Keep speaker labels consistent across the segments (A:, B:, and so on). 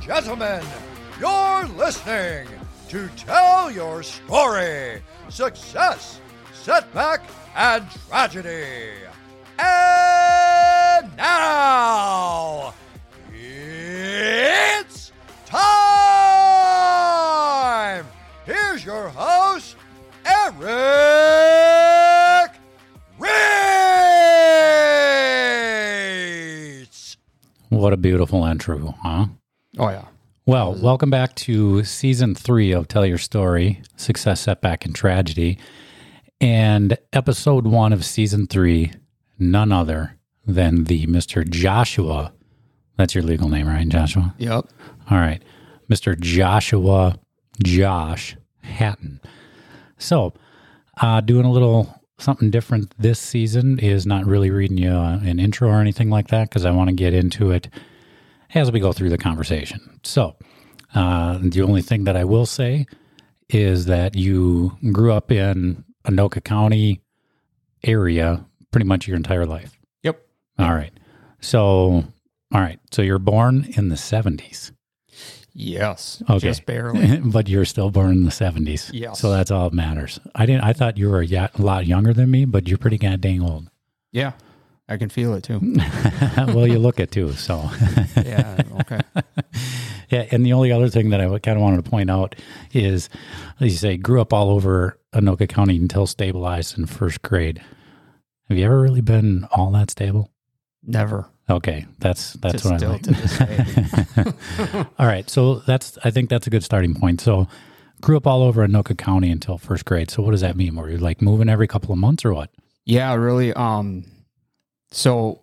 A: gentlemen, you're listening to Tell Your Story Success, Setback, and Tragedy. And now, it's time! Here's your host, Eric Reitz.
B: What a beautiful intro, huh?
C: Oh yeah.
B: Well, welcome back to season three of Tell Your Story Success, Setback, and Tragedy. And episode one of season three, none other than the Mr. Joshua. That's your legal name, right, Joshua?
C: Yep.
B: All right. Mr. Joshua Josh Hatton. So, uh, doing a little something different this season is not really reading you uh, an intro or anything like that because I want to get into it as we go through the conversation. So, uh, the only thing that I will say is that you grew up in Anoka County area pretty much your entire life.
C: Yep.
B: All right. So, all right. So you're born in the 70s.
C: Yes.
B: Okay.
C: Just barely.
B: but you're still born in the 70s.
C: Yes.
B: So that's all that matters. I didn't I thought you were a ya- lot younger than me, but you're pretty goddamn old.
C: yeah. I can feel it too.
B: well, you look it too. So
C: yeah. Okay.
B: Yeah, and the only other thing that I kind of wanted to point out is, as you say, grew up all over Anoka County until stabilized in first grade. Have you ever really been all that stable?
C: Never.
B: Okay, that's that's
C: To
B: what
C: still
B: I'm.
C: to this day.
B: All right, so that's I think that's a good starting point. So, grew up all over Anoka County until first grade. So, what does that mean? Were you like moving every couple of months or what?
C: yeah, really. Um so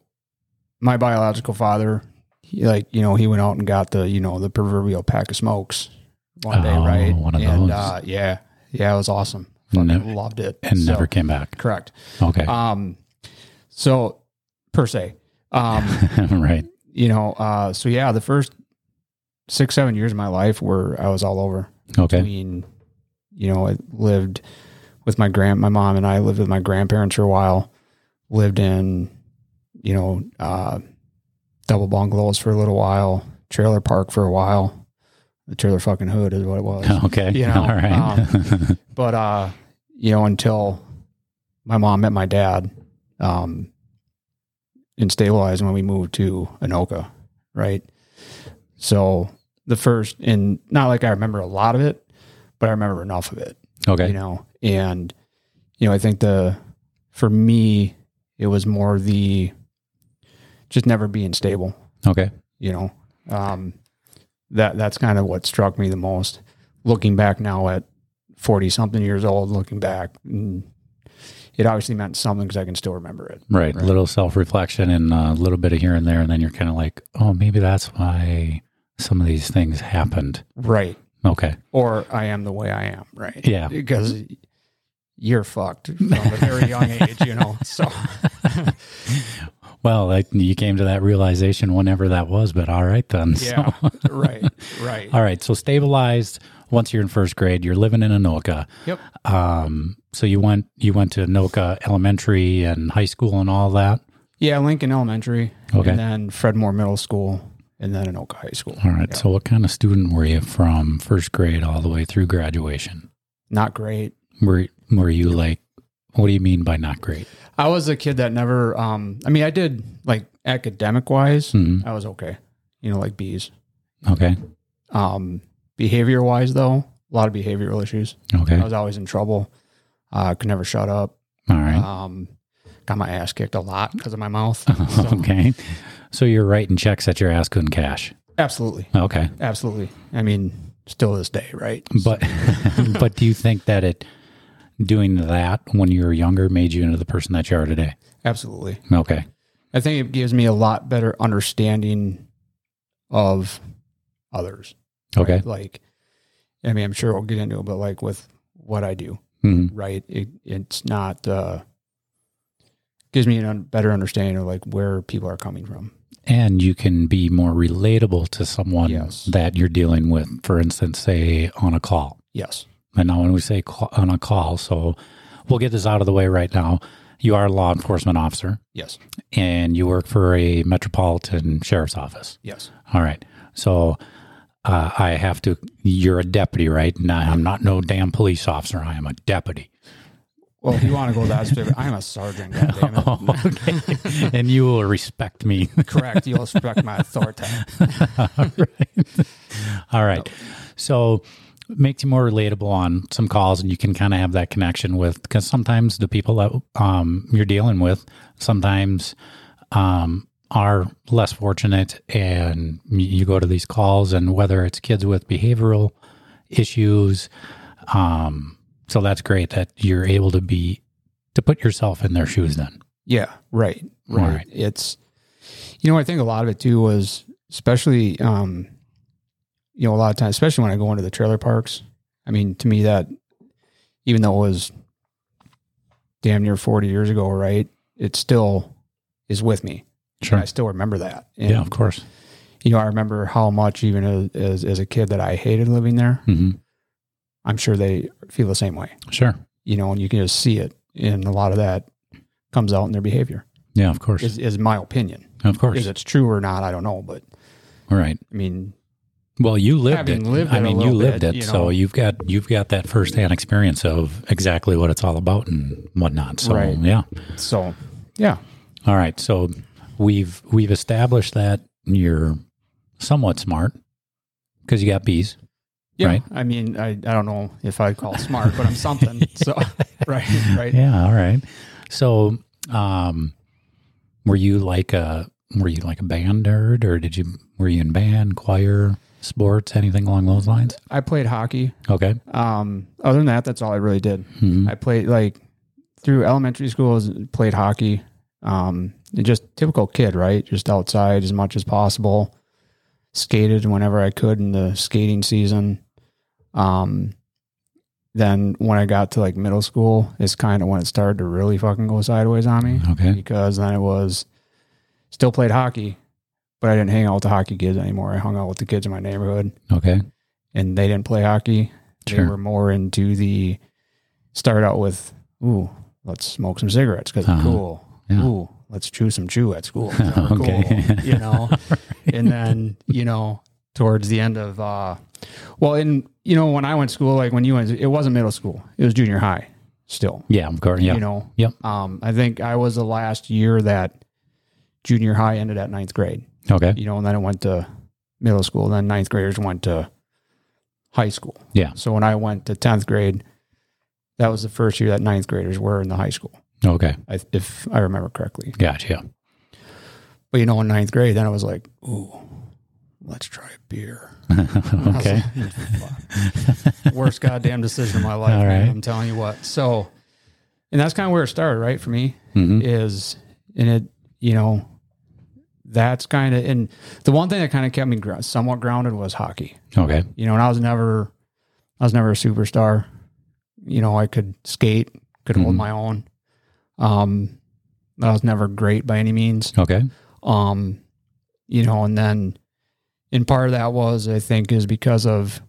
C: my biological father, he like, you know, he went out and got the, you know, the proverbial pack of smokes one day,
B: Oh,
C: right?
B: one of
C: and
B: those.
C: uh yeah. Yeah, it was awesome. Fucking
B: Never-
C: loved it.
B: And
C: So-
B: never came back.
C: correct.
B: Okay,
C: Um so per se. Um
B: right.
C: you know, uh, so yeah, the first six, seven years of my life were I was all over. I
B: Okay,
C: mean, you know, I lived with my grand, my mom and I lived with my grandparents for a while. Lived in, you know, uh, double bungalows for a little while, trailer park for a while, the trailer fucking hood is what it was.
B: okay.
C: you know,
B: all right.
C: But uh, you know, until my mom met my dad, um, and stabilized when we moved to Anoka, right? So the first, and not like I remember a lot of it, but I remember enough of it,
B: okay.
C: you know. And you know, I think the for me, it was more the just never being stable,
B: Okay.
C: you know. Um, that that's kind of what struck me the most. Looking back now at forty something years old, looking back, mm, it obviously meant something because I can still remember it.
B: Right. Little self reflection and a little bit of here and there. And then you're kind of like, oh, maybe that's why some of these things happened.
C: Right.
B: Okay.
C: or I am the way I am, right?
B: Yeah.
C: Because you're fucked from a very young age, you know. So
B: Well, like you came to that realization whenever that was, but all right then. So-
C: yeah, right, right.
B: all right. So stabilized once you're in first grade, you're living in Anoka.
C: Yep.
B: Um, so you went you went to Anoka elementary and high school and all that.
C: Yeah, Lincoln Elementary,
B: Okay.
C: and then Fredmore Middle School, and then Anoka High School.
B: All right. So what kind of student were you from first grade all the way through graduation?
C: Not great.
B: Were were you like what do you mean by not great?
C: I was a kid that never. Um, I mean, I did like academic wise,
B: Mhm.
C: I was okay. You know, like B's.
B: Okay.
C: Um, behavior wise, though, a lot of behavioral issues.
B: Okay.
C: I was always in trouble. Uh, could never shut up.
B: All right.
C: Um, got my ass kicked a lot because of my mouth. So,
B: Okay. So you're writing checks that your ass couldn't cash.
C: absolutely,
B: Okay.
C: absolutely. I mean, still this day, right?
B: But but do you think that it doing that when you were younger made you into the person that you are today?
C: Absolutely.
B: Okay.
C: I think it gives me a lot better understanding of others.
B: Okay.
C: Like, I mean, I'm sure we'll get into it, but like with what I do,
B: hmm
C: right? It, it's not uh, gives me a un- better understanding of like where people are coming from.
B: And you can be more relatable to someone
C: Yes.
B: that you're dealing with, for instance, say on a call.
C: Yes.
B: And now when we say call, on a call, so we'll get this out of the way right now. You are a law enforcement officer
C: Yes.
B: and you work for a metropolitan sheriff's office.
C: Yes.
B: All right. So uh, I have to. You're a deputy, right? No, I'm not no damn police officer. I am a deputy.
C: Well, if you want to go that specific, I'm a sergeant. goddammit.
B: Oh, okay. and you will respect me.
C: Correct. You'll respect my authority.
B: All right. So makes you more relatable on some calls and you can kind of have that connection with because sometimes the people that um, you're dealing with sometimes um, are less fortunate and y- you go to these calls and whether it's kids with behavioral issues um, so that's great that you're able to be to put yourself in their shoes then
C: Yeah, right, right.
B: Right.
C: It's you know I think a lot of it too was especially um you know a lot of times especially when I go into the trailer parks. I mean, to me that even though it was damn near 40 years ago, right? It still is with me. And I still remember that. And,
B: yeah of course
C: You know, I remember how much even as, as as a kid that I hated living there.
B: hmm
C: I'm sure they feel the same way.
B: sure
C: You know, and you can just see it and a lot of that comes out in their behavior.
B: yeah of course
C: Is is my opinion.
B: of course
C: Is it's true or not, I don't know. But
B: all right
C: I mean,
B: Well, you lived
C: Having
B: it.
C: lived
B: I
C: it a
B: mean, you
C: little
B: lived
C: bit,
B: it,
C: you
B: so
C: know.
B: you've got you've got that firsthand experience of exactly what it's all about and whatnot. So
C: Right.
B: yeah,
C: so yeah,
B: all right. So we've we've established that you're somewhat smart because you got bees.
C: yeah.
B: Right.
C: I mean, I, I don't know if I'd call it smart, but I'm something. So right, right.
B: Yeah. All right. So, um, were you like a were you like a band nerd, or did you were you in band, choir, sports, anything along those lines?
C: I played hockey.
B: Okay.
C: Um, other than that, that's all I really did.
B: Mhm.
C: I played like through elementary school, I played hockey. Um, and just typical kid, right? Just outside as much as possible. Skated whenever I could in the skating season. Um, then when I got to like middle school, is kind of when it started to really fucking go sideways on me.
B: Okay.
C: because then it was still played hockey, but I didn't hang out with the hockey kids anymore. I hung out with the kids in my neighborhood,
B: Okay.
C: and they didn't play hockey.
B: Sure.
C: They were more into the start out with ooh, let's smoke some cigarettes because it's
B: Uh-huh.
C: cool.
B: Yeah.
C: Ooh, let's chew some chew at school. 'cause we're
B: Okay.
C: cool, you know, and then you know towards the end of uh, well, and you know when I went to school, like when you went, it wasn't middle school; it was junior high still.
B: Yeah. Of course. Yeah.
C: You know,
B: Yep.
C: um, I think I was the last year that junior high ended at ninth grade,
B: Okay.
C: you know, and then it went to middle school. Then ninth graders went to high school.
B: Yeah.
C: So when I went to 10th grade, that was the first year that ninth graders were in the high school,
B: Okay.
C: I- if I remember correctly.
B: Gotcha.
C: But, you know, in ninth grade, then I was like, ooh, let's try a beer. I was
B: okay.
C: like, "Fuck." Worst goddamn decision of my life.
B: All
C: man,
B: right.
C: I'm telling you what. So, and that's kind of where it started, right? For me,
B: Mhm.
C: is and it you know that's kind of and the one thing that kind of kept me gr- somewhat grounded was hockey
B: Okay.
C: you know and i was never i was never a superstar you know i could skate could hold
B: Mhm.
C: my own um but i was never great by any means
B: Okay.
C: um you know and then and part of that was i think is because of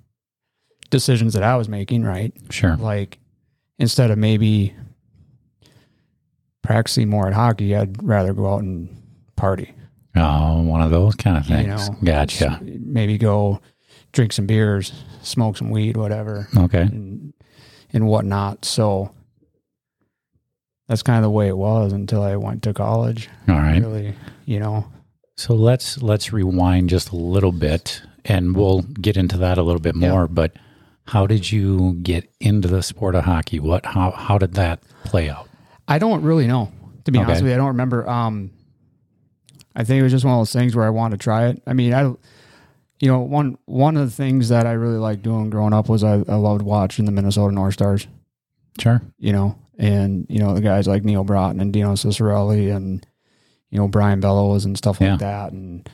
C: decisions that i was making right
B: Sure.
C: like instead of maybe practicing more at hockey, I'd rather go out and party.
B: Oh, one of those kind of
C: You
B: things.
C: know,
B: gotcha.
C: Maybe go drink some beers, smoke some weed, whatever,
B: Okay.
C: and and whatnot. So that's kind of the way it was until I went to college.
B: All right.
C: Really, you know,
B: So let's let's rewind just a little bit, and we'll get into that a little bit more. But how did you get into the sport of hockey? What how how did that play out?
C: I don't really know. To be honest
B: Okay.
C: with you, I don't remember. Um, I think it was just one of those things where I wanted to try it. I mean, I, you know, one one of the things that I really liked doing growing up was I, I loved watching the Minnesota North Stars.
B: Sure.
C: You know, and you know the guys like Neil Broughton and Dino Cicerelli and you know Brian Bellows and stuff like
B: Yeah.
C: that. And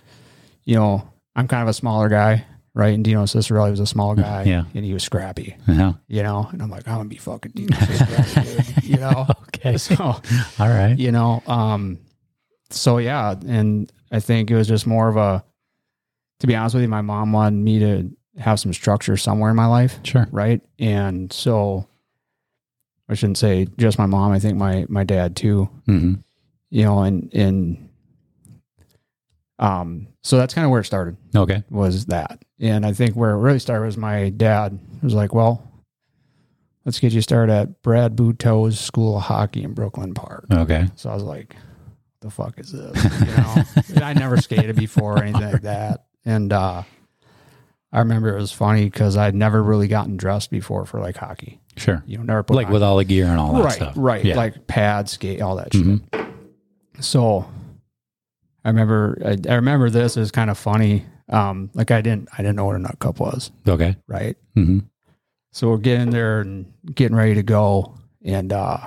C: you know, I'm kind of a smaller guy, right? And Dino Cicerelli was a small guy,
B: Mm, Yeah.
C: and he was scrappy.
B: Yeah.
C: You know, and I'm like, I'm gonna be fucking Dino Cicerelli, dude, you know.
B: Okay.
C: So
B: All right.
C: you know um so yeah and i think it was just more of a to be honest with you my mom wanted me to have some structure somewhere in my life
B: Sure.
C: right and so i shouldn't say just my mom i think my my dad too
B: hmm
C: you know and and um so that's kind of where it started
B: Okay.
C: was that And I think where it really started was my dad was like, well, let's get you started at Brad Buteau's School of Hockey in Brooklyn Park.
B: Okay.
C: So I was like, the fuck is this? You know, I never skated before or anything like that. And uh, I remember it was funny because I'd never really gotten dressed before for like hockey.
B: Sure.
C: You know, never put
B: Like
C: on-
B: with all the gear and all that
C: right,
B: stuff.
C: right,
B: Yeah.
C: like pad skate, all that
B: Mhm.
C: shit. So I remember, I, I remember this is kind of funny. Um, like I didn't, I didn't know what a nut cup was,
B: Okay.
C: right?
B: hmm
C: So we're getting there and getting ready to go and uh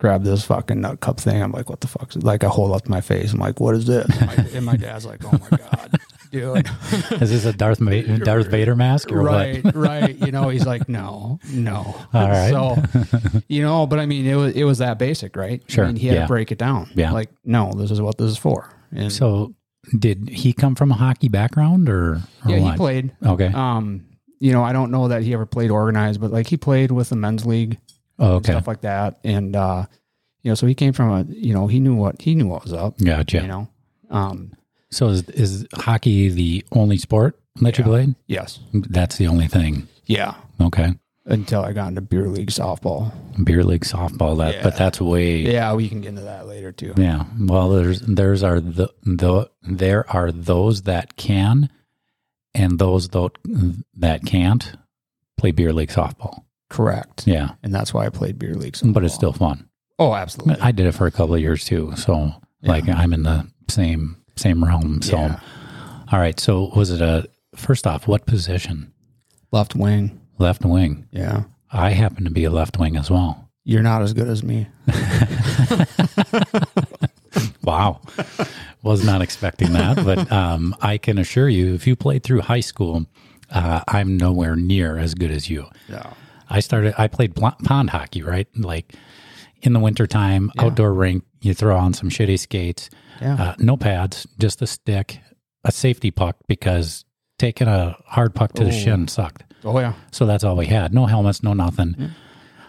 C: grab this fucking nut cup thing. I'm like, what the fuck? Like I hold up to my face. I'm like, what is this? My, and my dad's like, oh my God, dude.
B: Is this a Darth Ma- Darth Vader mask or what?
C: right, right. You know, he's like, no, no.
B: All right.
C: So, you know, but I mean, it was, it was that basic, right?
B: Sure,
C: I mean, he had
B: yeah.
C: to break it down.
B: Yeah.
C: Like, no, this is what this is for. And
B: So, did he come from a hockey background or, or
C: yeah,
B: what?
C: he played.
B: Okay.
C: Um, you know, I don't know that he ever played organized, but like he played with the men's league.
B: oh,
C: and
B: okay.
C: stuff like that. And uh, you know, so he came from a you know he knew what he knew what was up.
B: Gotcha.
C: You know, um,
B: So, is, is hockey the only sport that you
C: Yeah.
B: played?
C: yes,
B: That's the only thing.
C: yeah.
B: Okay.
C: Until I got into beer league softball.
B: Beer league softball. That, but
C: Yeah.
B: that's way.
C: Yeah, we can get into that later too.
B: Yeah. Well, there's there's are the, the there are those that can, and those tho- that can't play beer league softball.
C: Correct.
B: Yeah,
C: And that's why I played beer league. Softball.
B: but it's still fun.
C: oh, absolutely.
B: I did it for a couple of years too, so like I'm in the same same realm. So,
C: Yeah.
B: all right. So was it a first off what position?
C: Left wing.
B: Left wing.
C: Yeah,
B: I happen to be a left wing as well.
C: you're not as good as me.
B: Wow. Was not expecting that. But um, I can assure you, if you played through high school, uh, I'm nowhere near as good as you.
C: Yeah.
B: I started, I played pl- pond hockey, right? Like in the wintertime, outdoor rink, you throw on some shitty skates,
C: Yeah.
B: uh, no pads, just a stick, a safety puck, because taking a hard puck to the shin sucked.
C: Oh yeah.
B: So that's all we had. No helmets, no nothing.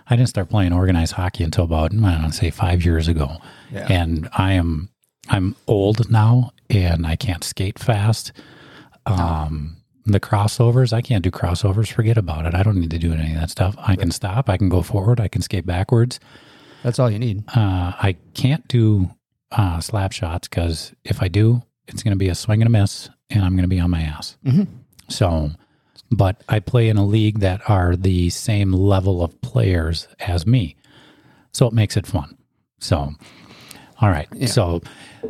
B: I didn't start playing organized hockey until about I don't know, say five years ago.
C: Yeah.
B: And I am I'm old now and I can't skate fast. Um the crossovers, I can't do crossovers, forget about it. I don't need to do any of that stuff. I can stop, I can go forward, I can skate backwards.
C: That's all you need.
B: Uh I can't do uh slap shots because if I do, it's gonna be a swing and a miss and I'm gonna be on my ass.
C: Mhm.
B: So, but I play in a league that are the same level of players as me. So it makes it fun. So, all right. So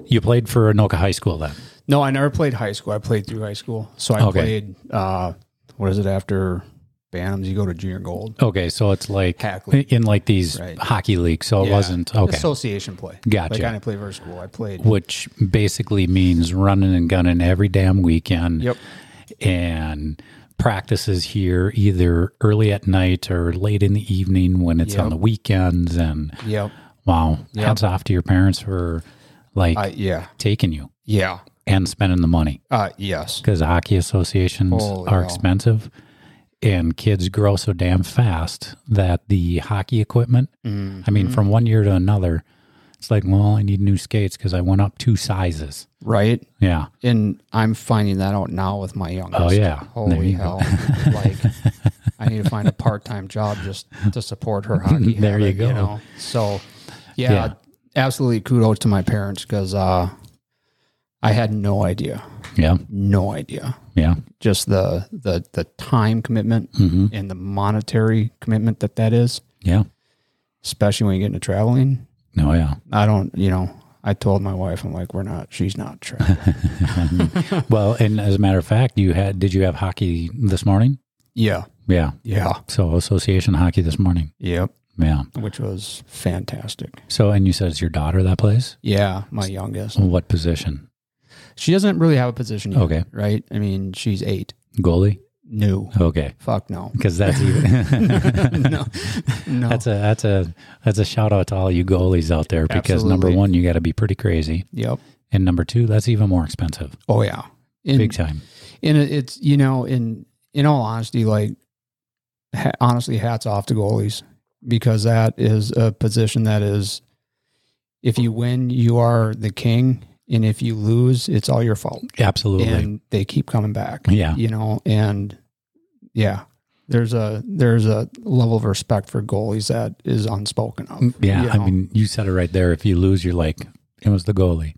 B: you played for Anoka High School then.
C: No, I never played high school. I played through high school. So I
B: Okay.
C: played. Uh, what is it after? Bantams, you go to junior gold.
B: Okay. So it's like
C: Hackley.
B: in like these
C: Right.
B: hockey leagues. So it
C: Yeah.
B: wasn't okay.
C: Association play.
B: Gotcha. Mm.
C: Like I didn't play versus school. I played.
B: which basically means running and gunning every damn weekend.
C: Yep.
B: And practices here either early at night or late in the evening when it's on
C: Yep.
B: the weekends and
C: Yep.
B: Wow.
C: Yep.
B: Hats off to your parents for like
C: I yeah.
B: taking you
C: Yeah.
B: and spending the money
C: Uh, yes.
B: because hockey associations
C: Holy
B: are
C: hell.
B: expensive and kids grow so damn fast that the hockey equipment, I mean,
C: Mm-hmm.
B: from one year to another, it's like, well, I need new skates because I went up two sizes.
C: Right.
B: Yeah.
C: And I'm finding that out now with my youngest.
B: Oh, yeah. There
C: Holy
B: you go.
C: hell. like, I need to find a part time job just to support her hockey.
B: There you
C: habit,
B: go.
C: know? So, yeah,
B: Yeah.
C: absolutely kudos to my parents because uh, I had no idea.
B: Yeah.
C: No idea.
B: Yeah.
C: Just the, the, the time commitment
B: hmm
C: and the monetary commitment that that is,
B: Yeah.
C: especially when you get into traveling.
B: No, yeah.
C: I don't, you know, I told my wife, I'm like, we're not, she's not traveling.
B: well, and as a matter of fact, you had, did you have hockey this morning?
C: yeah.
B: Yeah.
C: Yeah.
B: So association hockey this morning.
C: Yep.
B: Yeah.
C: Which was fantastic.
B: So, and you said it's your daughter that plays?
C: Yeah. My youngest.
B: What position?
C: She doesn't really have a position yet.
B: Okay.
C: Right? I mean, she's eight.
B: Goalie?
C: No.
B: Okay.
C: Fuck no.
B: Because that's even
C: no. No.
B: that's a that's a that's a shout out to all you goalies out there because number
C: Absolutely.
B: one, you gotta be pretty crazy.
C: yep.
B: And number two, that's even more expensive.
C: Oh yeah. And,
B: Big time.
C: and it- it's you know, in in all honesty, like ha- honestly, hats off to goalies because that is a position that is, if you win, you are the king. And if you lose, it's all your fault.
B: Absolutely.
C: And they keep coming back.
B: Yeah.
C: You know, and yeah. There's a there's a level of respect for goalies that is unspoken of.
B: Mm, yeah.
C: you
B: I
C: know?
B: mean, you said it right there. If you lose, you're like, it was the goalie.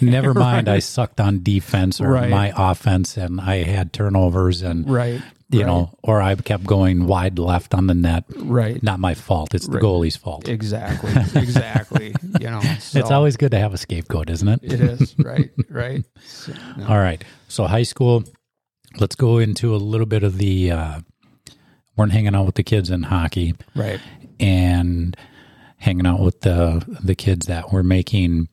B: Never mind. I sucked on defense or
C: Right.
B: my offense and I had turnovers and,
C: right.
B: you
C: right,
B: know, or I kept going wide left on the net.
C: right.
B: Not my fault. It's the
C: Right.
B: goalie's fault.
C: Exactly. Exactly. you know.
B: It's
C: so
B: always good to have a scapegoat, isn't it?
C: it is, right, right. So, no.
B: All right. So high school. Let's go into a little bit of the. Uh, we're hanging out with the kids in hockey
C: Right.
B: and hanging out with the the kids that were making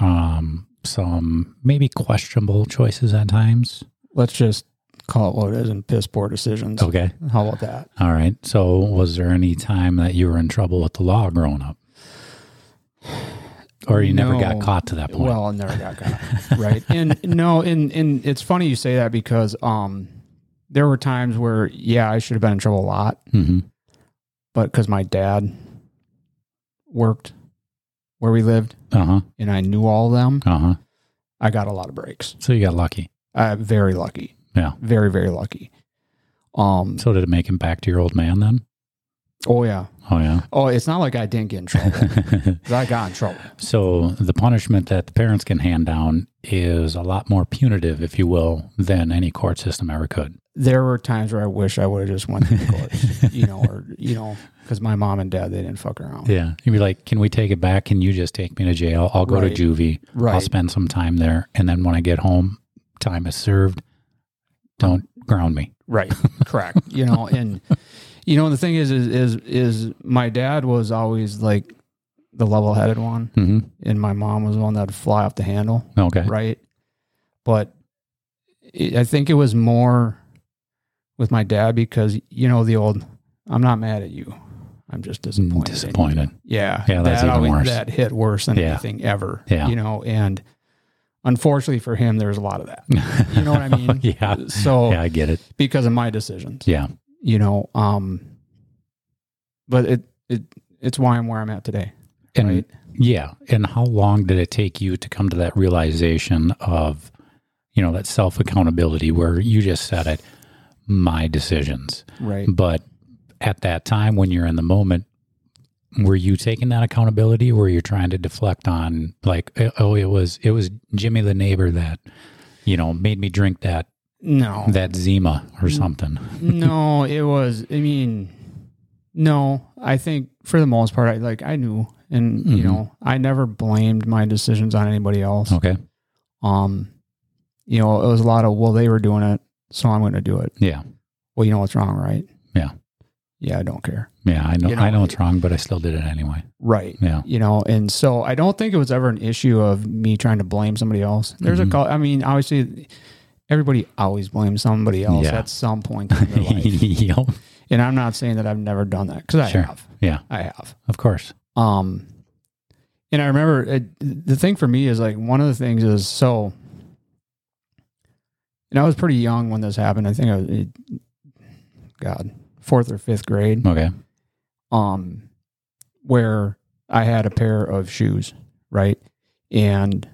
B: um, some maybe questionable choices at times.
C: Let's just call it what it is and piss poor decisions.
B: Okay.
C: How about that?
B: All right. So was there any time that you were in trouble with the law growing up? Or you never got
C: No.
B: caught to that point?
C: Well, I never got caught. right. And no, and and it's funny you say that because um there were times where yeah, I should have been in trouble a lot,
B: hmm
C: but cuz my dad worked where we lived
B: Uh-huh.
C: and I knew all of them,
B: Uh-huh.
C: I got a lot of breaks.
B: So you got lucky.
C: I'm very lucky.
B: Yeah.
C: Very very lucky. Um
B: So did it make him back to your old man then?
C: oh yeah.
B: Oh yeah.
C: Oh, it's not like I didn't get in trouble. 'cause I got in trouble.
B: So the punishment that the parents can hand down is a lot more punitive, if you will, than any court system ever could.
C: there were times where I wish I would have just went to the courts, you know, or you know, because my mom and dad they didn't fuck around.
B: Yeah. You'd be like, can we take it back? Can you just take me to jail? I'll go
C: Right.
B: to juvie. I'll
C: Right.
B: spend some time there. And then when I get home, time is served. Don't ground me.
C: Right. Correct. you know, and you know, the thing is, is, is, is my dad was always like the level-headed one,
B: hmm
C: and my mom was the one that'd fly off the handle.
B: Okay.
C: Right. But it, I think it was more with my dad because you know the old, I'm not mad at you, I'm just disappointed. in you."
B: Mm, Disappointed.
C: Yeah.
B: Yeah, that's
C: that
B: even worse.
C: That hit worse than
B: Yeah.
C: anything ever.
B: Yeah.
C: You know, and unfortunately for him, there's a lot of that. You know what I mean? Oh.
B: yeah.
C: So
B: Yeah, I get it.
C: because of my decisions,
B: Yeah.
C: you know, um, but it, it, it's why I'm where I'm at today.
B: And
C: Right.
B: yeah, and how long did it take you to come to that realization of, you know, that self accountability where you just said it, my decisions.
C: Right.
B: But at that time when you're in the moment, were you taking that accountability or were you trying to deflect on like oh it was it was Jimmy the neighbor that you know made me drink that
C: No,
B: that Zima or something.
C: no, it was, I mean, no, I think for the most part, I like, I knew, and you
B: Mhm.
C: know, I never blamed my decisions on anybody else.
B: Okay. Oh.
C: Um, you know, it was a lot of, well, they were doing it, so I'm going to do it.
B: Yeah.
C: Well, you know what's wrong, right?
B: Yeah.
C: Yeah, I don't care.
B: Yeah, I know,
C: You know,
B: I know
C: it-
B: it's wrong, but I still did it anyway.
C: Right.
B: Yeah.
C: You know, and so I don't think it was ever an issue of me trying to blame somebody else. There's
B: Mhm.
C: a call. I mean, obviously, everybody always blames somebody else
B: Yeah.
C: at some point in their life.
B: Yep.
C: and I'm not saying that I've never done that because I
B: Sure.
C: have.
B: Yeah,
C: I have.
B: of course.
C: Um, and I remember it, the thing for me is like one of the things is so, and I was pretty young when this happened. I think I was, it, God, fourth or fifth grade,
B: Okay.
C: um, where I had a pair of shoes, right, and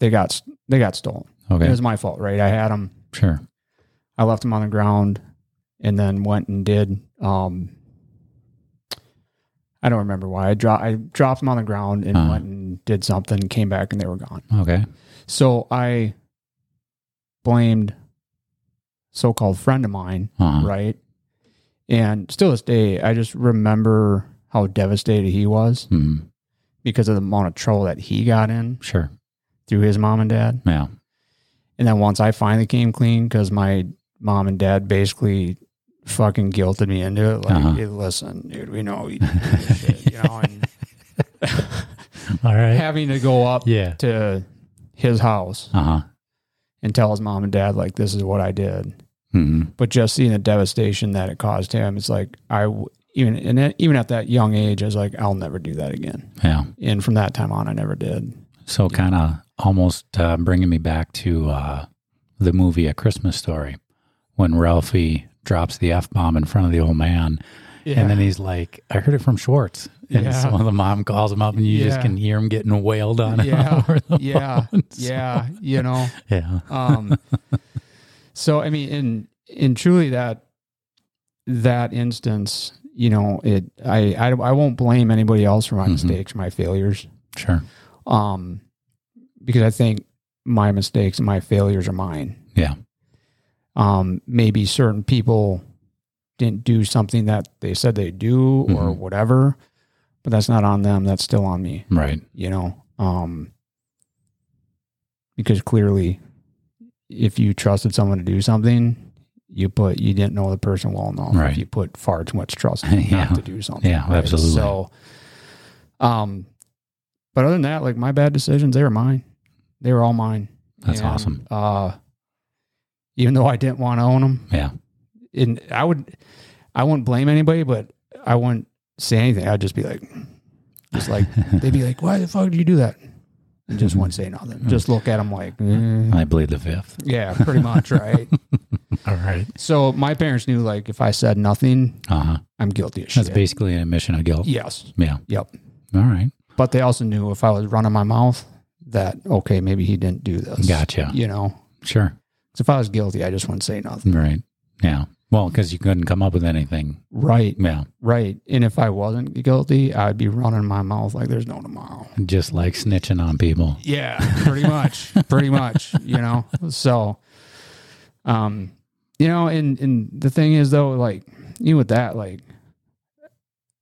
C: they got s- they got stolen. It
B: Okay.
C: was my fault, right? I had them.
B: Sure.
C: I left them on the ground and then went and did um I don't remember why. I dro- I dropped them on the ground and
B: Uh-huh.
C: went and did something, came back and they were gone.
B: Okay.
C: So I blamed so-called friend of mine,
B: Uh-huh.
C: right? And still this day, I just remember how devastated he was
B: Mhm.
C: because of the amount of trouble that he got in
B: Sure.
C: through his mom and dad.
B: Yeah.
C: And then once I finally came clean, because my mom and dad basically fucking guilted me into it. Like,
B: Uh-huh.
C: "Hey, listen, dude, we know you did this shit, you know, and
B: All right.
C: having to go up
B: Yeah.
C: to his house
B: Uh huh.
C: and tell his mom and dad, like, this is what I did.
B: hmm
C: But just seeing the devastation that it caused him, it's like, I, w- even, and then, even at that young age, I was like, I'll never do that again.
B: Yeah.
C: And from that time on, I never did.
B: So kind of almost uh, bringing me back to uh, the movie A Christmas Story when Ralphie drops the F bomb in front of the old man And then he's like, I heard it from Schwartz. And
C: Yeah.
B: so the mom calls him up and you just
C: Yeah.
B: can hear him getting wailed on.
C: yeah,
B: over the
C: yeah,
B: phone. So,
C: yeah. You know,
B: Yeah.
C: um, so I mean, in in truly that that instance, you know, it I I, I won't blame anybody else for my
B: Mhm.
C: mistakes, my failures,
B: Sure.
C: um, because I think my mistakes, and my failures are mine.
B: Yeah.
C: Um, maybe certain people didn't do something that they said they do or
B: Mhm.
C: whatever, but that's not on them. That's still on me
B: Right.
C: you know um because clearly if you trusted someone to do something you put you didn't know the person well enough
B: Right.
C: you put far too much trust in them
B: Yeah.
C: not to do something
B: Yeah, absolutely.
C: so um but other than that like my bad decisions they were mine they were all mine
B: That's
C: And,
B: awesome.
C: uh even though i didn't want to own them
B: Yeah.
C: and i would i wouldn't blame anybody but i wouldn't say anything i'd just be like just like They'd be like, "Why the fuck did you do that?" And just wouldn't say nothing. Just look at them like, "Mm."
B: I bleed the fifth.
C: yeah, pretty much, right?
B: All right.
C: so my parents knew like if I said nothing,
B: Uh huh.
C: I'm guilty of shit.
B: That's basically an admission of guilt.
C: yes,
B: Yeah.
C: yep.
B: All right.
C: But they also knew if I was running my mouth, that okay, maybe he didn't do this.
B: Gotcha.
C: You know, 'Cause
B: Sure.
C: if I was guilty, I just wouldn't say nothing.
B: Right. Yeah. Well, because you couldn't come up with anything.
C: Right,
B: Yeah.
C: right. And if I wasn't guilty, I'd be running my mouth like there's no tomorrow.
B: Just like snitching on people.
C: Yeah, pretty much, pretty much. You know, so, um, you know, and and the thing is though, like even with that, like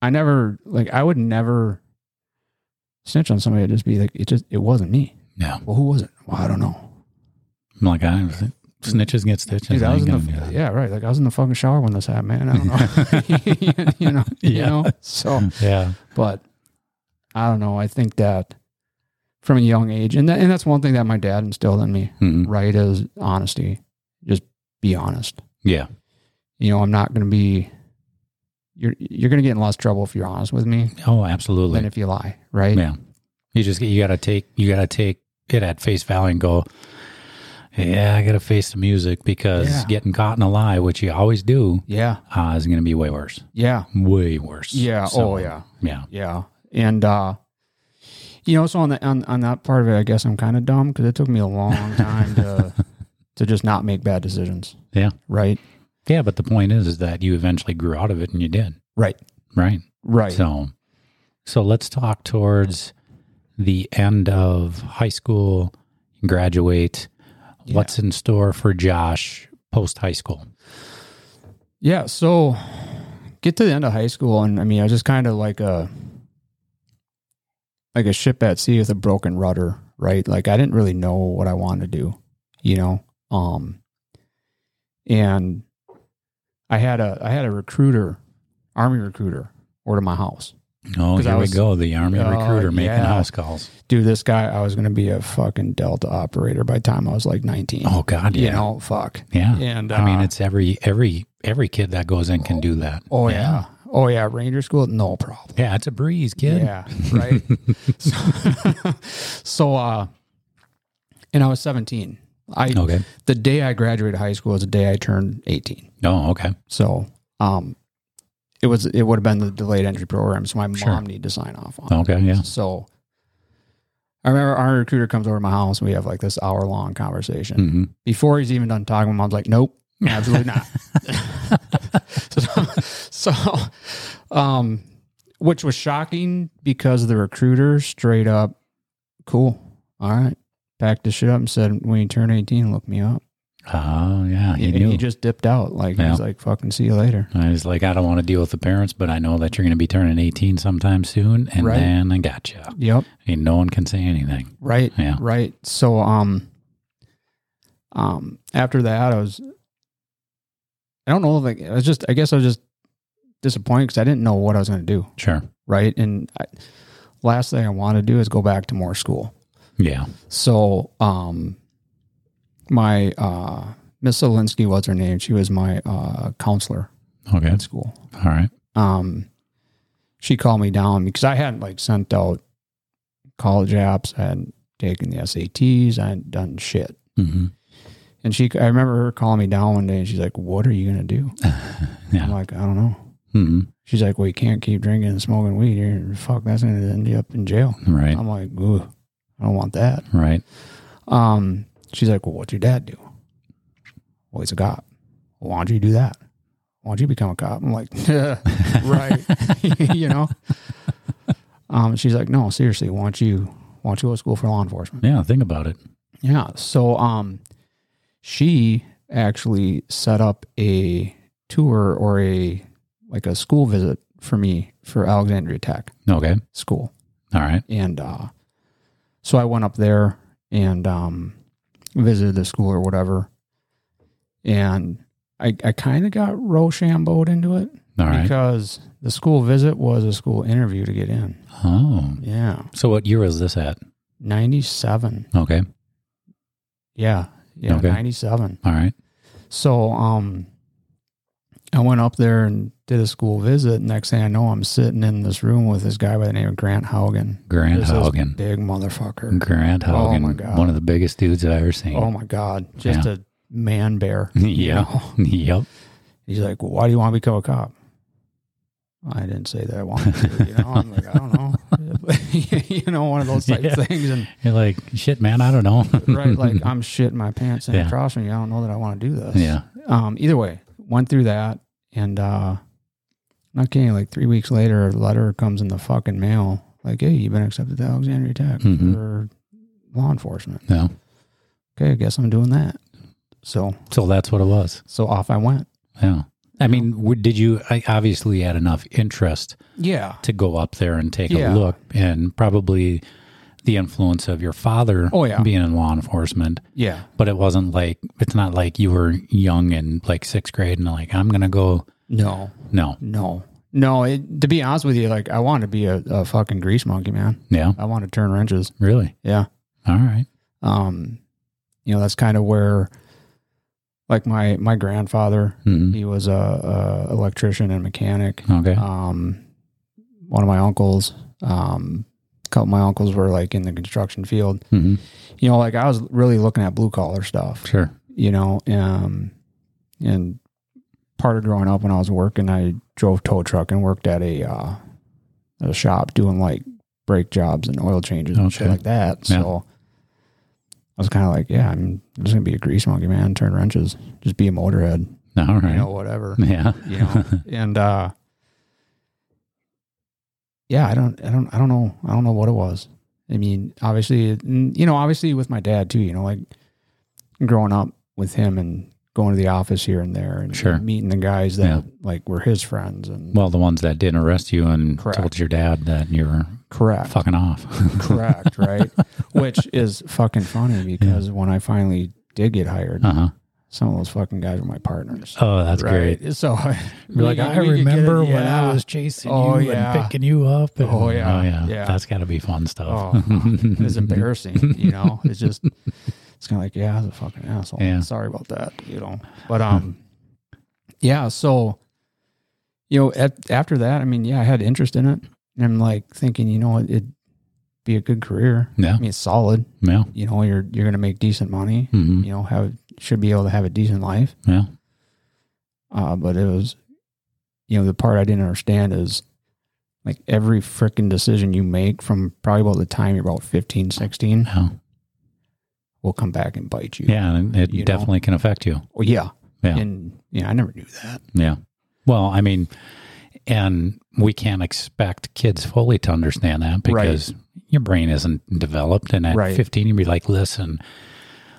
C: I never, like I would never snitch on somebody. I'd just be like, it just, it wasn't me.
B: Yeah.
C: Well, who was it? Well, I don't know.
B: I'm like, I snitches get stitches.
C: Dude, I
B: I
C: was
B: ain't
C: in
B: gonna
C: the,
B: do
C: yeah, right. Like I was in the fucking shower when this happened, man. I don't know. you know, you
B: Yeah.
C: know. So,
B: that. Yeah.
C: but I don't know. I think that from a young age, and that, and that's one thing that my dad instilled in me.
B: Mhm.
C: right is honesty. Just be honest.
B: Yeah.
C: You know, I'm not going to be. You're you're going to get in less trouble if you're honest with me
B: Oh, absolutely.
C: than if you lie, right?
B: Yeah. You just you gotta take you gotta take it at face value and go. Yeah, I gotta face the music because
C: Yeah.
B: getting caught in a lie, which you always do,
C: Yeah,
B: uh, is gonna be way worse.
C: yeah,
B: Way worse.
C: yeah.
B: So,
C: oh, yeah,
B: Yeah.
C: yeah. And uh, you know, so on the on, on that part of it, I guess I'm kind of dumb because it took me a long time to to just not make bad decisions,
B: Yeah.
C: right?
B: Yeah. But the point is is that you eventually grew out of it and you did.
C: Right,
B: Right.
C: right.
B: So so let's talk towards the end of high school, graduate. What's in store for Josh post high school?
C: Yeah, so get to the end of high school, and I mean, I was just kind of like a like a ship at sea with a broken rudder, right? Like I didn't really know what I wanted to do, you know. Um, and I had a I had a recruiter, army recruiter, order my house.
B: Oh,
C: 'Cause I
B: here
C: was-
B: we go. The army
C: Oh,
B: recruiter making
C: yeah.
B: house calls.
C: Dude, this guy, I was gonna be a fucking Delta operator by the time I was like nineteen.
B: Oh God, yeah,
C: you know, fuck.
B: yeah.
C: And
B: I mean,
C: uh,
B: it's every every every kid that goes in can do that.
C: oh yeah. oh yeah, Ranger school, no problem.
B: yeah, it's a breeze, kid.
C: Yeah, right. so, so, uh, and I was 17. I
B: Okay.
C: the day I graduated high school is the day I turned 18.
B: Oh, okay.
C: So, um, it was it would have been the delayed entry program, so my
B: Sure.
C: mom needed to sign off on. it.
B: Okay. Yeah.
C: So, I remember our recruiter comes over to my house and we have like this hour long conversation
B: hmm
C: before he's even done talking, my mom's like, "Nope, absolutely not." so, so, um, which was shocking because the recruiter straight up, cool, all right, packed his shit up and said, "When you turn eighteen, look me up."
B: Oh, yeah. He
C: and
B: knew.
C: he just dipped out. Like
B: Yeah.
C: he's like, "Fucking see you later."
B: I was like, I don't want to deal with the parents, but I know that you're going to be turning 18 sometime soon, and
C: Right.
B: then I got you.
C: Yep.
B: And no one can say anything.
C: Right.
B: Yeah.
C: Right. So, um, um, after that, I was, I don't know, like I was just, I guess I was just disappointed because I didn't know what I was going to do.
B: Sure.
C: right? And I, last thing I want to do is go back to more school.
B: Yeah.
C: So, um, my uh, Miss Solinsky was her name. She was my uh, counselor
B: Okay.
C: at school.
B: Oh, All right.
C: Um, she called me down because I hadn't like sent out college apps. I hadn't taken the SATs. I hadn't done shit.
B: hmm
C: And she, I remember her calling me down one day, and she's like, "What are you gonna do?"
B: Yeah.
C: I'm like, "I don't know."
B: hmm
C: She's like, well, you can't keep drinking and smoking weed. You're, fuck, that's going to end you up in jail.
B: Right.
C: I'm like, ooh, I don't want that.
B: Right.
C: Um, she's like, well, what'd your dad do? Well, he's a cop. Well, why don't you do that? Why don't you become a cop? I'm like, right. you know? Um, she's like, no, seriously, why don't you, why don't you go to school for law enforcement?
B: Yeah. Think about it.
C: Yeah. So um she actually set up a tour or a like a school visit for me for Alexandria Tech
B: Okay.
C: school.
B: All right.
C: And uh so I went up there and um visited the school or whatever. And I I kind of got Rochambeaued into it
B: All right.
C: because the school visit was a school interview to get in.
B: Oh.
C: Yeah.
B: So what year was this at?
C: 97.
B: Okay.
C: Yeah. Yeah,
B: Okay.
C: 97.
B: All right.
C: So um I went up there and did a school visit. Next thing I know, I'm sitting in this room with this guy by the name of Grant Haugen.
B: Grant
C: Just this
B: Hogan.
C: Big motherfucker.
B: Grant
C: Oh,
B: Hogan.
C: my God.
B: One of the biggest dudes I've ever seen.
C: Oh my God. Just a man bear. you
B: yeah.
C: know?
B: Yep.
C: He's like, Well, why do you want to become a cop? I didn't say that I wanted to, you know. I'm like, I don't know. you know, one of those type
B: Yeah.
C: things. And
B: You're like, shit, man, I don't know.
C: right, like I'm shitting my pants and
B: Yeah.
C: across from you. I don't know that I want to do this.
B: yeah.
C: um, either way, went through that and uh not kidding, like three weeks later a letter comes in the fucking mail, like, Hey, you've been accepted to Alexandria Tech
B: Mhm.
C: for law enforcement.
B: No.
C: Okay, I guess I'm doing that. So
B: So that's what it was.
C: so off I went.
B: Yeah. I mean, w- did you I obviously had enough interest
C: Yeah.
B: to go up there and take
C: Yeah.
B: a look and probably the influence of your father
C: Oh, yeah.
B: being in law enforcement.
C: Yeah.
B: But it wasn't like, it's not like you were young and like sixth grade and like, I'm going to go.
C: No.
B: No.
C: No. No, it, to be honest with you, like I want to be a, a fucking grease monkey, man.
B: Yeah.
C: I want to turn wrenches.
B: Really?
C: Yeah.
B: All right.
C: Um, you know, that's kind of where like my my grandfather,
B: Mhm.
C: He was a, a electrician and mechanic.
B: Okay.
C: Um, one of my uncles, um, a couple of my uncles were like in the construction field.
B: Mhm.
C: You know, like I was really looking at blue collar stuff.
B: Sure.
C: You know, um, and part of growing up when I was working, I drove tow truck and worked at a uh, at a shop doing like brake jobs and oil changes and shit
B: Okay.
C: like that.
B: Yeah.
C: So. I was kind of like, yeah, I'm just gonna be a grease monkey, man. Turn wrenches, just be a motorhead,
B: All right.
C: you know, whatever
B: yeah.
C: you know and uh yeah i don't i don't i don't know i don't know what it was i mean obviously n- you know obviously with my dad too you know like growing up with him and going to the office here and there and
B: Sure.
C: meeting the guys that
B: Yeah.
C: like were his friends and
B: Well, the ones that didn't arrest you and
C: Correct.
B: told your dad that you were
C: correct
B: fucking off.
C: correct right which is fucking funny because when i finally did get hired
B: uh huh.
C: some of those fucking guys were my partners
B: Oh, that's great.
C: so
B: You're like,
C: we-
B: I
C: we could get it-
B: remember when
C: yeah.
B: I was chasing
C: Oh,
B: you
C: yeah.
B: and picking you up. and-
C: Oh, yeah.
B: yeah.
C: Yeah.
B: That's got to be fun stuff.
C: Oh, it's embarrassing. You know, it's just it's kind of like, yeah, I was a fucking asshole.
B: Yeah.
C: Sorry about that. You know, but um, yeah. So, you know, at, after that, I mean, yeah, I had interest in it, and I'm like thinking, you know, it, it'd be a good career.
B: Yeah.
C: I mean, it's solid.
B: Yeah.
C: You know, you're you're gonna make decent money.
B: hmm
C: You know, have should be able to have a decent life.
B: Yeah.
C: Uh, but it was, you know, the part I didn't understand is like every freaking decision you make from probably about the time you're about 15, 16
B: Yeah.
C: will come back and bite you.
B: Yeah. And it
C: You know.
B: definitely can affect you.
C: Well, yeah.
B: Yeah.
C: And yeah, I never knew that.
B: Yeah. Well, I mean, and we can't expect kids fully to understand that
C: Right.
B: because your brain isn't developed. And at
C: Right.
B: 15, you'd be like, listen,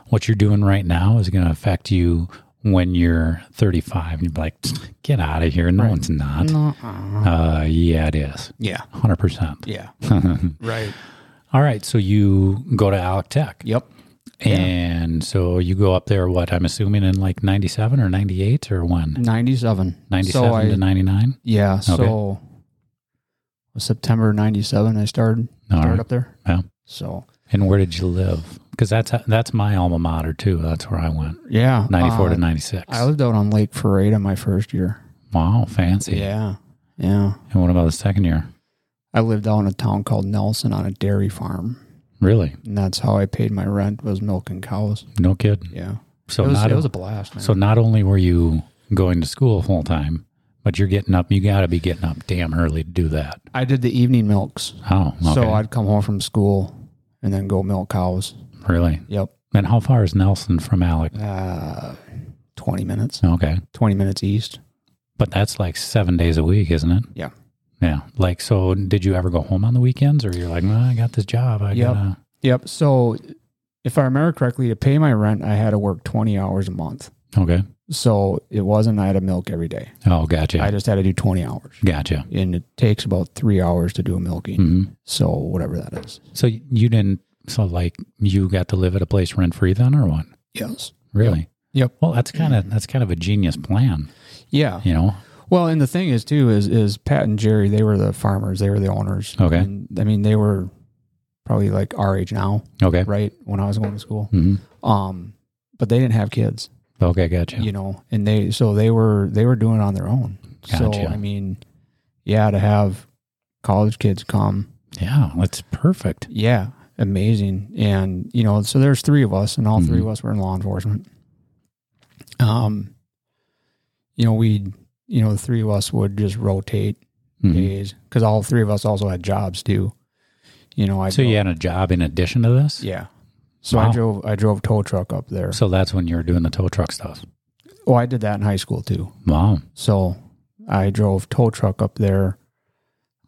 B: what you're doing right now is going to affect you when you're 35. And you'd be like, get out of here. No,
C: Right.
B: it's not.
C: Nuh-uh.
B: Uh, yeah, it is.
C: Yeah.
B: 100%.
C: Yeah. right.
B: All right. So you go to Alec Tech.
C: Yep.
B: And so you go up there, what I'm assuming in like 97 or 98 or when?
C: 97.
B: 97
C: So I,
B: to 99?
C: yeah. So September 97, I started,
B: All
C: started
B: right.
C: up there.
B: Yeah.
C: So
B: And where did you live? Because that's that's my alma mater too. That's where I went,
C: yeah.
B: ninety four
C: uh,
B: to ninety six.
C: I lived out on Lake Ferrata my first year.
B: Wow, fancy.
C: Yeah. Yeah.
B: And what about the second year?
C: I lived out in a town called Nelson on a dairy farm.
B: Really?
C: And that's how I paid my rent was milking cows.
B: No kidding.
C: Yeah.
B: So
C: it was,
B: not
C: it was a blast. man.
B: so not only were you going to school full time, But you're getting up. You got to be getting up damn early to do that.
C: I did the evening milks.
B: Oh, okay.
C: So I'd come home from school and then go milk cows.
B: really?
C: Yep.
B: And how far is Nelson from Alec?
C: Uh, 20 minutes,
B: Okay.
C: 20 minutes east.
B: But that's like seven days a week, isn't it?
C: Yeah.
B: Yeah. Like, so did you ever go home on the weekends or you're like, well, I got this job. I
C: Yep.
B: gotta.
C: Yep. So if I remember correctly, to pay my rent, I had to work 20 hours a month.
B: Okay.
C: So it wasn't I had to milk every day.
B: Oh, gotcha.
C: I just had to do 20 hours.
B: gotcha.
C: And it takes about three hours to do a milking.
B: hmm
C: So whatever that is.
B: So y- you didn't, so like you got to live at a place rent free then or what?
C: Yes.
B: Really?
C: Yep.
B: Well, that's kind of, that's kind of a genius plan,
C: Yeah.
B: you know?
C: Well, and the thing is too is is Pat and Jerry, they were the farmers, they were the owners.
B: Okay.
C: And, I mean, they were probably like our age now,
B: Okay.
C: right? When I was going to school.
B: hmm
C: Um, but they didn't have kids.
B: Okay. Gotcha.
C: you know, and they so they were they were doing it on their own. So
B: Gotcha.
C: I mean, yeah, to have college kids come,
B: Yeah. That's perfect.
C: yeah, amazing. And you know, so there's three of us, and all three
B: Mhm.
C: of us were in law enforcement. Um, you know, we you know the three of us would just rotate
B: Mhm.
C: days because all three of us also had jobs too. You know, I
B: So
C: drove-
B: you had a job in addition to this?
C: yeah. So
B: Wow.
C: I drove I drove tow truck up there.
B: So that's when you were doing the tow truck stuff.
C: Oh, I did that in high school too.
B: Wow.
C: So I drove tow truck up there,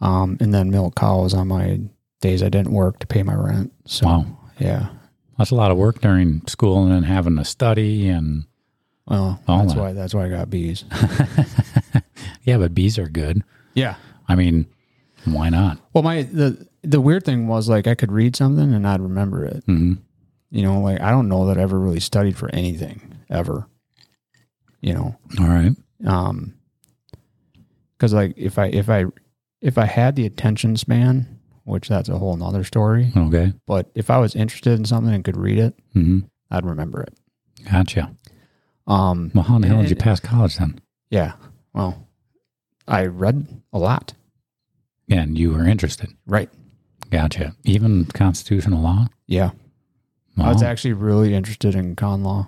C: um, and then milk cows on my days I didn't work to pay my rent. So
B: Wow.
C: yeah,
B: That's a lot of work during school and then having to study and
C: well,
B: Oh,
C: that's
B: my.
C: why that's why I got bees.
B: yeah, but bees are good.
C: yeah.
B: I mean, why not?
C: Well, my the the weird thing was like I could read something and I'd remember it.
B: Mhm.
C: You know, like I don't know that I ever really studied for anything ever. You know,
B: All right.
C: um, because like if I if I if I had the attention span, which that's a whole nother story.
B: Okay.
C: But if I was interested in something and could read it,
B: hmm
C: I'd remember it.
B: Gotcha.
C: Um,
B: Well, how in the hell did you
C: And-
B: pass college then?
C: yeah. Well, I read a lot.
B: And you were interested.
C: Right.
B: Gotcha. Even constitutional law?
C: Yeah.
B: Wow.
C: I was actually really interested in con law.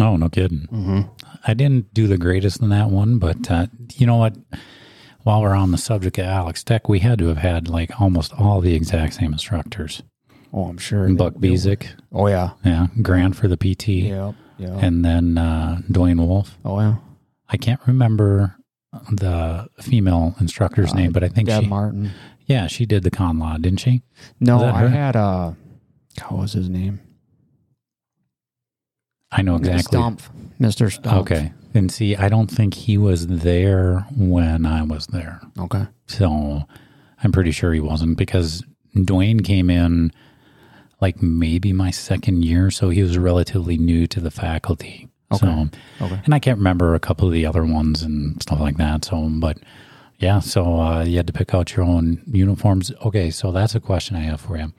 B: oh, no kidding.
C: Mm-hmm.
B: I didn't do the greatest in that one, but uh, you know what? While we're on the subject of Alex Tech, we had to have had like almost all the exact same instructors.
C: Oh, I'm sure. they-
B: Buck
C: they-
B: Bezic,
C: Oh yeah.
B: yeah, Grant for the PT,
C: Yeah. Yeah.
B: and then uh, Dwayne Wolf.
C: oh yeah.
B: I can't remember the female instructor's
C: Uh,
B: name, but I think
C: Deb
B: she,
C: Martin.
B: yeah, she did the con law, didn't she?
C: No,
B: Is that
C: I
B: her?
C: had uh, what was his name?
B: I know exactly.
C: Stump. Mr. Stump.
B: Okay, and see, I don't think he was there when I was there,
C: Okay.
B: so I'm pretty sure he wasn't because Dwayne came in like maybe my second year, so he was relatively new to the faculty. So,
C: Okay. Okay.
B: and I can't remember a couple of the other ones and stuff like that. So, but yeah, so uh, you had to pick out your own uniforms. Okay, so that's a question I have for you.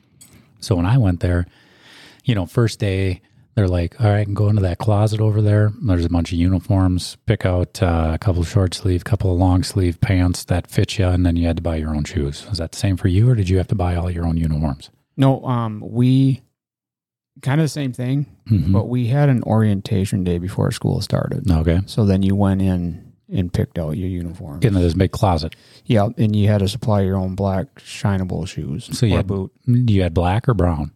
B: So when I went there, you know, first day they're like, "All right, go into that closet over there. There's a bunch of uniforms. Pick out uh, a couple of short sleeve, couple of long sleeve pants that fit you, and then you had to buy your own shoes. Was that the same for you, or did you have to buy all your own uniforms?
C: No, um, we kind of the same thing,
B: Mhm.
C: but we had an orientation day before school started.
B: Okay,
C: So then you went in and picked out your uniform.
B: into this big closet.
C: Yeah, and you had to supply your own black shinable shoes
B: So you
C: or
B: had-
C: boot.
B: You had black or brown?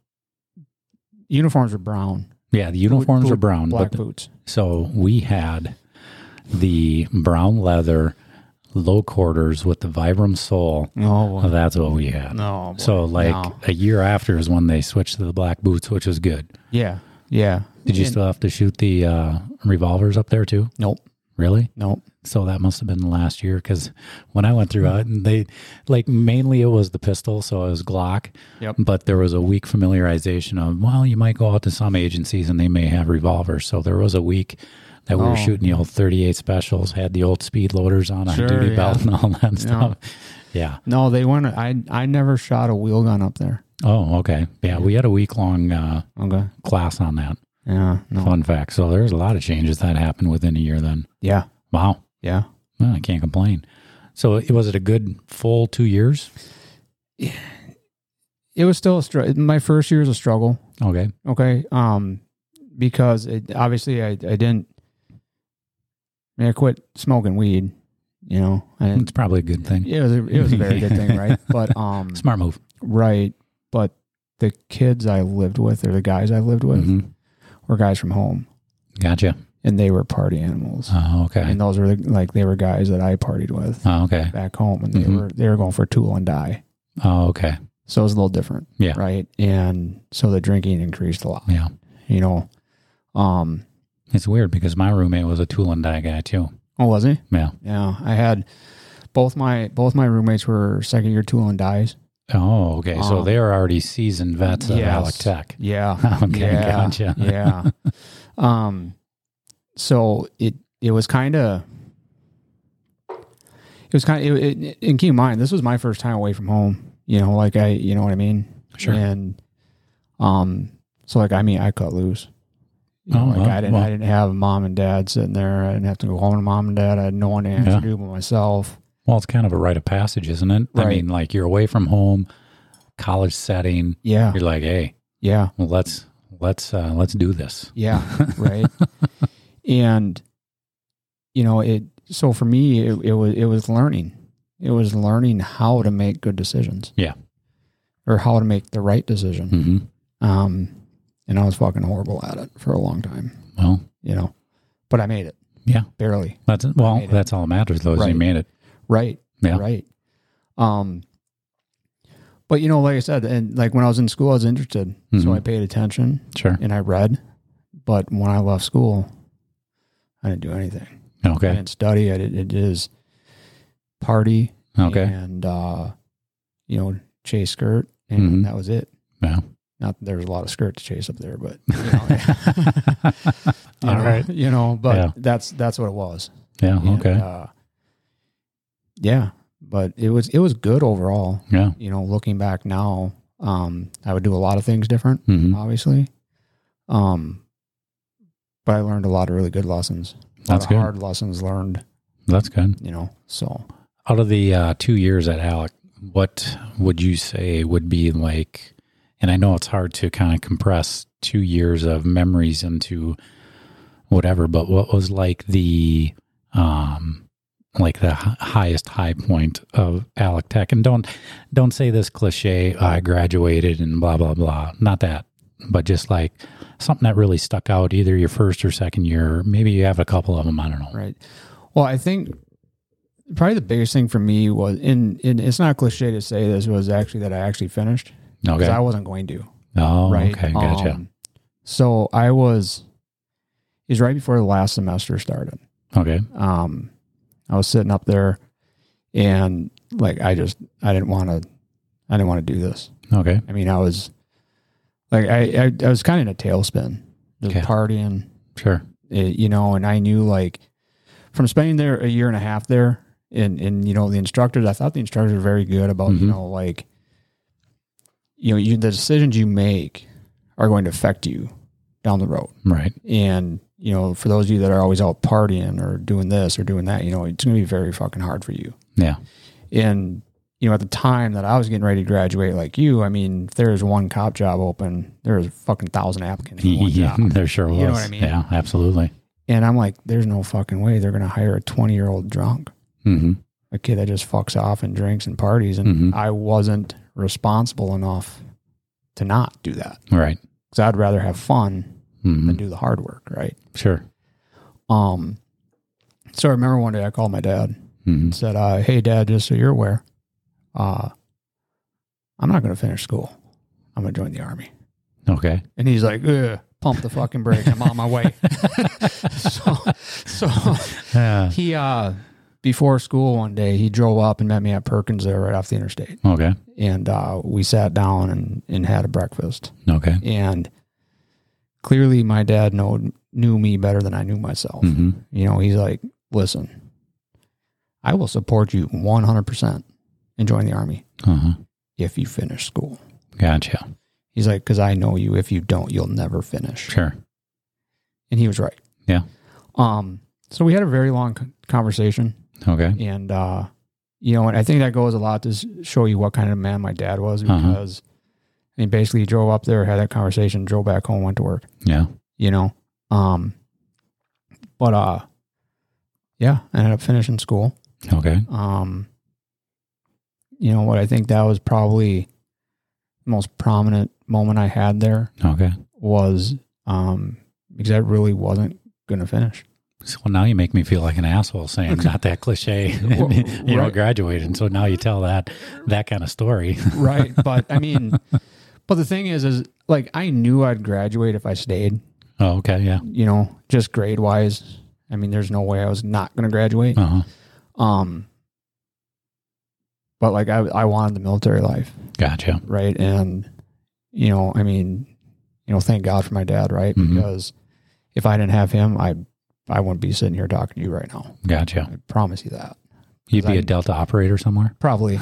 C: Uniforms are brown.
B: Yeah, the uniforms
C: Boot-
B: are brown,
C: Black
B: but
C: boots.
B: So we had the brown leather low quarters with the Vibram sole.
C: No,
B: Well, that's what we had.
C: Oh, no. boy.
B: Oh, So like
C: No.
B: a year after is when they switched to the black boots, which was good.
C: yeah, yeah.
B: Did you
C: And-
B: still have to shoot the uh, revolvers up there too?
C: Nope,
B: Really?
C: nope.
B: So that must have been the last year because when I went through
C: Hmm.
B: it, and they like mainly it was the pistol, so it was Glock.
C: Yep.
B: But there was a weak familiarization of well, you might go out to some agencies and they may have revolvers. So there was a week that we
C: Oh.
B: were shooting the old 38 specials, had the old speed loaders on a
C: Sure,
B: duty
C: yeah.
B: belt and all that stuff. Yeah.
C: No, they weren't. I I never shot a wheel gun up there.
B: Oh, okay. Yeah, we had a week long uh,
C: Okay.
B: class on that.
C: Yeah. No.
B: Fun fact. So there's a lot of changes that happened within a year. Then
C: Yeah.
B: wow,
C: Yeah.
B: well, I can't complain. So it was it a good full two years?
C: It was still a struggle. My first year was a struggle.
B: Okay.
C: Okay. Um, because it, obviously I I didn't. I, mean, I quit smoking weed You know, and
B: It's probably a good thing.
C: it was a, it was a very good thing, right? But um,
B: Smart move.
C: right, but the kids I lived with or the guys I lived with
B: Mhm.
C: were guys from home,
B: Gotcha.
C: and they were party animals,
B: Oh, okay.
C: and those were the, like they were guys that I partied with
B: Oh, okay.
C: back home, and they
B: Mhm.
C: were they were going for tool and die,
B: Oh, okay.
C: so it was a little different,
B: Yeah.
C: right? And so the drinking increased a lot,
B: Yeah.
C: you know. Um,
B: It's weird because my roommate was a tool and die guy too.
C: oh, was he?
B: Yeah.
C: Yeah, I had both my both my roommates were second year tool and dies.
B: Oh, okay. so
C: Um,
B: they are already seasoned vets of
C: yes.
B: Alec Tech.
C: Yeah.
B: Okay,
C: yeah.
B: gotcha.
C: yeah. Um so it it was kind of it was kind of it, it, and keep in mind this was my first time away from home, you know, like I, you know what I mean?
B: Sure.
C: And um so like I mean I cut loose. You know,
B: Oh,
C: like
B: well,
C: I didn't
B: well.
C: I didn't have mom and dad sitting there. I didn't have to go home to mom and dad. I had no one to answer
B: Yeah.
C: to but myself.
B: Well, it's kind of a rite of passage, isn't it? I
C: Right.
B: mean, like you're away from home, college setting.
C: Yeah.
B: You're like, hey,
C: Yeah.
B: well, let's let's uh, let's do this.
C: Yeah, right. and you know, it so for me it, it was it was learning. It was learning how to make good decisions.
B: Yeah.
C: Or how to make the right decision.
B: hmm
C: Um and I was fucking horrible at it for a long time,
B: Well,
C: you know. But I made it.
B: Yeah.
C: Barely.
B: that's well,
C: Made it.
B: that's all that matters though. Is you
C: Right.
B: made it.
C: Right.
B: Yeah.
C: Right. Um but you know, like I said, and like when I was in school I was interested. So
B: Mhm.
C: I paid attention
B: Sure.
C: and I read. But when I left school, I didn't do anything. I
B: Okay.
C: didn't study. I did, it is party
B: Okay.
C: and uh, you know chase skirt, and
B: Mhm.
C: that was it.
B: Yeah.
C: Not that there was a lot of skirt to chase up there, but you know, you
B: All
C: know,
B: right.
C: you know, but
B: Yeah.
C: that's that's what it was.
B: Yeah.
C: And,
B: Okay.
C: uh, yeah, but it was it was good overall.
B: Yeah.
C: You know, looking back now, um, I would do a lot of things different,
B: hmm
C: obviously. Um, but I learned a lot of really good lessons. A lot
B: That's
C: of
B: good.
C: hard lessons learned.
B: That's good.
C: You know, so
B: Out of the uh, two years at Alec, what would you say would be like? And I know it's hard to kind of compress two years of memories into whatever, but what was like the um like the hi- highest high point of Alec Tech? And don't don't say this cliche. I graduated and blah blah blah. Not that, but just like something that really stuck out, either your first or second year. Maybe you have a couple of them. I don't know.
C: Right. Well, I think probably the biggest thing for me was in, in it's not cliche to say this was actually that I actually finished because
B: Okay.
C: I wasn't going to.
B: oh,
C: right.
B: okay. Gotcha.
C: Um, so I was it was right before the last semester started.
B: okay.
C: Um, I was sitting up there and like I just I didn't want to I didn't want to do this.
B: Okay.
C: I mean I was like I I, I was kind of in a tailspin, just
B: Okay.
C: partying,
B: Sure.
C: it, you know, and I knew like from spending there a year and a half there and, and, you know, the instructors, I thought the instructors were very good about, you
B: Mhm.
C: know, like, you know, you, the decisions you make are going to affect you down the road.
B: Right.
C: And, you know, for those of you that are always out partying or doing this or doing that, you know, it's going to be very fucking hard for you.
B: Yeah.
C: And, you know, at the time that I was getting ready to graduate, like you, I mean, if there was one cop job open, there was a fucking thousand applicants. For one
B: yeah,
C: job.
B: there sure was.
C: You know what I mean?
B: Yeah, absolutely.
C: And I'm like, there's no fucking way they're going to hire a 20 year old drunk,
B: hmm
C: a kid that just fucks off and drinks and parties. And
B: Mhm.
C: I wasn't responsible enough to not do that
B: Right.
C: because I'd rather have fun
B: hmm
C: than do the hard work. Right.
B: Sure.
C: Um, so I remember one day I called my dad
B: hmm
C: and said, uh, Hey, dad, just so you're aware, uh, I'm not going to finish school. I'm going to join the army.
B: Okay.
C: And he's like, Ugh, pump the fucking brakes. I'm on my way. so, so
B: Yeah.
C: He uh before school one day he drove up and met me at Perkins there right off the interstate.
B: okay.
C: And uh we sat down and, and had a breakfast.
B: Okay.
C: And clearly my dad know, knew me better than I knew myself.
B: hmm
C: You know, he's like, Listen, I will support you one hundred percent and join the army
B: Uh-huh.
C: if you finish school.
B: Gotcha.
C: He's like, because I know you. If you don't, you'll never finish.
B: Sure.
C: And he was right.
B: Yeah.
C: Um. So we had a very long con- conversation.
B: Okay.
C: and uh you know and i think that goes a lot to s- show you what kind of man my dad was
B: Uh-huh.
C: because he basically drove up there had that conversation drove back home went to work
B: Yeah.
C: you know um but uh yeah I ended up finishing school
B: Okay.
C: Um, you know what? I think that was probably the most prominent moment I had there
B: Okay.
C: was um, because I really wasn't going to finish.
B: So now you make me feel like an asshole saying not that cliche.
C: Well,
B: you know,
C: right.
B: graduated. So now you tell that that kind of story.
C: right. But I mean, but the thing is, is like I knew I'd graduate if I stayed,
B: oh, okay. Yeah.
C: you know, just grade wise. I mean, there's no way I was not going to graduate.
B: Uh huh.
C: Um, but like I, I wanted the military life,
B: Gotcha.
C: right? And you know, I mean, you know, thank God for my dad, right?
B: Mhm.
C: Because if I didn't have him, I I wouldn't be sitting here talking to you right now.
B: Gotcha.
C: I promise you that.
B: You'd be a
C: I'm-
B: Delta operator somewhere.
C: Probably.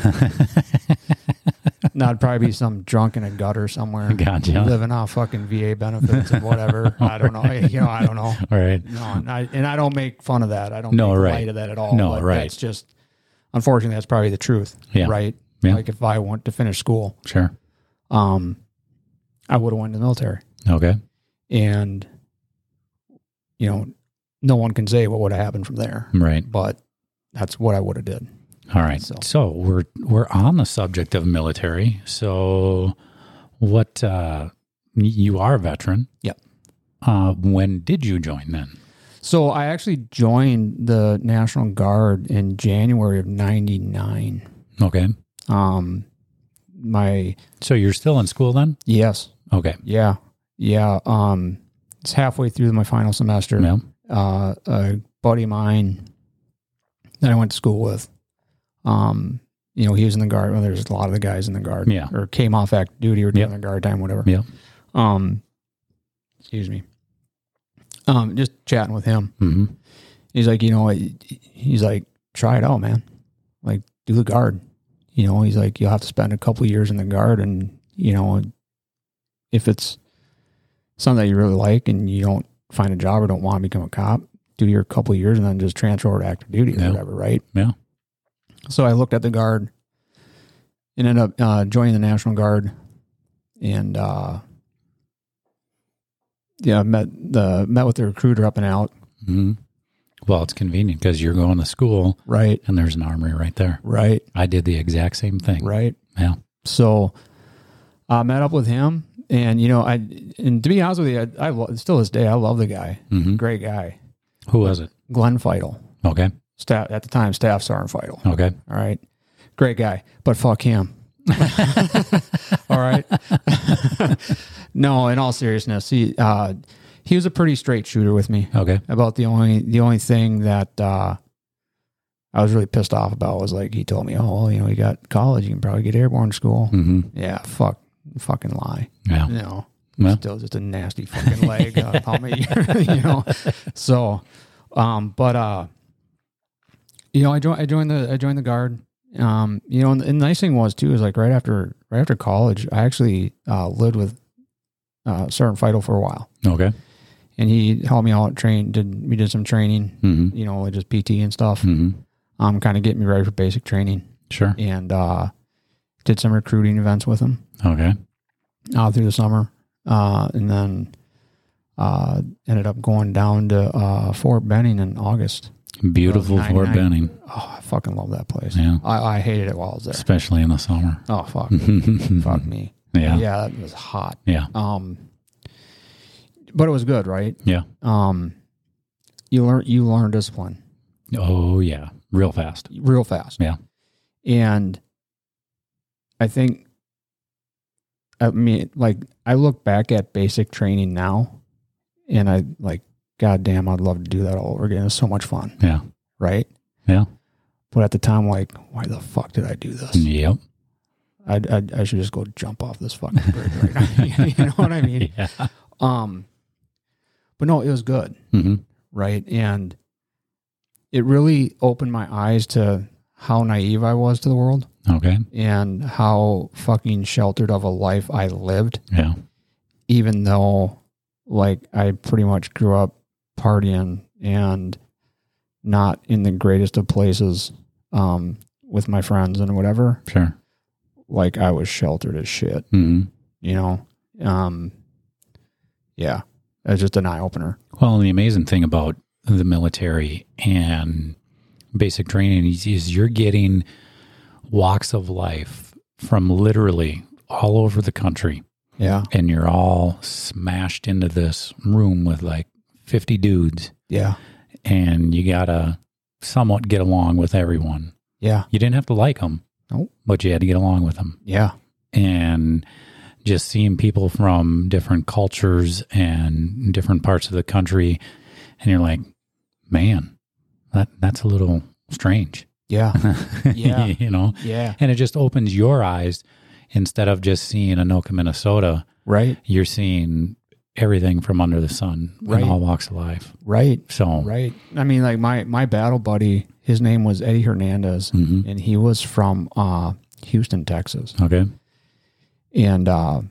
C: not probably be some drunk in a gutter somewhere.
B: Gotcha.
C: Living off fucking VA benefits and whatever. I don't know. You know, I don't know.
B: All right.
C: No, and I, and I don't make fun of that. I don't
B: No,
C: make
B: right.
C: light of that at all.
B: No,
C: but
B: right.
C: That's just unfortunately that's probably the truth.
B: Yeah.
C: Right.
B: Yeah.
C: Like if I want to finish school,
B: Sure.
C: um, I would have went to the military.
B: Okay.
C: And you know, no one can say what would have happened from there.
B: Right.
C: But that's what I would have did.
B: All right. So.
C: So-
B: we're we're on the subject of military. So what uh you are a veteran.
C: Yep.
B: Uh when did you join then?
C: So I actually joined the National Guard in January of ninety nine.
B: Okay.
C: Um my
B: So you're still in school then?
C: yes,
B: Okay.
C: yeah. Yeah. Um it's halfway through my final semester.
B: No.
C: uh, a buddy of mine that I went to school with. Um, you know, he was in the guard. Well, there's a lot of the guys in the guard,
B: Yeah.
C: or came off active duty or doing
B: Yep.
C: their guard time, whatever.
B: Yep.
C: Um, excuse me. Um, just chatting with him.
B: hmm
C: He's like, you know, he's like, try it out, man. Like, do the guard. You know, he's like, you'll have to spend a couple years in the guard, and you know, if it's something that you really like and you don't find a job or don't want to become a cop, do your couple years and then just transfer over to active duty
B: Yeah.
C: or whatever, right?
B: Yeah.
C: So I looked at the guard, and ended up uh, joining the National Guard, and uh, yeah, met the met with the recruiter up and out,
B: hmm Well, it's convenient because you're going to school
C: right,
B: and there's an armory right there.
C: right,
B: I did the exact same thing.
C: right.
B: Yeah.
C: So I met up with him, and you know, I and to be honest with you, I, I lo- still this day I love the guy,
B: hmm
C: great guy,
B: Who was it?
C: Glenn Feidel,
B: Okay.
C: staff at the time staff sergeant Feidel.
B: Okay.
C: All right, great guy, but fuck him. all right. no, in all seriousness, he uh, he was a pretty straight shooter with me.
B: Okay.
C: About the only the only thing that uh, I was really pissed off about was like he told me, oh, well, you know, you got college, you can probably get airborne school.
B: hmm
C: Yeah, fuck, fucking lie.
B: Yeah.
C: No,
B: Well.
C: still just a nasty fucking leg uh, pomade, you know. So, um, but uh, you know, I joined, I joined the, I joined the guard. Um, you know, and, and the nice thing was too is like right after, right after college, I actually uh, lived with uh, Sergeant Fido for a while,
B: Okay.
C: and he helped me out train. Did we did some training,
B: hmm
C: you know, like just PT and stuff.
B: hmm
C: Um, kind of getting me ready for basic training,
B: Sure.
C: and uh, did some recruiting events with him
B: Okay.
C: out through the summer, uh, and then uh, ended up going down to uh, Fort Benning in August.
B: Beautiful
C: Well,
B: Fort
C: 99.
B: Benning,
C: Oh, I fucking love that place.
B: Yeah.
C: I, I hated it while I was there.
B: especially in the summer.
C: Oh fuck,
B: yeah.
C: fuck me.
B: Yeah.
C: yeah, that was hot.
B: Yeah.
C: Um, but it was good, right?
B: Yeah.
C: Um, you learn you learn discipline
B: Oh yeah. Real fast.
C: real fast.
B: Yeah.
C: and I think. I mean, like I look back at basic training now, and I like, God damn, I'd love to do that all over again. It was so much fun,
B: Yeah.
C: right?
B: Yeah.
C: But at the time, like, why the fuck did I do this?
B: Yep.
C: I, I I should just go jump off this fucking bridge right now. you know what I mean?
B: Yeah.
C: Um, but no, it was good,
B: hmm
C: right? And it really opened my eyes to how naive I was to the world
B: Okay.
C: and how fucking sheltered of a life I lived,
B: Yeah.
C: even though like I pretty much grew up partying and not in the greatest of places um, with my friends and whatever.
B: Sure.
C: Like I was sheltered as shit,
B: hmm
C: you know? Um, yeah, it's just an eye opener.
B: Well, and the amazing thing about the military and basic training is, is you're getting walks of life from literally all over the country
C: Yeah.
B: and you're all smashed into this room with like 50 dudes
C: Yeah.
B: and you got to somewhat get along with everyone.
C: Yeah.
B: You didn't have to like them,
C: Nope.
B: but you had to get along with them.
C: Yeah.
B: And just seeing people from different cultures and different parts of the country and you're like, "Man, that that's a little strange."
C: Yeah. Yeah.
B: you know.
C: Yeah.
B: And it just opens your eyes instead of just seeing Anoka, Minnesota,
C: Right.
B: you're seeing everything from under the sun
C: Right.
B: in all walks of life.
C: Right.
B: So,
C: Right. I mean, like my my battle buddy, his name was Eddie Hernandez,
B: Mhm.
C: and he was from uh, Houston, Texas.
B: okay,
C: And uh,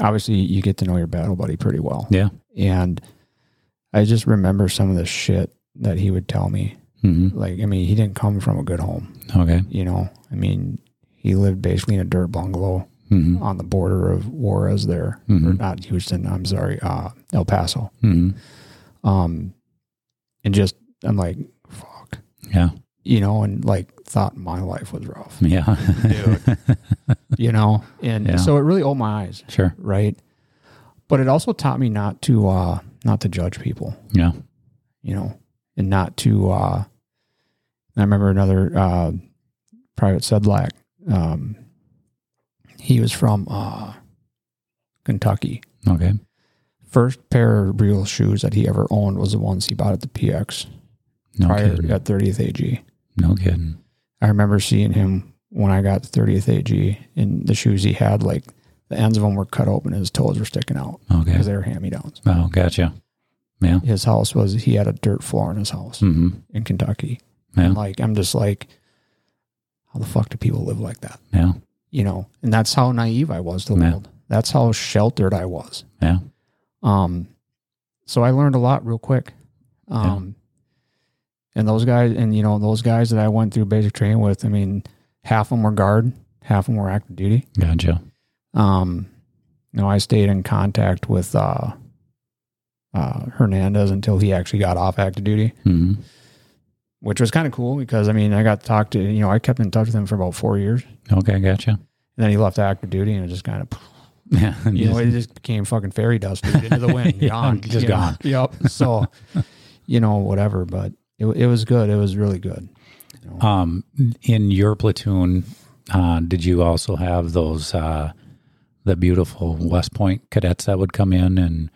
C: obviously, you get to know your battle buddy pretty well.
B: yeah,
C: And I just remember some of the shit that he would tell me.
B: hmm
C: Like, I mean, he didn't come from a good home,
B: okay,
C: you know. I mean, he lived basically in a dirt bungalow
B: hmm
C: on the border of Juarez there, or
B: Mhm.
C: not Houston. I'm sorry, uh, El Paso.
B: hmm
C: Um, and just I'm like, fuck,
B: yeah,
C: you know, and like thought my life was rough,
B: yeah,
C: you know, and
B: Yeah.
C: so it really opened my eyes,
B: sure,
C: right? But it also taught me not to uh, not to judge people,
B: yeah,
C: you know, and not to. Uh, I remember another uh, private Sedlak. Um, he was from uh, Kentucky.
B: okay,
C: First pair of real shoes that he ever owned was the ones he bought at the PX
B: no
C: prior
B: kidding,
C: at 30th AG.
B: no kidding,
C: I remember seeing him when I got to 30th AG, and the shoes he had, like the ends of them were cut open, and his toes were sticking out
B: okay,
C: because they were hand me downs.
B: oh, gotcha, yeah,
C: His house was he had a dirt floor in his house
B: hmm
C: in Kentucky.
B: Yeah.
C: And like I'm just like, how the fuck do people live like that?
B: yeah,
C: You know, and that's how naive I was to the
B: Yeah.
C: world. That's how sheltered I was.
B: yeah,
C: Um, so I learned a lot real quick. Um, and those guys, and you know, those guys that I went through basic training with, I mean, half of them were guard, half of them were active duty.
B: gotcha,
C: Um, you know, I stayed in contact with, uh, uh, Hernandez until he actually got off active duty,
B: hmm
C: which was kind of cool because I mean, I got to talk to, you know, I kept in touch with him for about four years and
B: okay, gotcha,
C: then he left active duty and it just kind of,
B: yeah, and
C: you know,
B: just-
C: it just became fucking fairy dust dude, into the wind,
B: Yeah,
C: gone,
B: just
C: you know?
B: gone.
C: Yep. So, you know, whatever. But it, it was good. It was really good.
B: um, in your platoon, uh, did you also have those uh, the beautiful West Point cadets that would come in and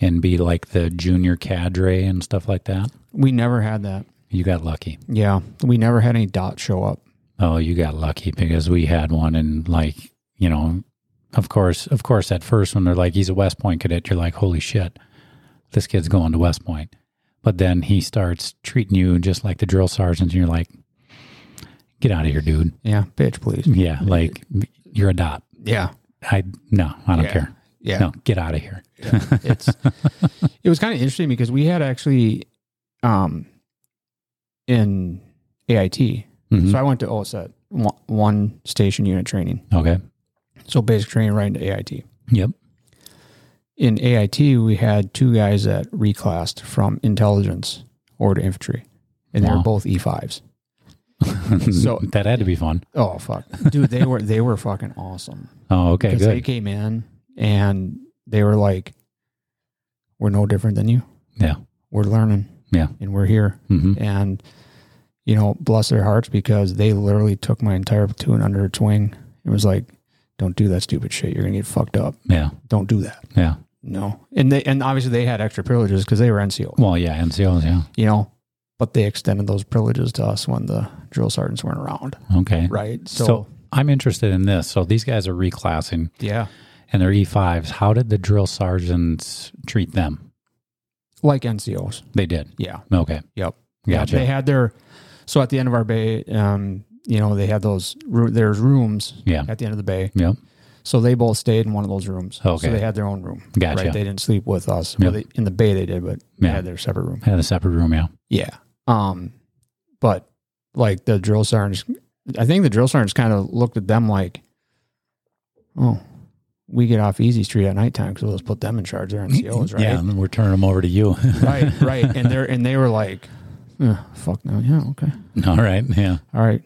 B: and be like the junior cadre and stuff like that?
C: We never had that.
B: You got lucky.
C: Yeah, we never had any dot show up.
B: Oh, you got lucky because we had one and like, you know, of course, of course at first when they're like he's a West Point cadet, you're like, "Holy shit. This kid's going to West Point." But then he starts treating you just like the drill sergeants and you're like, "Get out of here, dude."
C: Yeah, bitch, please.
B: Yeah, like you're a dot.
C: Yeah,
B: I no, I don't
C: Yeah.
B: care.
C: yeah.
B: No, get out of here.
C: It's it was kind of interesting because we had actually, um, in AIT.
B: Mhm.
C: So I went to OSET one- one station unit training.
B: Okay.
C: So basic training right into AIT.
B: Yep.
C: in AIT, we had two guys that reclassed from intelligence or to infantry, and they
B: Wow.
C: were both E E5s. So-
B: that had to be fun.
C: Oh fuck, dude, they were they were fucking awesome
B: Oh, okay,
C: because they
B: good.
C: came in and they were like, "We're no different than you.
B: Yeah.
C: We're learning,
B: Yeah.
C: and we're here."
B: hmm
C: And you know, bless their hearts because they literally took my entire platoon under its wing. It was like, "Don't do that stupid shit. You're gonna get fucked up.
B: Yeah.
C: Don't do that."
B: Yeah.
C: No, and they and obviously they had extra privileges because they were NCO.
B: Well, yeah, NCOs, yeah.
C: you know, but they extended those privileges to us when the drill sergeants weren't around,
B: Okay.
C: right? So,
B: So, I'm interested in this. So these guys are reclassing
C: yeah,
B: and they're E5s. How did the drill sergeants treat them?
C: like NCOs,
B: They did.
C: yeah,
B: Okay.
C: yep,
B: Gotcha.
C: They had their so at the end of our bay, um, you know, they had those ru- there's rooms
B: Yeah.
C: at the end of the bay,
B: Yep.
C: so they both stayed in one of those rooms.
B: Okay.
C: so they had their own room.
B: Gotcha.
C: Right, they didn't sleep with us. Well,
B: Yep.
C: they, in the bay they did, but they
B: Yeah.
C: had their separate room.
B: Had a separate room, yeah.
C: Yeah. Um, but like the drill sergeants, I think the drill sergeants kind of looked at them like, oh, we get off easy street at nighttime because we'll just put them in charge. They're NCOs, right?
B: Yeah, and we're turning them over to you.
C: Right, right. And they're and they were like, "Ugh, fuck no. Yeah, okay.
B: All right. Yeah.
C: All right.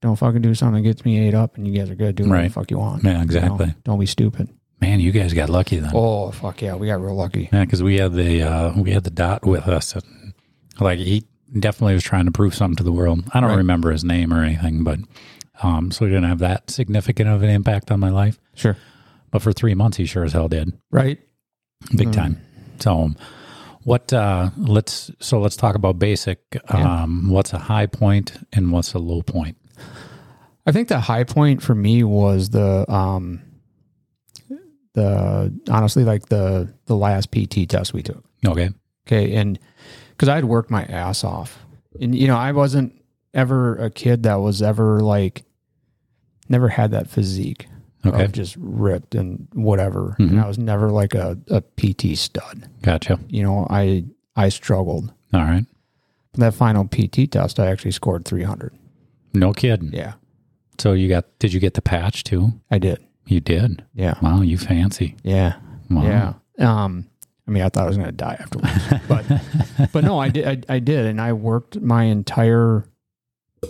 C: Don't fucking do something that gets me ate up and you guys are good. Do whatever
B: Right.
C: the fuck you want.
B: Yeah,
C: You know?
B: exactly.
C: Don't be stupid.
B: Man, you guys got lucky then.
C: Oh, fuck yeah. We got real lucky.
B: Yeah, because we had the uh, we had the dot with us. And, like he definitely was trying to prove something to the world. I don't
C: Right.
B: remember his name or anything, but um, so he didn't have that significant of an impact on my life.
C: Sure.
B: But for three months, he sure as hell did,
C: Right?
B: big time. So, what? Uh, let's so let's talk about basic. Um, What's a high point and what's a low point?
C: I think the high point for me was the um the honestly like the the last PT test we took.
B: Okay,
C: Okay, and because I had worked my ass off, and you know I wasn't ever a kid that was ever like never had that physique.
B: Okay.
C: of just ripped and whatever. And I was never like a, a PT stud.
B: gotcha.
C: You know, I I struggled.
B: All right,
C: But that final PT test, I actually scored 300.
B: no kidding.
C: Yeah,
B: So you got? Did you get the patch too?
C: I did.
B: You did.
C: Yeah.
B: Wow, you fancy.
C: Yeah.
B: Wow.
C: Yeah. Um, I mean, I thought I was going to die afterwards, but but no, I did. I, I did, and I worked my entire,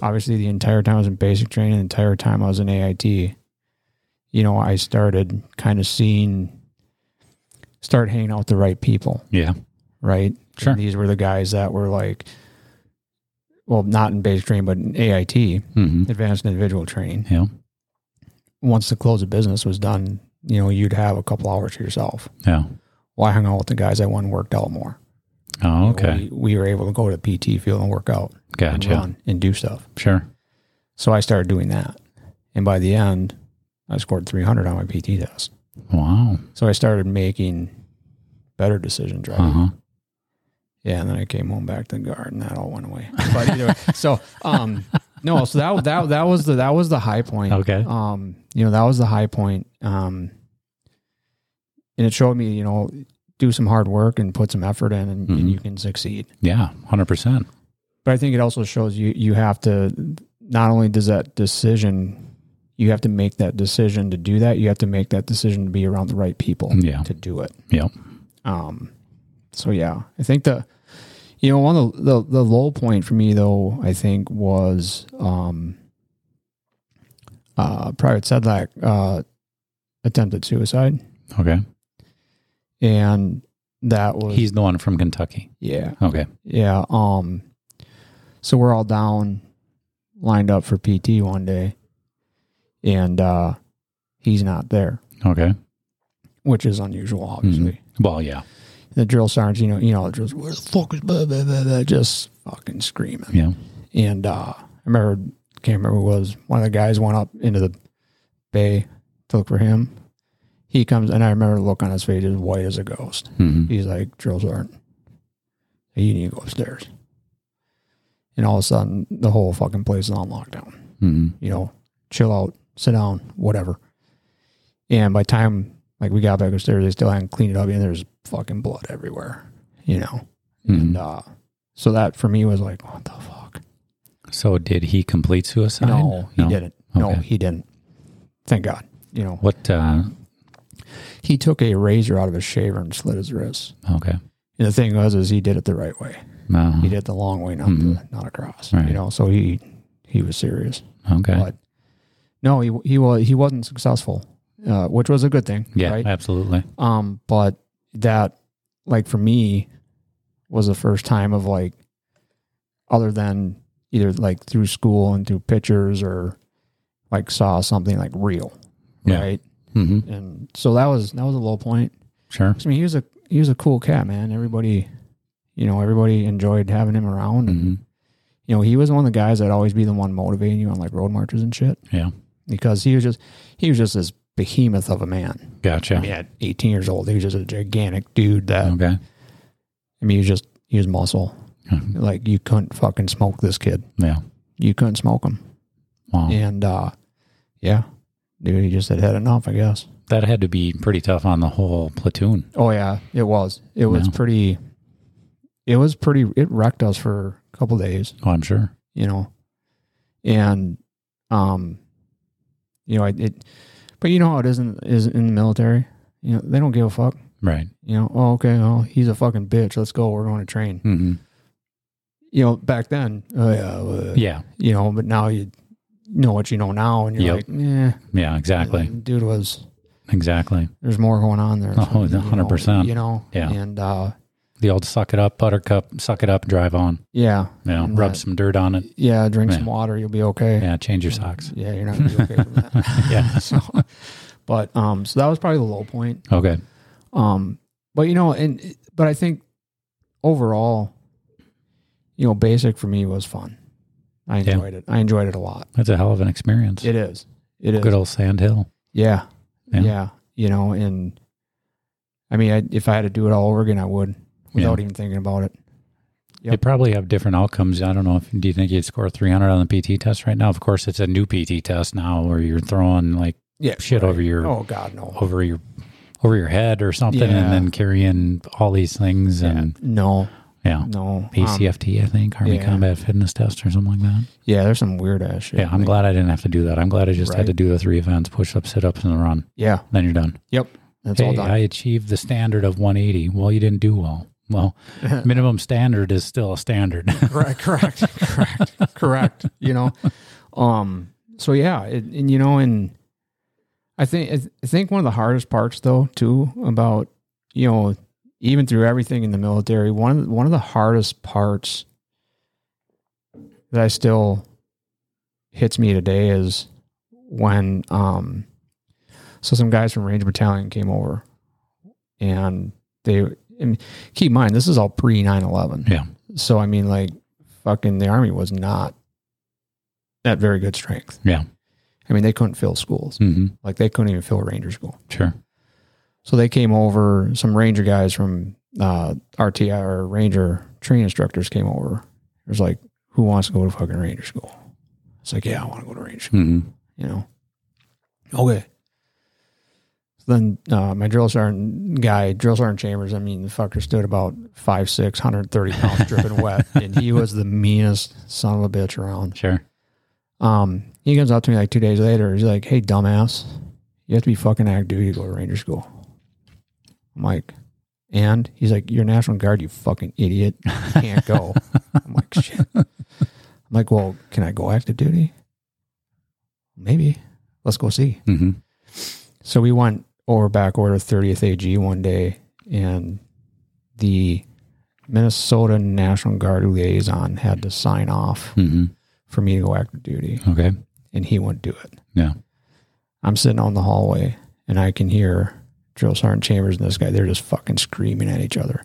C: obviously the entire time I was in basic training, the entire time I was in AIT. You know, I started kind of seeing, start hanging out with the right people,
B: Yeah.
C: right?
B: Sure.
C: And these were the guys that were like, well, not in basic training, but in AIT,
B: hmm
C: advanced individual training.
B: Yeah.
C: Once the close of business was done, you know, you'd have a couple hours to yourself.
B: Yeah.
C: well, I hung out with the guys I won worked out more.
B: Oh, okay.
C: We, we were able to go to PT field and work out and
B: Gotcha.
C: run and do stuff.
B: Sure.
C: So I started doing that. And by the end, I scored 300 on my PT test.
B: Wow.
C: So I started making better decisions, right?
B: Uh huh.
C: Yeah. And then I came home back to the guard and that all went away. But either way, so, um, no, so that, that, that was the, that was the high point.
B: Okay.
C: Um, you know, that was the high point. Um, and it showed me, you know, do some hard work and put some effort in and,
B: Mm-hmm.
C: and you can succeed.
B: Yeah. Hundred percent.
C: but I think it also shows you you have to not only does that decision you have to make that decision to do that you have to make that decision to be around the right people
B: Yeah.
C: to do it
B: Mm. Yep.
C: um so yeah I think the you know one of the, the the low point for me though I think was um uh private Sedlak uh attempted suicide
B: Okay.
C: and that was
B: He's the one from Kentucky.
C: yeah
B: Okay.
C: Yeah. Um. So we're all down, lined up for PT one day, and uh, he's not there,
B: Okay.
C: which is unusual, obviously.
B: Well, yeah.
C: The drill sergeants, you know, you know, just where the fuck is blah, blah, blah, blah," just fucking screaming.
B: Yeah.
C: And uh, I remember, can't remember who it was one of the guys went up into the bay to look for him. He comes, and I remember the look on his face, as white as a ghost.
B: hmm
C: He's like, drills aren't. You need to go upstairs. And all of a sudden, the whole fucking place is on lockdown.
B: hmm
C: You know, chill out, sit down, whatever. And by the time like we got back upstairs, they still hadn't cleaned it up, and there's fucking blood everywhere. You know,
B: Mm-hmm.
C: and uh, so that for me was like, what the fuck?
B: So did he complete suicide?
C: No, he didn't. No,
B: Okay.
C: he didn't. Thank God. You know,
B: What? Uh,
C: he took a razor out of his shaver and slit his wrists.
B: okay. Uh,
C: And the thing was, is he did it the right way.
B: No.
C: he did the long way, not the, not across.
B: Mm-hmm. Right.
C: You know, so he he was serious,
B: Okay.
C: but no, he he was he wasn't successful, uh, which was a good thing.
B: yeah.
C: right?
B: Absolutely.
C: Um, but that like for me was the first time of like other than either like through school and through pictures or like saw something like real,
B: Yeah.
C: right?
B: hmm
C: And so that was that was a low point.
B: Sure.
C: I mean, he was a he was a cool cat, man. Everybody, you know, everybody enjoyed having him around. And,
B: hmm
C: you know, he was one of the guys that'd always be the one motivating you on like road marches and shit
B: Yeah.
C: because he was just he was just this behemoth of a man.
B: Gotcha.
C: I mean, at 18 years old, he was just a gigantic dude that
B: Okay.
C: I mean, he was just he was muscle.
B: Mhm.
C: Like you couldn't fucking smoke this kid.
B: Yeah.
C: You couldn't smoke him.
B: Wow.
C: And uh yeah, dude, he just had had enough, I guess.
B: That had to be pretty tough on the whole platoon.
C: Oh yeah, it was. It was
B: Wow.
C: pretty. It was pretty. It wrecked us for a couple days.
B: Oh, I'm sure.
C: you know, and um, you know, it, it but you know how it is in is in the military. You know, they don't give a fuck.
B: Right. Mm-hmm.
C: You know, oh okay, oh he's a fucking bitch. Let's go. We're going to train.
B: hmm
C: you know, back then, oh yeah, well,
B: Yeah.
C: you know, but now you know what you know now, and you're
B: Yep.
C: like, yeah,
B: Yeah. Exactly.
C: dude was
B: Exactly.
C: there's more going on there.
B: Oh,
C: you know,
B: 100%.
C: You know,
B: Yeah.
C: and uh,
B: The old suck it up, buttercup, suck it up, drive on.
C: yeah,
B: Yeah.
C: And
B: Rub
C: that-
B: some dirt on it.
C: yeah, drink some
B: Yeah.
C: water, you'll be okay.
B: Yeah. Change your socks.
C: Yeah, you're not gonna be okay from that.
B: Yeah.
C: so, but um, so that was probably the low point.
B: Okay.
C: Um, but you know, and but I think overall, you know, basic for me was fun. I
B: Yeah.
C: enjoyed it. I enjoyed it a lot.
B: That's a hell of an experience.
C: It is. It is.
B: Good old Sand Hill.
C: Yeah.
B: Yeah.
C: yeah. You know, and I mean, I, if I had to do it all over again, I would without even thinking about it. Yep.
B: They probably have different outcomes. I don't know if do you think you'd score 300 on the PT test right now? Of course, it's a new PT test now where you're throwing like
C: Yeah.
B: shit over your
C: Oh God, no.
B: over your over your head or something,
C: Yeah.
B: and then carrying all these things and
C: No,
B: yeah,
C: no. Um,
B: ACFT I think Army
C: yeah.
B: Combat Fitness Test or something like that.
C: yeah, there's some weird ass shit.
B: Yeah, I'm
C: Like,
B: glad I didn't have to do that. I'm glad I just had
C: Right.
B: to do the three events: push up, sit ups, and the run.
C: Yeah.
B: Then you're done.
C: Yep. That's all
B: Hey,
C: done.
B: I achieved the standard of 180. Well, you didn't do well. Well, minimum standard is still a standard.
C: correct correct correct correct you know um so yeah it, and you know and i think i think one of the hardest parts though too about you know even through everything in the military one of the, one of the hardest parts that i still hits me today is when um so some guys from ranger battalion came over and they and keep in mind this is all pre 9-11
B: yeah,
C: so I mean, like, fucking the army was not at very good strength.
B: yeah,
C: I mean, they couldn't fill schools.
B: hmm
C: Like, they couldn't even fill ranger school.
B: sure,
C: So they came over. Some ranger guys from uh, RTI or ranger training instructors came over. It was like, who wants to go to fucking ranger school? It's like, yeah, I want to go to ranger school.
B: hmm
C: You know. Okay. So then uh, my drill sergeant guy, drill sergeant Chambers, I mean, the fucker stood about five, six, 130 pounds dripping wet, and he was the meanest son of a bitch around.
B: sure.
C: Um, he comes up to me like two days later. He's like, hey, dumbass, you have to be fucking active duty to go to Ranger school. I'm like, and he's like, you're National Guard, you fucking idiot. You can't go. I'm like, shit. I'm like, well, can I go active duty? Maybe. Let's go see.
B: hmm
C: So we went over back order 30th AG one day, and the Minnesota National Guard liaison had to sign off
B: hmm
C: for me to go active duty,
B: Okay.
C: and he wouldn't do it.
B: Yeah.
C: I'm sitting on the hallway, and I can hear Drill Sergeant Chambers and this guy. They're just fucking screaming at each other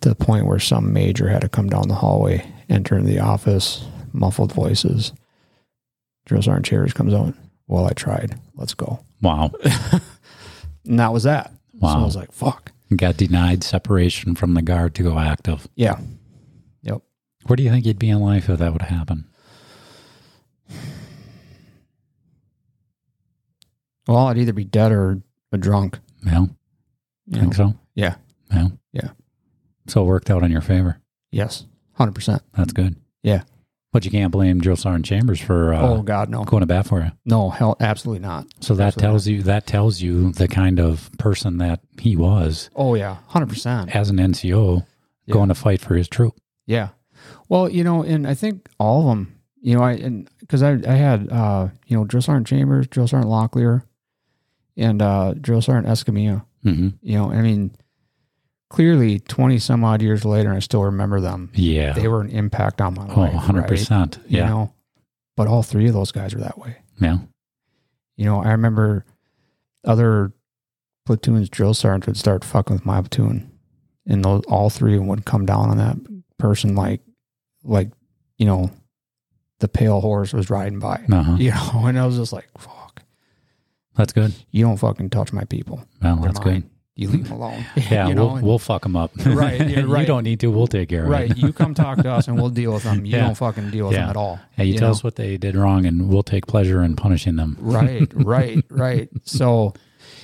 C: to the point where some major had to come down the hallway, enter the office, muffled voices. Drill Sergeant Chambers comes out. Well, I tried. Let's go.
B: Wow.
C: And that was that. So I
B: Wow.
C: was like, fuck.
B: Got denied separation from the guard to go active.
C: Yeah. Yep.
B: Where do you think you'd be in life if that would happen?
C: Well, I'd either be dead or a drunk.
B: Yeah.
C: you
B: Think
C: know?
B: so?
C: Yeah.
B: Yeah.
C: Yeah.
B: So it worked out in your favor.
C: Yes. 100%.
B: That's good.
C: Yeah.
B: But you can't blame Drill Sergeant Chambers for uh,
C: oh, God, no.
B: going to bat for you.
C: No, hell, absolutely not.
B: So that
C: Absolutely.
B: tells you that tells you the kind of person that he was
C: Oh, yeah. 100%.
B: as an NCO
C: Yeah.
B: going to fight for his troop.
C: Yeah. Well, you know, and I think all of them, you know, I, and because I, I had, uh, you know, Drill Sergeant Chambers, Drill Sergeant Locklear, and uh, Drill Sergeant Escamilla.
B: hmm
C: You know, I mean, clearly 20 some odd years later, and I still remember them.
B: Yeah.
C: They were an impact on my
B: oh,
C: life.
B: 100%.
C: right? You
B: Yeah.
C: know, but all three of those guys were that way.
B: Yeah.
C: You know, I remember other platoons drill sergeants would start fucking with my platoon, and those all three of them would come down on that person like, like, you know, the pale horse was riding by.
B: Uh-huh.
C: You know, and I was just like, "Fuck,
B: That's good.
C: you don't fucking touch my people.
B: Well,
C: They're
B: that's
C: mine.
B: good.
C: You leave them alone."
B: Yeah,
C: you know,
B: we'll,
C: and-
B: we'll fuck them up.
C: Right, yeah,
B: you
C: right.
B: don't need to. We'll take care of
C: right.
B: it.
C: You come talk to us, and we'll deal with them. You
B: Yeah.
C: don't fucking deal with
B: Yeah.
C: them at all.
B: Yeah, you,
C: you
B: tell
C: know?
B: us what they did wrong, and we'll take pleasure in punishing them.
C: right right right so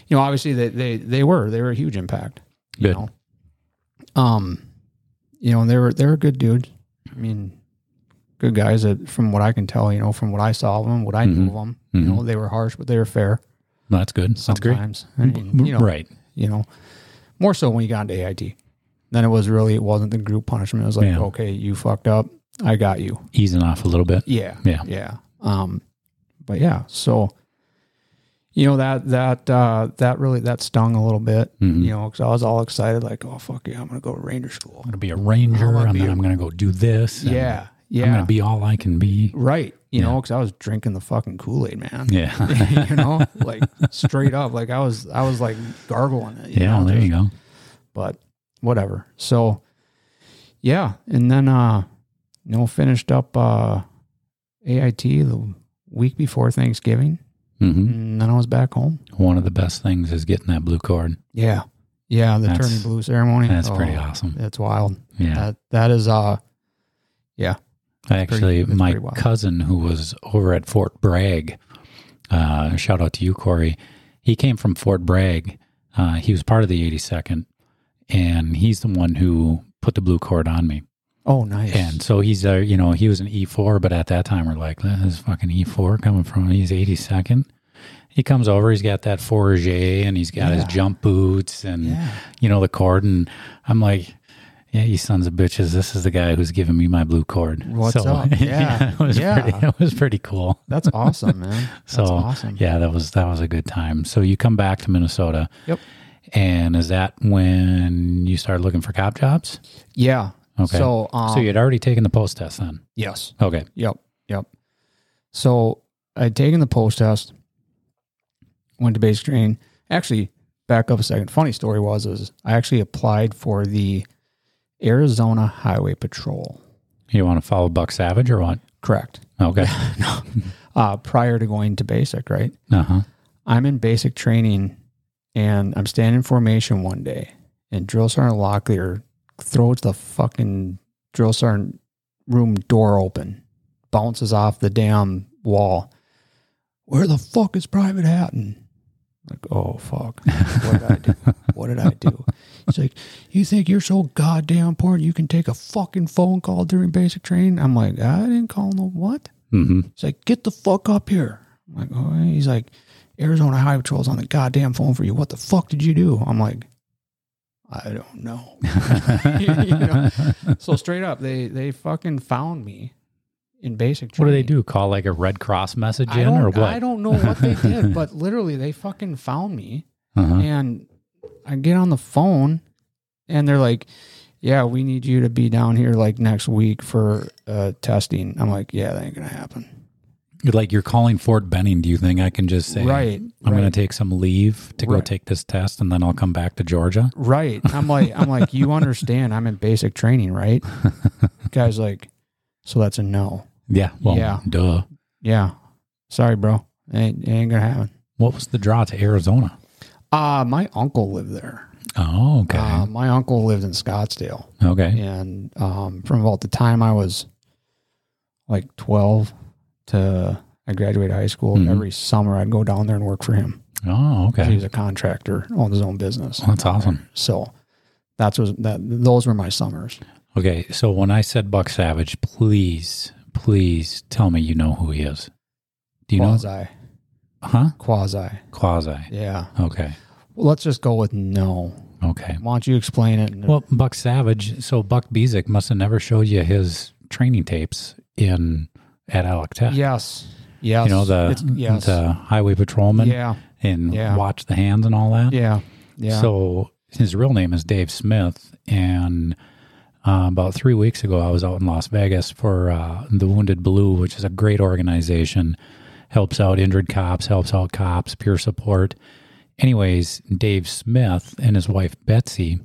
C: you know obviously they they, they were they were a huge impact you
B: Good.
C: know um you know and they were they were good dudes i mean good guys that from what i can tell you know from what i saw of them what i
B: Mm-hmm.
C: knew of them you know they were harsh but they were fair
B: Well, That's good. That's great.
C: sometimes I mean, you know
B: Right.
C: you know more so when you got into ait then it was really it wasn't the group punishment it was like
B: Yeah.
C: okay you fucked up I got you.
B: easing off a little bit.
C: Yeah.
B: Yeah.
C: Yeah. Um, but yeah, so you know that that uh, that really that stung a little bit.
B: Mhm.
C: You know, because I was all excited, like, oh fuck yeah, I'm gonna go to Ranger School.
B: I'm going to be a ranger,
C: I'll
B: and
C: be
B: then
C: a-
B: I'm going to go do this. and
C: Yeah,
B: I'm going
C: yeah,
B: to be all I can be.
C: right. You know,
B: Yeah.
C: 'cause know, because I was drinking the fucking Kool Aid, man.
B: Yeah.
C: you know, like straight up, like I was I was like gargling it. you
B: yeah.
C: know,
B: there
C: just-
B: you go.
C: but whatever. So yeah, and then uh you know finished up uh AIT the week before Thanksgiving
B: hmm
C: and then I was back home.
B: One of the best things is getting that blue card.
C: Yeah. Yeah, the
B: That's-
C: turning blue ceremony.
B: That's
C: Oh,
B: pretty awesome.
C: That's wild.
B: Yeah.
C: That that is uh
B: I
C: pretty-
B: actually,
C: that's
B: my
C: pretty wild.
B: cousin who was over at Fort Bragg, uh, shout out to you, Corey. He came from Fort Bragg. Uh, he was part of the 82nd, and he's the one who put the blue cord on me.
C: oh nice.
B: And so he's a, you know, he was an E4, but at that time we're like, this is fucking E4 coming from, he's 82nd. He comes over, he's got that Forager and he's got his
C: Yeah.
B: jump boots and,
C: Yeah.
B: you know, the cord. And I'm like, yeah, you sons of bitches, this is the guy who's giving me my blue cord.
C: What's up? Yeah.
B: it, was
C: Yeah.
B: Pretty, it was pretty cool.
C: That's awesome, man. That's
B: So
C: awesome.
B: yeah, that was, that was a good time. So you come back to Minnesota.
C: Yep.
B: And is that when you started looking for cop jobs?
C: Yeah.
B: Okay.
C: So um
B: so you had already taken the post test then?
C: yes.
B: Okay.
C: Yep. Yep. So I'd taken the post test, went to basic training. Actually, back up a second. Funny story was is I actually applied for the Arizona Highway Patrol.
B: You want to follow Buck Savage or what?
C: Correct.
B: Okay.
C: Uh, prior to going to basic, right?
B: Uh huh.
C: I'm in basic training and I'm standing in formation one day and drill sergeant Locklear throws the fucking drill sergeant room door open, bounces off the damn wall. Where the fuck is Private Hatton? Like, oh fuck. What did I do? What did I do? He's like, You think you're so goddamn important you can take a fucking phone call during basic training? I'm like, I didn't call no what?
B: Mm-hmm.
C: He's like, get the fuck up here. I'm like, oh, he's like, Arizona Highway Patrol's on the goddamn phone for you. What the fuck did you do? I'm like, I don't know. You know? So straight up, they they fucking found me in basic.
B: What do they
C: training.
B: do? Call like a Red Cross message
C: I
B: in
C: don't,
B: or what?
C: I don't know what they did, but literally they fucking found me.
B: Uh-huh.
C: And I get on the phone and they're like, yeah, we need you to be down here like next week for uh, testing. I'm like, yeah, that ain't going to happen.
B: Like you're calling Fort Benning. Do you think I can just say,
C: Right,
B: I'm going
C: right.
B: to take some leave to go
C: Right.
B: take this test and then I'll come back to Georgia?
C: Right. I'm like, I'm like, you understand I'm in basic training, right? guy's like, so that's a no.
B: Yeah. Well,
C: Yeah.
B: duh.
C: Yeah. Sorry, bro. Ain't, ain't gonna happen.
B: What was the draw to Arizona?
C: Uh, my uncle lived there.
B: Oh, okay.
C: Uh, my uncle lived in Scottsdale.
B: okay.
C: And um, from about the time I was like 12 to I graduated high school,
B: Mhm.
C: every summer I'd go down there and work for him.
B: Oh, okay.
C: He was a contractor, owned his own business.
B: Well, that's awesome.
C: So that's was that those were my summers.
B: Okay. So when I said Buck Savage, please, please tell me you know who he is. Do you
C: quasi,
B: know? Huh?
C: quasi.
B: Quasi.
C: Yeah.
B: Okay.
C: Well, let's just go with no.
B: Okay.
C: Why don't you explain it? and-
B: Well, Buck Savage. So Buck Bezic must have never showed you his training tapes in at Alec Tech.
C: yes, yes.
B: You know the
C: It's- yes,
B: the highway patrolman
C: yeah,
B: and
C: Yeah.
B: watch the hands and all that.
C: yeah, yeah.
B: So his real name is Dave Smith, and uh, about three weeks ago, I was out in Las Vegas for uh, the Wounded Blue, which is a great organization, helps out injured cops, helps out cops, peer support. Anyways, Dave Smith and his wife Betsy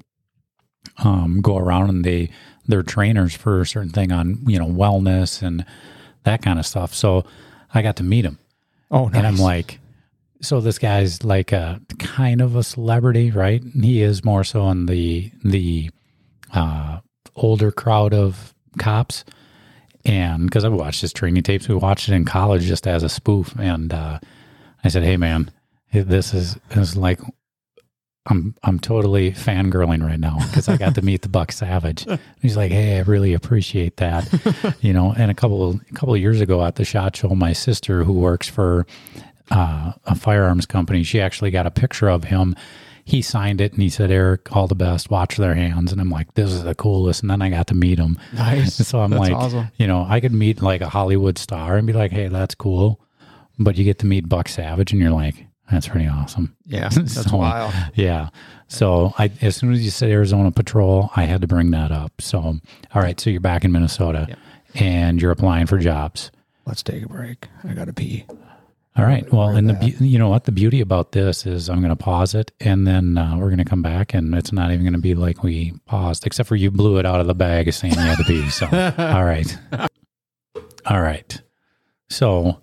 B: um, go around and they they're trainers for a certain thing on you know wellness and that kind of stuff. So I got to meet him.
C: oh,
B: And I'm like, so this guy's like a kind of a celebrity, right? And He is more so in the the uh, older crowd of cops, and because I've watched his training tapes, we watched it in college just as a spoof. And uh, I said, "Hey, man, this is this is like." I'm I'm totally fangirling right now because I got to meet the Buck Savage. And He's like, "Hey, I really appreciate that," you know. And a couple a couple of years ago at the shot show, my sister who works for uh, a firearms company. She actually got a picture of him. he signed it and he said, Eric, all the best, watch their hands. And I'm like, this is the coolest. And then I got to meet him.
C: Nice.
B: And so I'm
C: That's
B: like,
C: awesome.
B: you know, I could meet like a Hollywood star and be like, hey, that's cool. But you get to meet Buck Savage and you're like, that's pretty awesome.
C: Yeah, that's
B: So-
C: wild.
B: Yeah. So I, as soon as you said Arizona Patrol, I had to bring that up. So, all right. So you're back in Minnesota
C: Yep.
B: and you're applying for jobs.
C: Let's take a break. I gotta pee.
B: All right. Well,
C: Remember
B: and the beau- you know what the beauty about this is, I'm going to pause it, and then uh, we're going to come back, and it's not even going to be like we paused, except for you blew it out of the bag, saying you had to be. So, all right, all right. So,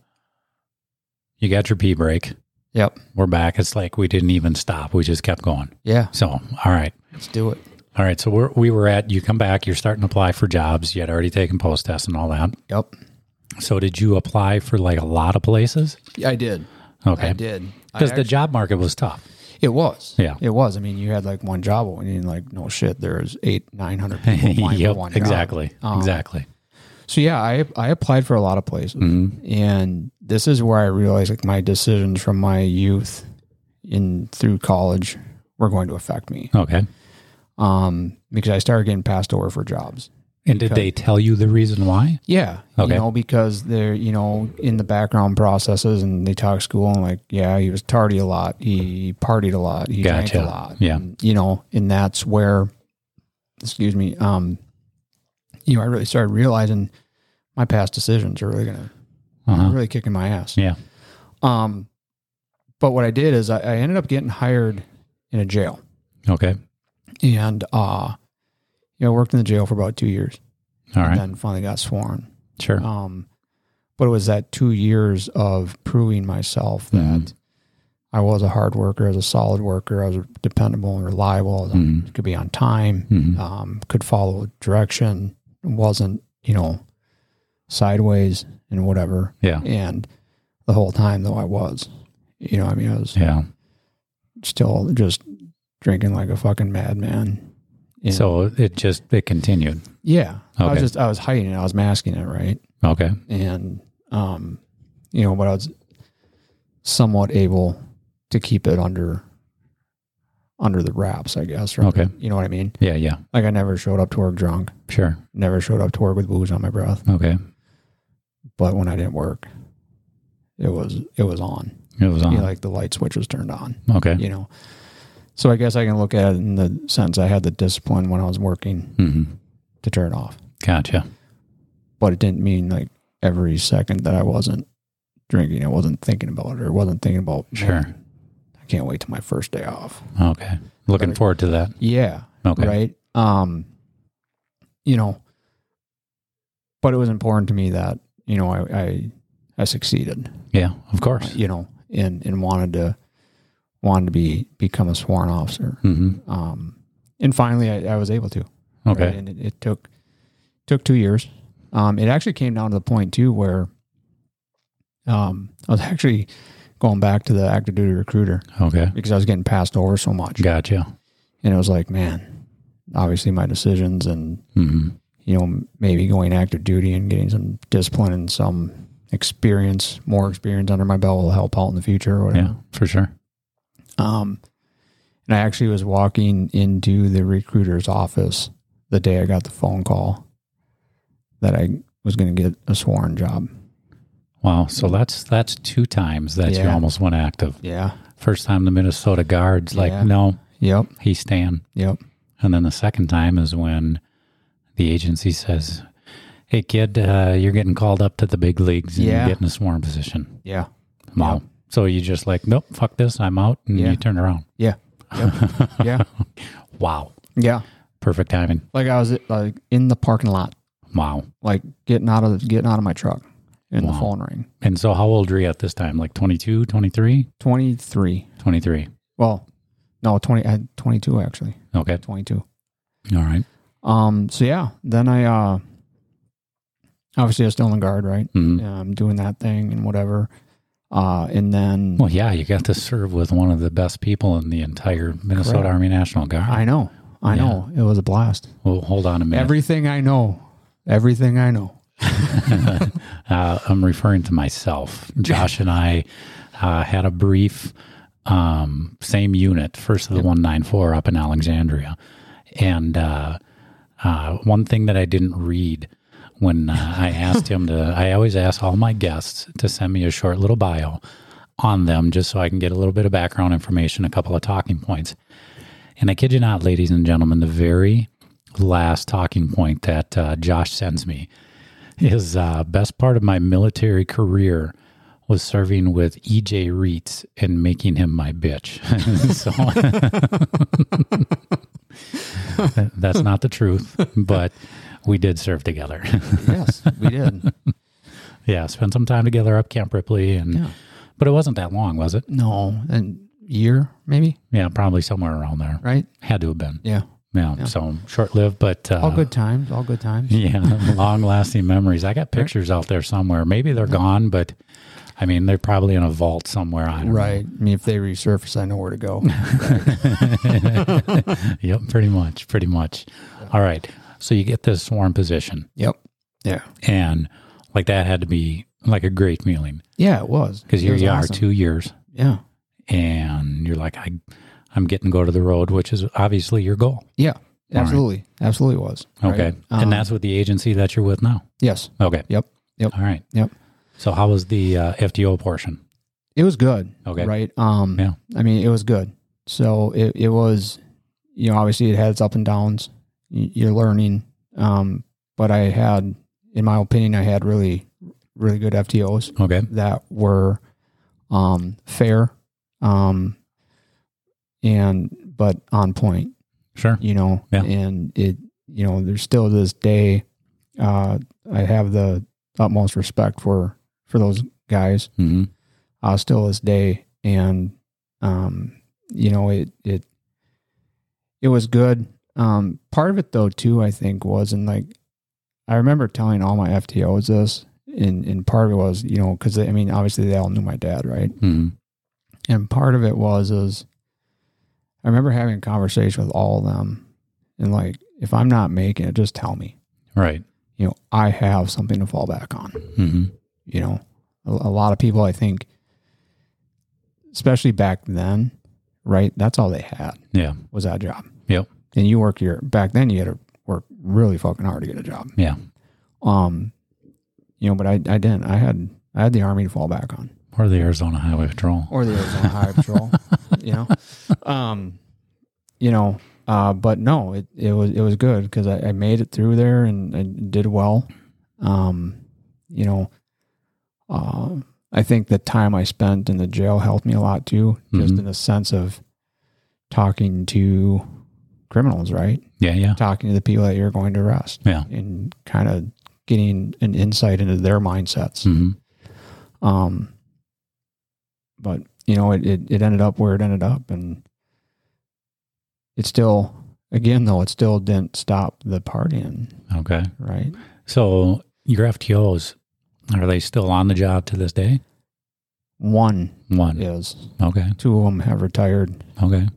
B: you got your pee break.
C: Yep.
B: We're back. It's like we didn't even stop. We just kept going.
C: Yeah.
B: So, all right.
C: Let's do it.
B: All right. So we're, we were at, you come back, you're starting to apply for jobs. You had already taken post tests and all that.
C: Yep.
B: So did you apply for like a lot of places?
C: Yeah, I did. I
B: Okay.
C: did. I
B: Because the
C: act-
B: job market was tough.
C: it was.
B: Yeah.
C: It was. I mean, you had like one job and you like, no shit, there's eight, nine hundred people applying
B: yep.
C: for one job.
B: Exactly.
C: Um,
B: exactly.
C: So yeah, I I applied for a lot of places,
B: Mm-hmm.
C: and this is where I realized like my decisions from my youth in through college were going to affect me.
B: Okay.
C: Um, because I started getting passed over for jobs.
B: And did they tell you the reason why?
C: Yeah,
B: Okay.
C: you know because they're you know in the background processes, and they talk school and like yeah, he was tardy a lot, he partied a lot, he drank
B: Gotcha.
C: a lot,
B: Yeah.
C: And, you know, and that's where, excuse me, um, you know, I really started realizing my past decisions are really gonna
B: Uh-huh.
C: really kicking my ass.
B: Yeah.
C: Um, but what I did is I, I ended up getting hired in a jail,
B: Okay.
C: and uh, you know, I worked in the jail for about two years,
B: All right.
C: and then finally got sworn.
B: Sure.
C: Um, but it was that two years of proving myself that
B: Mhm.
C: I was a hard worker, I was a solid worker, I was dependable and reliable, I was on-
B: Mhm.
C: could be on time,
B: Mhm.
C: um, could follow direction, wasn't you know sideways and whatever.
B: Yeah.
C: And the whole time though I was, you know, I mean I was
B: Yeah.
C: still just drinking like a fucking madman. And-
B: So it just, it continued.
C: yeah, I
B: Okay.
C: was just I was hiding it, I was masking it, right?
B: Okay.
C: and um, you know, but I was somewhat able to keep it under under the wraps, I guess. Right?
B: Okay.
C: you know what I mean?
B: Yeah. Yeah.
C: Like I never showed up to work drunk,
B: Sure.
C: never showed up to work with booze on my breath.
B: Okay.
C: But when I didn't work, it was it was on.
B: It was on.
C: You know, like the light switch was turned on.
B: okay.
C: You know, so I guess I can look at it in the sense I had the discipline when I was working
B: Mm-hmm.
C: to turn it off,
B: Gotcha.
C: but it didn't mean like every second that I wasn't drinking, I wasn't thinking about it, or wasn't thinking about "Man,
B: Sure.
C: I can't wait till my first day off.
B: Okay. Looking
C: Better-
B: forward to that.
C: Yeah.
B: Okay.
C: Right. Um, you know, but it was important to me that, you know, I, I, I succeeded,
B: Yeah. Of course.
C: you know, and, and wanted to, wanted to be, become a sworn officer.
B: Mm-hmm.
C: Um, and finally I, I was able to,
B: Okay.
C: right? and it, it took, took two years. Um, it actually came down to the point too, where, um, I was actually going back to the active duty recruiter
B: Okay.
C: because I was getting passed over so much.
B: Gotcha.
C: and it was like, man, obviously my decisions and
B: Mm-hmm.
C: you know maybe going active duty and getting some discipline and some experience, more experience under my belt will help out in the future or
B: Yeah,
C: whatever.
B: for sure.
C: Um, and I actually was walking into the recruiter's office the day I got the phone call that I was going to get a sworn job.
B: Wow. So that's that's two times that you
C: Yeah.
B: almost went active.
C: Yeah.
B: First time the Minnesota guards like,
C: Yeah.
B: no,
C: Yep.
B: he's staying.
C: Yep.
B: And then the second time is when the agency says, Hey kid, uh, you're getting called up to the big leagues and
C: Yeah.
B: you're getting a sworn position.
C: Yeah.
B: Wow. So you just like, Nope, fuck this, I'm out and
C: Yeah.
B: you turn around.
C: Yeah. Yep. yeah.
B: Wow.
C: Yeah.
B: Perfect timing.
C: Like I was like in the parking lot,
B: Wow.
C: like getting out of getting out of my truck, and the phone rang.
B: And so how old were you at this time? Like 22, 23?
C: 23.
B: 23.
C: Well, no, 20, I had 22 actually,
B: Okay.
C: 22.
B: All right.
C: Um, so yeah, then I, uh, obviously I was still in the guard, right?
B: Mhm.
C: Yeah, I'm um, doing that thing and whatever. Uh, and then
B: Well, yeah, you got to serve with one of the best people in the entire Minnesota
C: Correct.
B: Army National Guard.
C: I know, I know it was a blast.
B: well, hold on a minute.
C: Everything I know, everything I know.
B: uh, I'm referring to myself. Josh and I uh, had a brief um, same unit, first of the 194 up in Alexandria. And uh, uh, one thing that I didn't read when uh, I asked him to, I always ask all my guests to send me a short little bio on them just so I can get a little bit of background information, a couple of talking points. And I kid you not, ladies and gentlemen, the very last talking point that uh, Josh sends me is uh, best part of my military career was serving with EJ Reitz and making him my bitch. so that's not the truth, but we did serve together.
C: yes, we did.
B: yeah, spent some time together up Camp Ripley, and
C: Yeah.
B: but it wasn't that long, was it?
C: No, and year maybe,
B: Yeah, probably somewhere around there.
C: right?
B: Had to have been.
C: Yeah,
B: Yeah, so short lived, but uh,
C: all good times, all good times.
B: Yeah, long lasting memories. I got pictures out there somewhere. Maybe they're gone, but I mean, they're probably in a vault somewhere. I don't know.
C: Right. I mean, if they resurface, I know where to go.
B: Yep, pretty much. Pretty much. All right. So you get this swarm position,
C: yep. Yeah.
B: and like that had to be like a great feeling
C: Yeah, it was
B: because
C: It
B: here
C: was
B: you
C: awesome.
B: are two years
C: Yeah.
B: and you're like, I, I'm getting to go to the road, which is obviously your goal.
C: Yeah. Absolutely. Absolutely was. right?
B: Okay.
C: Um,
B: and that's with the agency that you're with now.
C: yes.
B: Okay.
C: Yep. Yep.
B: All right.
C: Yep.
B: So how was the uh, FTO portion?
C: It was good.
B: Okay.
C: Right. Um.
B: Yeah.
C: I mean, it was good. So it it was, you know, obviously it had its up and downs. Y- You're learning. Um. But I had, in my opinion, I had really, really good FTOs.
B: Okay.
C: that were um, fair um, and but on point
B: Sure.
C: you know
B: Yeah.
C: and it you know there's still to this day uh, i have the utmost respect for for those guys
B: hmm
C: uh, still to this day and um, you know it it it was good um, part of it though too i think was and like i remember telling all my ftos this and, and part of it was you know because i mean obviously they all knew my dad right
B: hmm
C: and part of it was is I remember having a conversation with all of them and like if I'm not making it, just tell me.
B: Right.
C: You know, I have something to fall back on.
B: hmm
C: You know, a, a lot of people I think, especially back then, right? That's all they had
B: Yeah.
C: was that job.
B: Yep.
C: And you work your back then you had to work really fucking hard to get a job.
B: Yeah.
C: Um, you know, but I, I didn't. I had I had the army to fall back on.
B: Or the Arizona Highway Patrol.
C: or the Arizona Highway Patrol. You know, um, you know, uh, but no, it, it was it was good because I, I made it through there and I did well. Um, you know, uh, I think the time I spent in the jail helped me a lot too, just
B: Mhm.
C: in the sense of talking to criminals, right?
B: Yeah. Yeah.
C: Talking to the people that you're going to arrest
B: Yeah.
C: and kind of getting an insight into their mindsets.
B: hmm
C: Um, but you know, it, it, it ended up where it ended up and it still, again, though, it still didn't stop the partying.
B: Okay.
C: Right.
B: So your FTOs are they still on the job to this day?
C: One
B: One.
C: is,
B: Okay.
C: two of them have retired
B: Okay.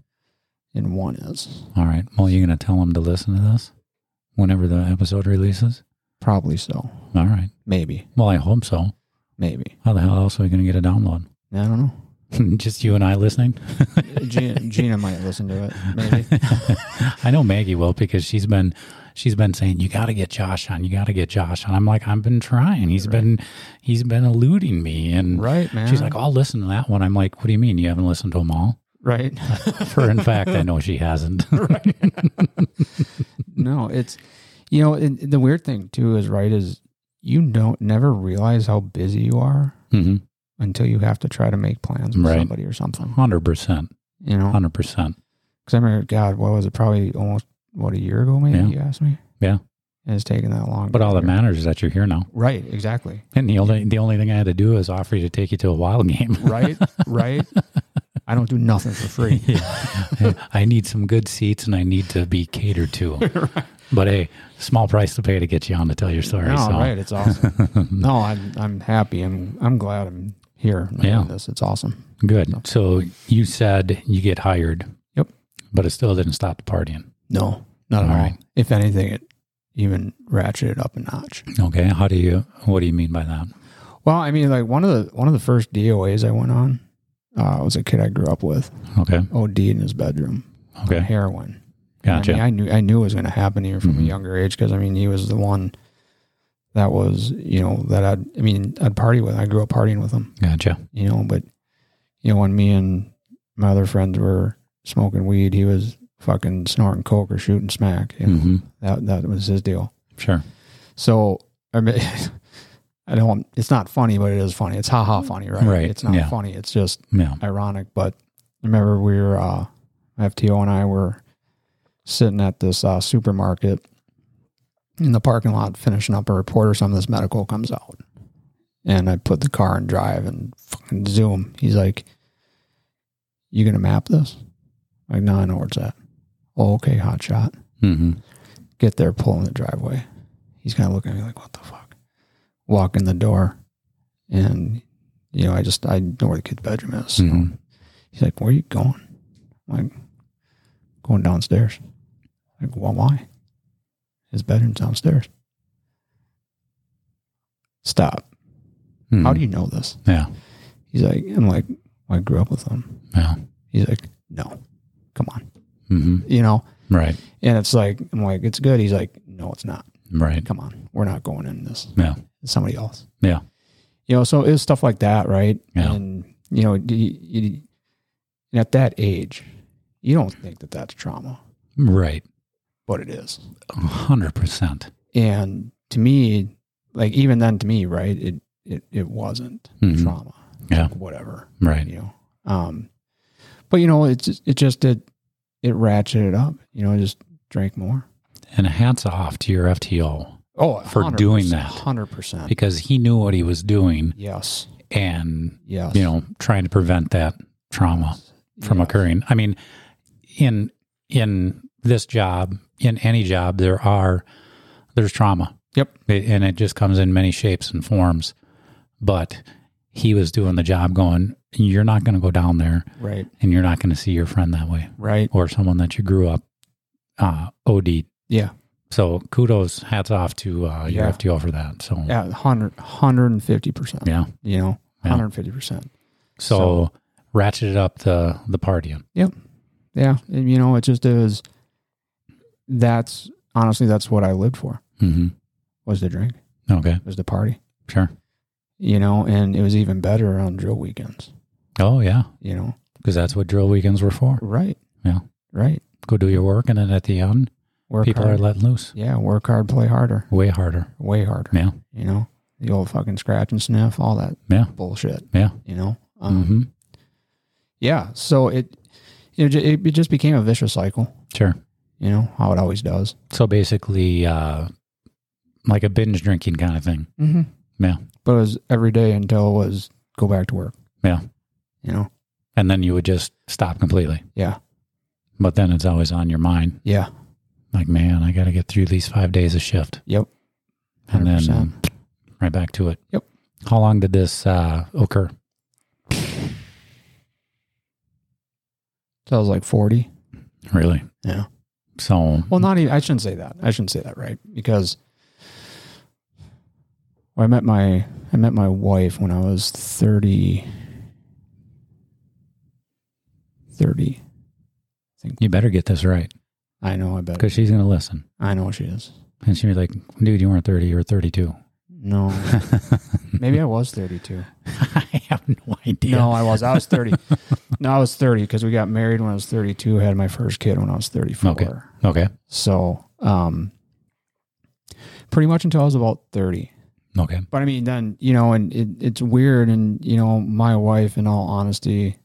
C: and one is
B: All right. Well, you're going to tell them to listen to this whenever the episode releases.
C: probably so.
B: All right.
C: Maybe,
B: Well, I hope so.
C: maybe.
B: How the hell else are we going to get a download?
C: I don't know.
B: Just you and I listening.
C: Gina, Gina might listen to it. Maybe.
B: I know Maggie will because she's been she's been saying you got to get Josh on, you got to get Josh on. I'm like I've been trying. He's been he's been eluding me, and
C: Right, man.
B: she's like, "Oh." I'll listen to that one. I'm like, what do you mean you haven't listened to them all?
C: right.
B: For in fact, I know she hasn't.
C: no, it's, you know, and the weird thing too is, right, is you don't never realize how busy you are
B: Mhm.
C: until you have to try to make plans with
B: Right.
C: somebody or something.
B: Hundred percent,
C: You know,
B: hundred percent.
C: because I remember, God, what was it? Probably almost what a year ago, maybe
B: Yeah.
C: you asked me.
B: Yeah.
C: and it's taken that long.
B: But all that matters is that you're here now,
C: Right. Exactly.
B: and the only the only thing I had to do is offer you to take you to a wild game.
C: Right. right. I don't do nothing for free.
B: I need some good seats, and I need to be catered to. But hey, small price to pay to get you on to tell your story.
C: no,
B: so
C: right. It's awesome. no, I'm I'm happy. I'm I'm glad I'm here. and doing
B: Yeah.
C: This it's awesome.
B: Good. So you said you get hired.
C: Yep.
B: But it still didn't stop the partying.
C: No, not at
B: All
C: all.
B: right.
C: If anything, it even ratcheted up a notch.
B: Okay. How do you? What do you mean by that?
C: Well, I mean, like one of the one of the first DOAs I went on, uh, was a kid I grew up with.
B: Okay.
C: OD in his bedroom,
B: Okay.
C: heroin.
B: Gotcha.
C: I, mean, I knew I knew it was going to happen here from a
B: Mhm.
C: younger age because I mean he was the one that was you know that I'd I mean I'd party with. I grew up partying with him,
B: gotcha.
C: you know. But you know when me and my other friends were smoking weed, he was fucking snorting coke or shooting smack. You know?
B: hmm
C: That that was his deal.
B: Sure.
C: So I mean, I don't. It's not funny, but it is funny. It's ha ha funny, right?
B: Hmm. Right,
C: It's not
B: yeah.
C: funny. It's just
B: Yeah.
C: ironic. But I remember we were uh, FTO and I were sitting at this uh, supermarket in the parking lot finishing up a report or something. This medical comes out, and I put the car in drive and fucking zoom. He's like, "You gonna map this?" like, no, I know where it's at. Oh, okay, hot shot
B: hmm
C: get there, pull in the driveway. He's kind of looking at me like, what the fuck? Walk in the door. And, you know, I just, I know where the kid's bedroom is. So
B: Mhm.
C: He's like, where are you going? I'm like, going downstairs. Like, well, why? His bedroom's downstairs. Stop.
B: Mm-hmm.
C: How do you know this?
B: Yeah.
C: He's like, I'm like, well, I grew up with him.
B: Yeah.
C: He's like, no, come on.
B: hmm
C: You know,
B: Right.
C: and it's like, I'm like, it's good. He's like, no, it's not.
B: Right.
C: Come on. We're not going in this.
B: Yeah.
C: somebody else.
B: Yeah.
C: You know, so it was stuff like that, right?
B: Yeah.
C: And you know, you, you, and at that age, you don't think that that's trauma,
B: Right.
C: but it is.
B: A hundred percent.
C: And to me, like even then, to me, right, it it it wasn't
B: Mhm.
C: trauma.
B: Yeah.
C: Like, whatever,
B: Right.
C: you know. Um, but you know, it's just- it just did it ratcheted up. You know, I just drank more.
B: And hats off to your FTO
C: Oh,
B: For doing that.
C: hundred percent.
B: because he knew what he was doing
C: Yes,
B: and
C: yes.
B: you know trying to prevent that trauma from
C: Yes.
B: occurring. I mean, in in this job, in any job, there are there's trauma.
C: Yep.
B: It- and it just comes in many shapes and forms. But he was doing the job, going, "You're not going to go down there,
C: Right,
B: and you're not going to see your friend that way,
C: right.
B: or someone that you grew up uh, OD."
C: Yeah.
B: So kudos, hats off to uh, your
C: Yeah.
B: FTO for that. So
C: Yeah, 100, 150%.
B: yeah.
C: You know,
B: Yeah.
C: 150%.
B: So, ratcheted up the the partying.
C: Yeah. And, you know, it just is. That's honestly, that's what I lived for
B: hmm
C: was the drink,
B: Okay,
C: was the party,
B: sure.
C: you know, and it was even better on drill weekends,
B: Oh yeah,
C: you know,
B: because that's what drill weekends were for.
C: right.
B: Yeah.
C: Right.
B: Go do your work, and then at the end,
C: Work
B: people are
C: hard.
B: let loose
C: yeah. Work hard, play harder,
B: way harder.
C: way harder,
B: Yeah,
C: you know, the old fucking scratch and sniff, all that
B: yeah,
C: bullshit,
B: yeah.
C: you know. Um,
B: hmm
C: Yeah. So it, you know, ju- it, it just became a vicious cycle,
B: Sure.
C: you know, how it always does.
B: So basically, uh, like a binge drinking kind of thing.
C: Mm-hmm.
B: Yeah,
C: but it was every day until it was go back to work.
B: Yeah.
C: You know?
B: and then you would just stop completely.
C: Yeah.
B: But then it's always on your mind,
C: Yeah.
B: like, man, I got to get through these five days of shift,
C: Yep.
B: and
C: 100%.
B: then um, right back to it.
C: Yep.
B: How long did this uh, occur?
C: so I was like 40.
B: Really?
C: Yeah.
B: So
C: Well, not even, I shouldn't say that. I shouldn't say that, right? Because well, I met my, I met my wife when I was 30, 30.
B: you better get this right
C: I know, I bet.
B: because she's going to listen.
C: I know she is.
B: And she'd be like, dude, you weren't 30, you were 32.
C: No, maybe I was 32.
B: I have no idea.
C: No, I was. I was 30. no, I was 30 because we got married when I was 32, had my first kid when I was 34.
B: Okay. Okay.
C: So, um, pretty much until I was about 30.
B: Okay.
C: But I mean, then, you know, and it, it's weird. And, you know, my wife, in all honesty,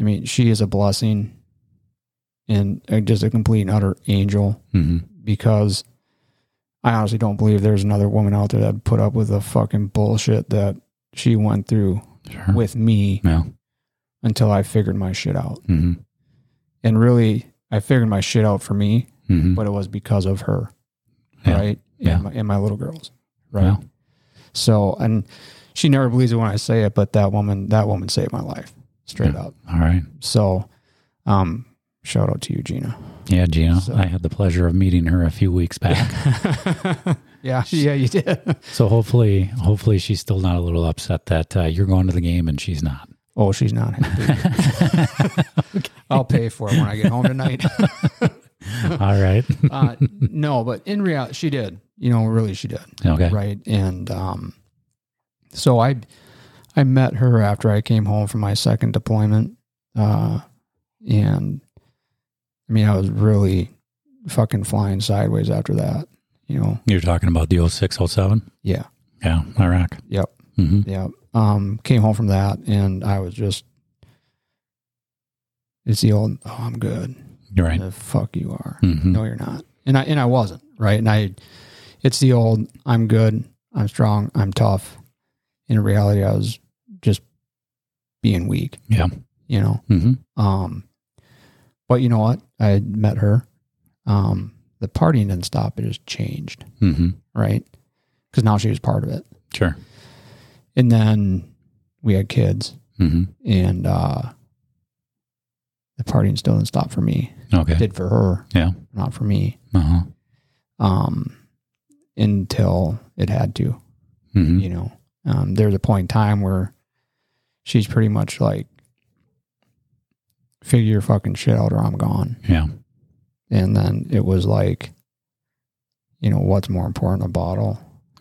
C: I mean, she is a blessing and uh, just a complete and utter angel
B: hmm
C: because I honestly don't believe there's another woman out there that put up with the fucking bullshit that she went through
B: Sure.
C: with me
B: yeah.
C: until I figured my shit out.
B: hmm
C: And really, I figured my shit out for me,
B: hmm
C: but it was because of her.
B: Yeah.
C: right?
B: Yeah.
C: And, my, and my little girls, right?
B: Well,
C: So, and she never believes it when I say it, but that woman, that woman saved my life straight up.
B: all right.
C: So, um, shout out to you, Gina.
B: Yeah, Gina.
C: So-
B: I had the pleasure of meeting her a few weeks back.
C: yeah, yeah, you did.
B: So hopefully, hopefully she's still not a little upset that uh, you're going to the game and she's not.
C: Oh, she's not happy. I'll pay for it when I get home tonight.
B: All right.
C: uh, no, but in reality, she did. You know, really, she did.
B: okay.
C: Right. And um, so I, I met her after I came home from my second deployment. Uh, and I mean, I was really fucking flying sideways after that. You know,
B: You're talking about the 0607?
C: yeah,
B: Yeah, Iraq.
C: yep.
B: hmm
C: Yeah. Um, came home from that and I was just, it's the old, oh, I'm good.
B: You're right.
C: The fuck you are.
B: hmm
C: Uh, No, you're not. And I, and I wasn't right. And I, it's the old, I'm good. I'm strong. I'm tough. In reality, I was just being weak,
B: Yeah.
C: you know?
B: hmm
C: Um, but you know what? I had met her. Um, the partying didn't stop. It just changed.
B: hmm
C: Right. Cause now she was part of it.
B: Sure.
C: And then we had kids.
B: hmm
C: and uh the partying still didn't stop for me. It
B: Okay.
C: did for her,
B: Yeah.
C: not for me.
B: Uh-huh.
C: Um until it had to,
B: hmm
C: you know. Um there's a point in time where she's pretty much like figure your fucking shit out or I'm gone.
B: Yeah.
C: And then it was like you know, what's more important, a bottle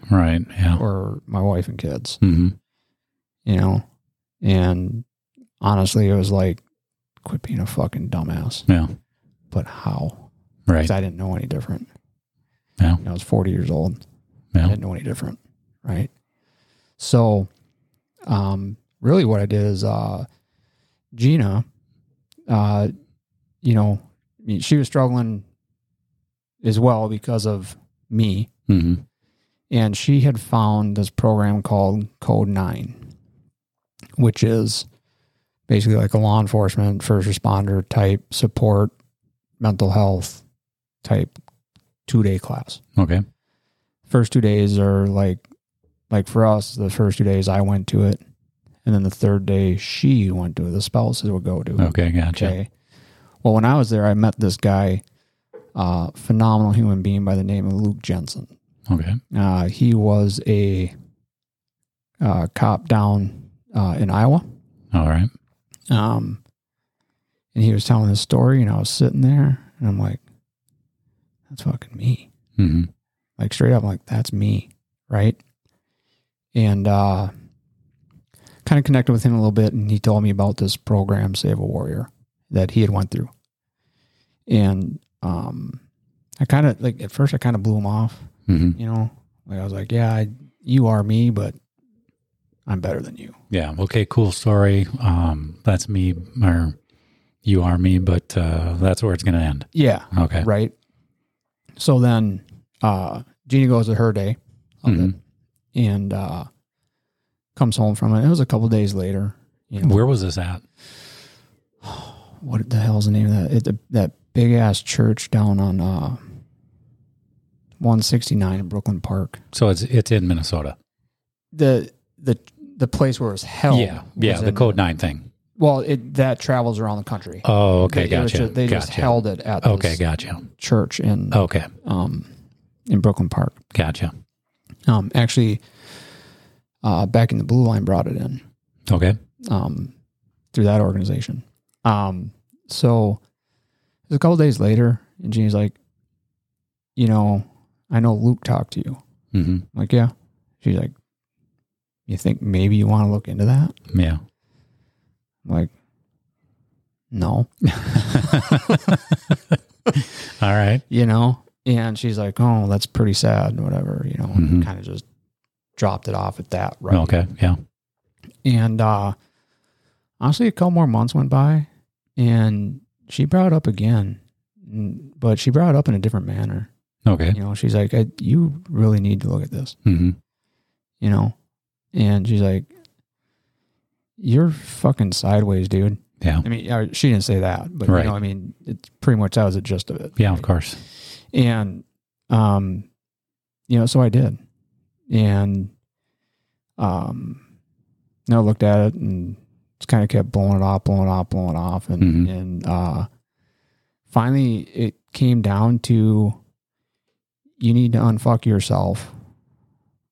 B: Right. Yeah.
C: or my wife and kids,
B: hmm
C: you know? And honestly, it was like quit being a fucking dumbass.
B: Yeah.
C: But how?
B: Right.
C: 'Cause I didn't know any different.
B: Yeah.
C: I was 40 years old. I
B: Yeah.
C: didn't know any different. Right. So, um, really what I did is, uh, Gina, uh, you know, I mean, she was struggling as well because of me.
B: hmm
C: And she had found this program called Code Nine, which is basically like a law enforcement, first responder type support, mental health type two day class
B: Okay.
C: first two days are like like for us the first two days i went to it and then the third day she went to it the spouses would go to it
B: Okay. Gotcha.
C: Okay. well when i was there i met this guy uh phenomenal human being by the name of luke jensen
B: Okay.
C: uh he was a uh cop down uh in iowa
B: All right.
C: um and he was telling his story and i was sitting there and i'm like that's fucking me
B: hmm
C: like straight up I'm like that's me right and uh kind of connected with him a little bit and he told me about this program save a warrior that he had went through and um i kind of like at first i kind of blew him off
B: hmm
C: you know like i was like yeah I, you are me but i'm better than you
B: Yeah. Okay. Cool story. Um, that's me or you are me, but, uh, that's where it's going to end.
C: yeah
B: Okay.
C: right so then uh jeannie goes to her day of it,
B: Mhm.
C: and uh comes home from it it was a couple days later you know
B: Where was this at?
C: what the hell's the name of that? It, the, that big ass church down on uh, 169 in Brooklyn Park.
B: So it's, it's in Minnesota.
C: The the the place where it was held.
B: yeah. Yeah.
C: was
B: The
C: in-
B: code nine thing.
C: Well, it that travels around the country.
B: Oh, okay.
C: They- it was
B: Gotcha.
C: ju- they
B: gotcha.
C: just held it at this
B: okay. oh. Gotcha.
C: church in
B: Okay.
C: um in Brooklyn Park.
B: Gotcha.
C: Um, actually, uh, back in the blue line brought it in.
B: Okay.
C: um, through that organization. Um, so it was a couple days later, and Jeannie's like, you know, I know Luke talked to you.
B: hmm
C: I'm like, yeah. She's like, you think maybe you want to look into that?
B: Yeah.
C: I'm like, no,
B: All right.
C: you know? And she's like, oh, that's pretty sad, and whatever, you know,
B: Mhm.
C: and kind of just dropped it off at that. Right.
B: Okay. Yeah.
C: And uh, honestly, a couple more months went by, and she brought it up again, N- but she brought it up in a different manner.
B: Okay.
C: You know, she's like, I, "You really need to look at this,"
B: hmm
C: you know, and she's like, "You're fucking sideways, dude."
B: Yeah.
C: I mean, uh, she didn't say that, but
B: Right.
C: you know, I mean, it's pretty much that was the gist of it.
B: Yeah. Of course.
C: And, um, you know, so I did. And, um, you know, I looked at it and just kind of kept blowing it off, blowing it off, blowing it off. And,
B: Mhm.
C: and, uh, finally it came down to you need to unfuck yourself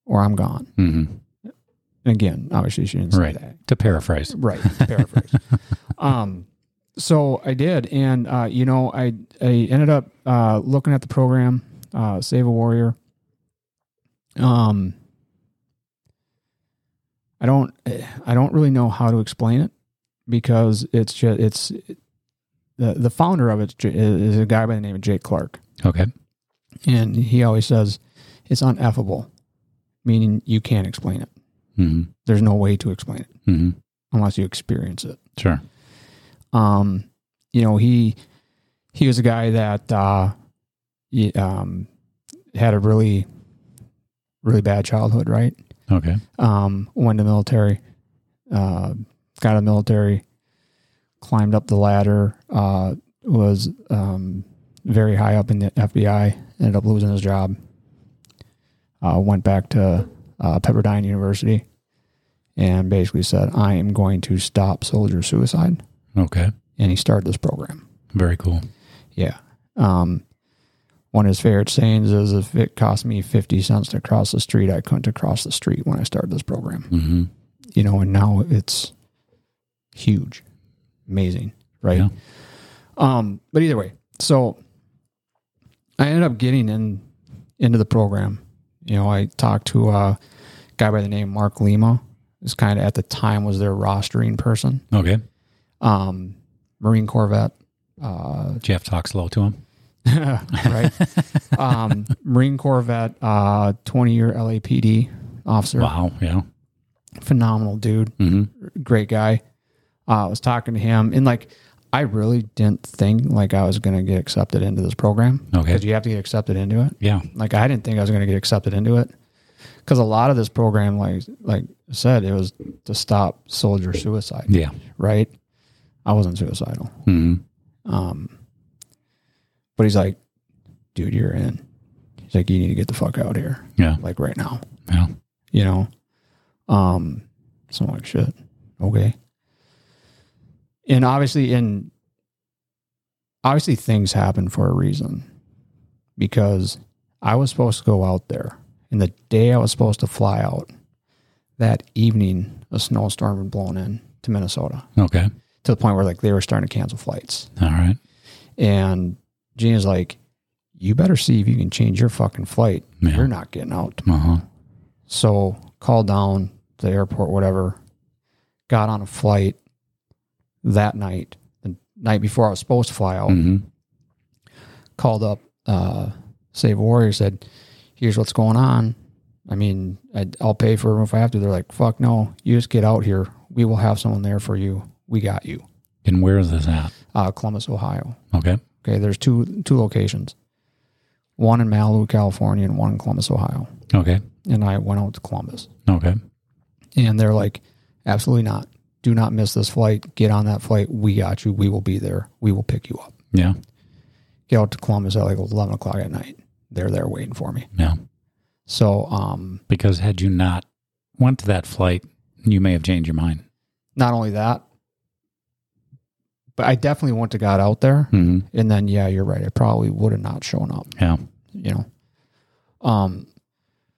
C: or I'm gone.
B: hmm
C: It And again, obviously she didn't say
B: Right.
C: that.
B: To paraphrase.
C: Right. to Paraphrase. um, so I did, and uh, you know, I I ended up uh, looking at the program, uh, Save a Warrior. Um, I don't I don't really know how to explain it because it's just it's the the founder of it is a guy by the name of Jake Clark
B: Okay.
C: and he always says it's uneffable, meaning you can't explain it.
B: hmm
C: There's no way to explain it
B: hmm
C: unless you experience it.
B: Sure.
C: Um, you know, he he was a guy that uh, he, um, had a really really bad childhood, right?
B: Okay.
C: Um, went to military, uh, got out of military, climbed up the ladder, uh, was um, very high up in the FBI, ended up losing his job, uh, went back to uh, Pepperdine University and basically said, I am going to stop soldier suicide.
B: Okay.
C: And he started this program.
B: Very cool.
C: Yeah. Um, one of his favorite sayings is if it cost me 50 cents to cross the street, I couldn't have crossed the street when I started this program
B: hmm
C: you know, and now it's huge, amazing, right?
B: Yeah.
C: Um, but either way, so I ended up getting in into the program. You know, I talked to a guy by the name of Mark Lima. Is kind of at the time was their rostering person,
B: Okay.
C: um, Marine Corvette, uh,
B: Jeff talks low to him.
C: right? um, Marine Corvette, uh, twenty year LAPD officer,
B: Wow. Yeah.
C: phenomenal dude.
B: hmm
C: great guy. Uh, I was talking to him, and like I really didn't think like I was going to get accepted into this program.
B: Okay.
C: because you have to get accepted into it.
B: Yeah.
C: Like I didn't think I was going to get accepted into it because a lot of this program, like like I said, it was to stop soldier suicide.
B: Yeah.
C: Right? I wasn't suicidal,
B: hmm
C: Um, but he's like, dude, you're in. He's like, you need to get the fuck out here,
B: Yeah.
C: like right now.
B: Yeah.
C: You know, um, so I'm like, shit, okay. And obviously, in obviously things happen for a reason because I was supposed to go out there, and the day I was supposed to fly out, that evening a snowstorm had blown in to Minnesota
B: Okay.
C: to the point where like they were starting to cancel flights,
B: All right.
C: and Gina's like, "You better see if you can change your fucking flight.
B: Yeah.
C: You're not getting out
B: Uh huh.
C: so called down to the airport, whatever. Got on a flight that night, the night before I was supposed to fly out.
B: hmm
C: Called up uh, Save a Warrior, said, "Here's what's going on. I mean, i I'll pay for them if I have to." They're like, "Fuck no, you just get out here. We will have someone there for you. We got you."
B: And where is this at?
C: Uh, Columbus, Ohio.
B: Okay.
C: Okay, there's two two locations, one in Malibu, California, and one in Columbus, Ohio.
B: Okay.
C: And I went out to Columbus.
B: Okay.
C: And they're like, absolutely not. Do not miss this flight. Get on that flight. We got you. We will be there. We will pick you up.
B: Yeah.
C: Get out to Columbus at like 11 o'clock at night. They're there waiting for me.
B: Yeah.
C: So, um,
B: Because had you not went to that flight, you may have changed your mind.
C: not only that, but I definitely went to got out there.
B: hmm
C: And then, yeah, you're right. I probably would have not shown up,
B: Yeah.
C: you know. Um,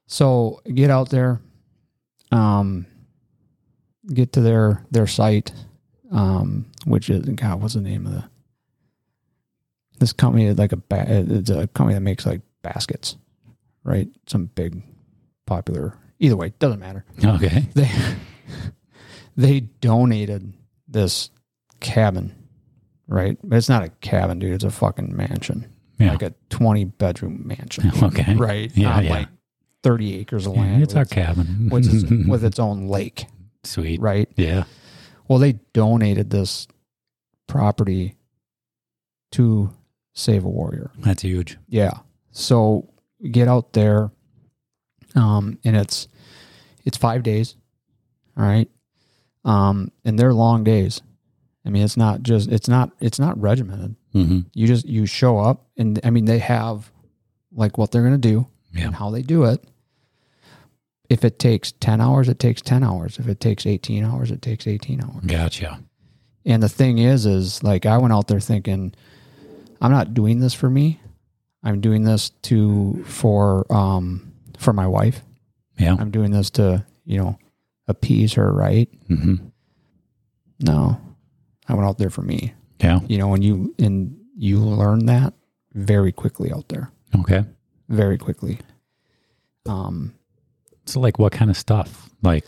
C: so get out there, um, get to their, their site, um, which is, God, what's the name of the, this company is like a ba- it's a company that makes like baskets, right? Some big popular either way, doesn't matter.
B: Okay.
C: They they donated this cabin, right? But it's not a cabin, dude, it's a fucking mansion.
B: Yeah.
C: Like a 20 bedroom mansion.
B: Okay.
C: Right.
B: Yeah,
C: on
B: yeah.
C: like 30 acres of
B: Yeah,
C: land.
B: it's our
C: with,
B: cabin.
C: with its, with its own lake,
B: Sweet.
C: right?
B: Yeah.
C: Well, they donated this property to Save a Warrior.
B: That's huge.
C: Yeah. So we get out there, um, and it's it's five days. All right. Um, and they're long days. I mean, it's not just it's not it's not regimented.
B: hmm
C: You just you show up, and I mean, they have like what they're gonna do
B: Yeah.
C: and how they do it. If it takes ten hours, it takes ten hours. If it takes eighteen hours, it takes eighteen hours.
B: Gotcha.
C: And the thing is, is like I went out there thinking, I'm not doing this for me. I'm doing this to for um for my wife.
B: Yeah.
C: I'm doing this to you know appease her, right?
B: hmm
C: No, I went out there for me.
B: Yeah.
C: You know, and you and you learn that very quickly out there,
B: Okay.
C: very quickly. Um,
B: So, like, what kind of stuff? Like,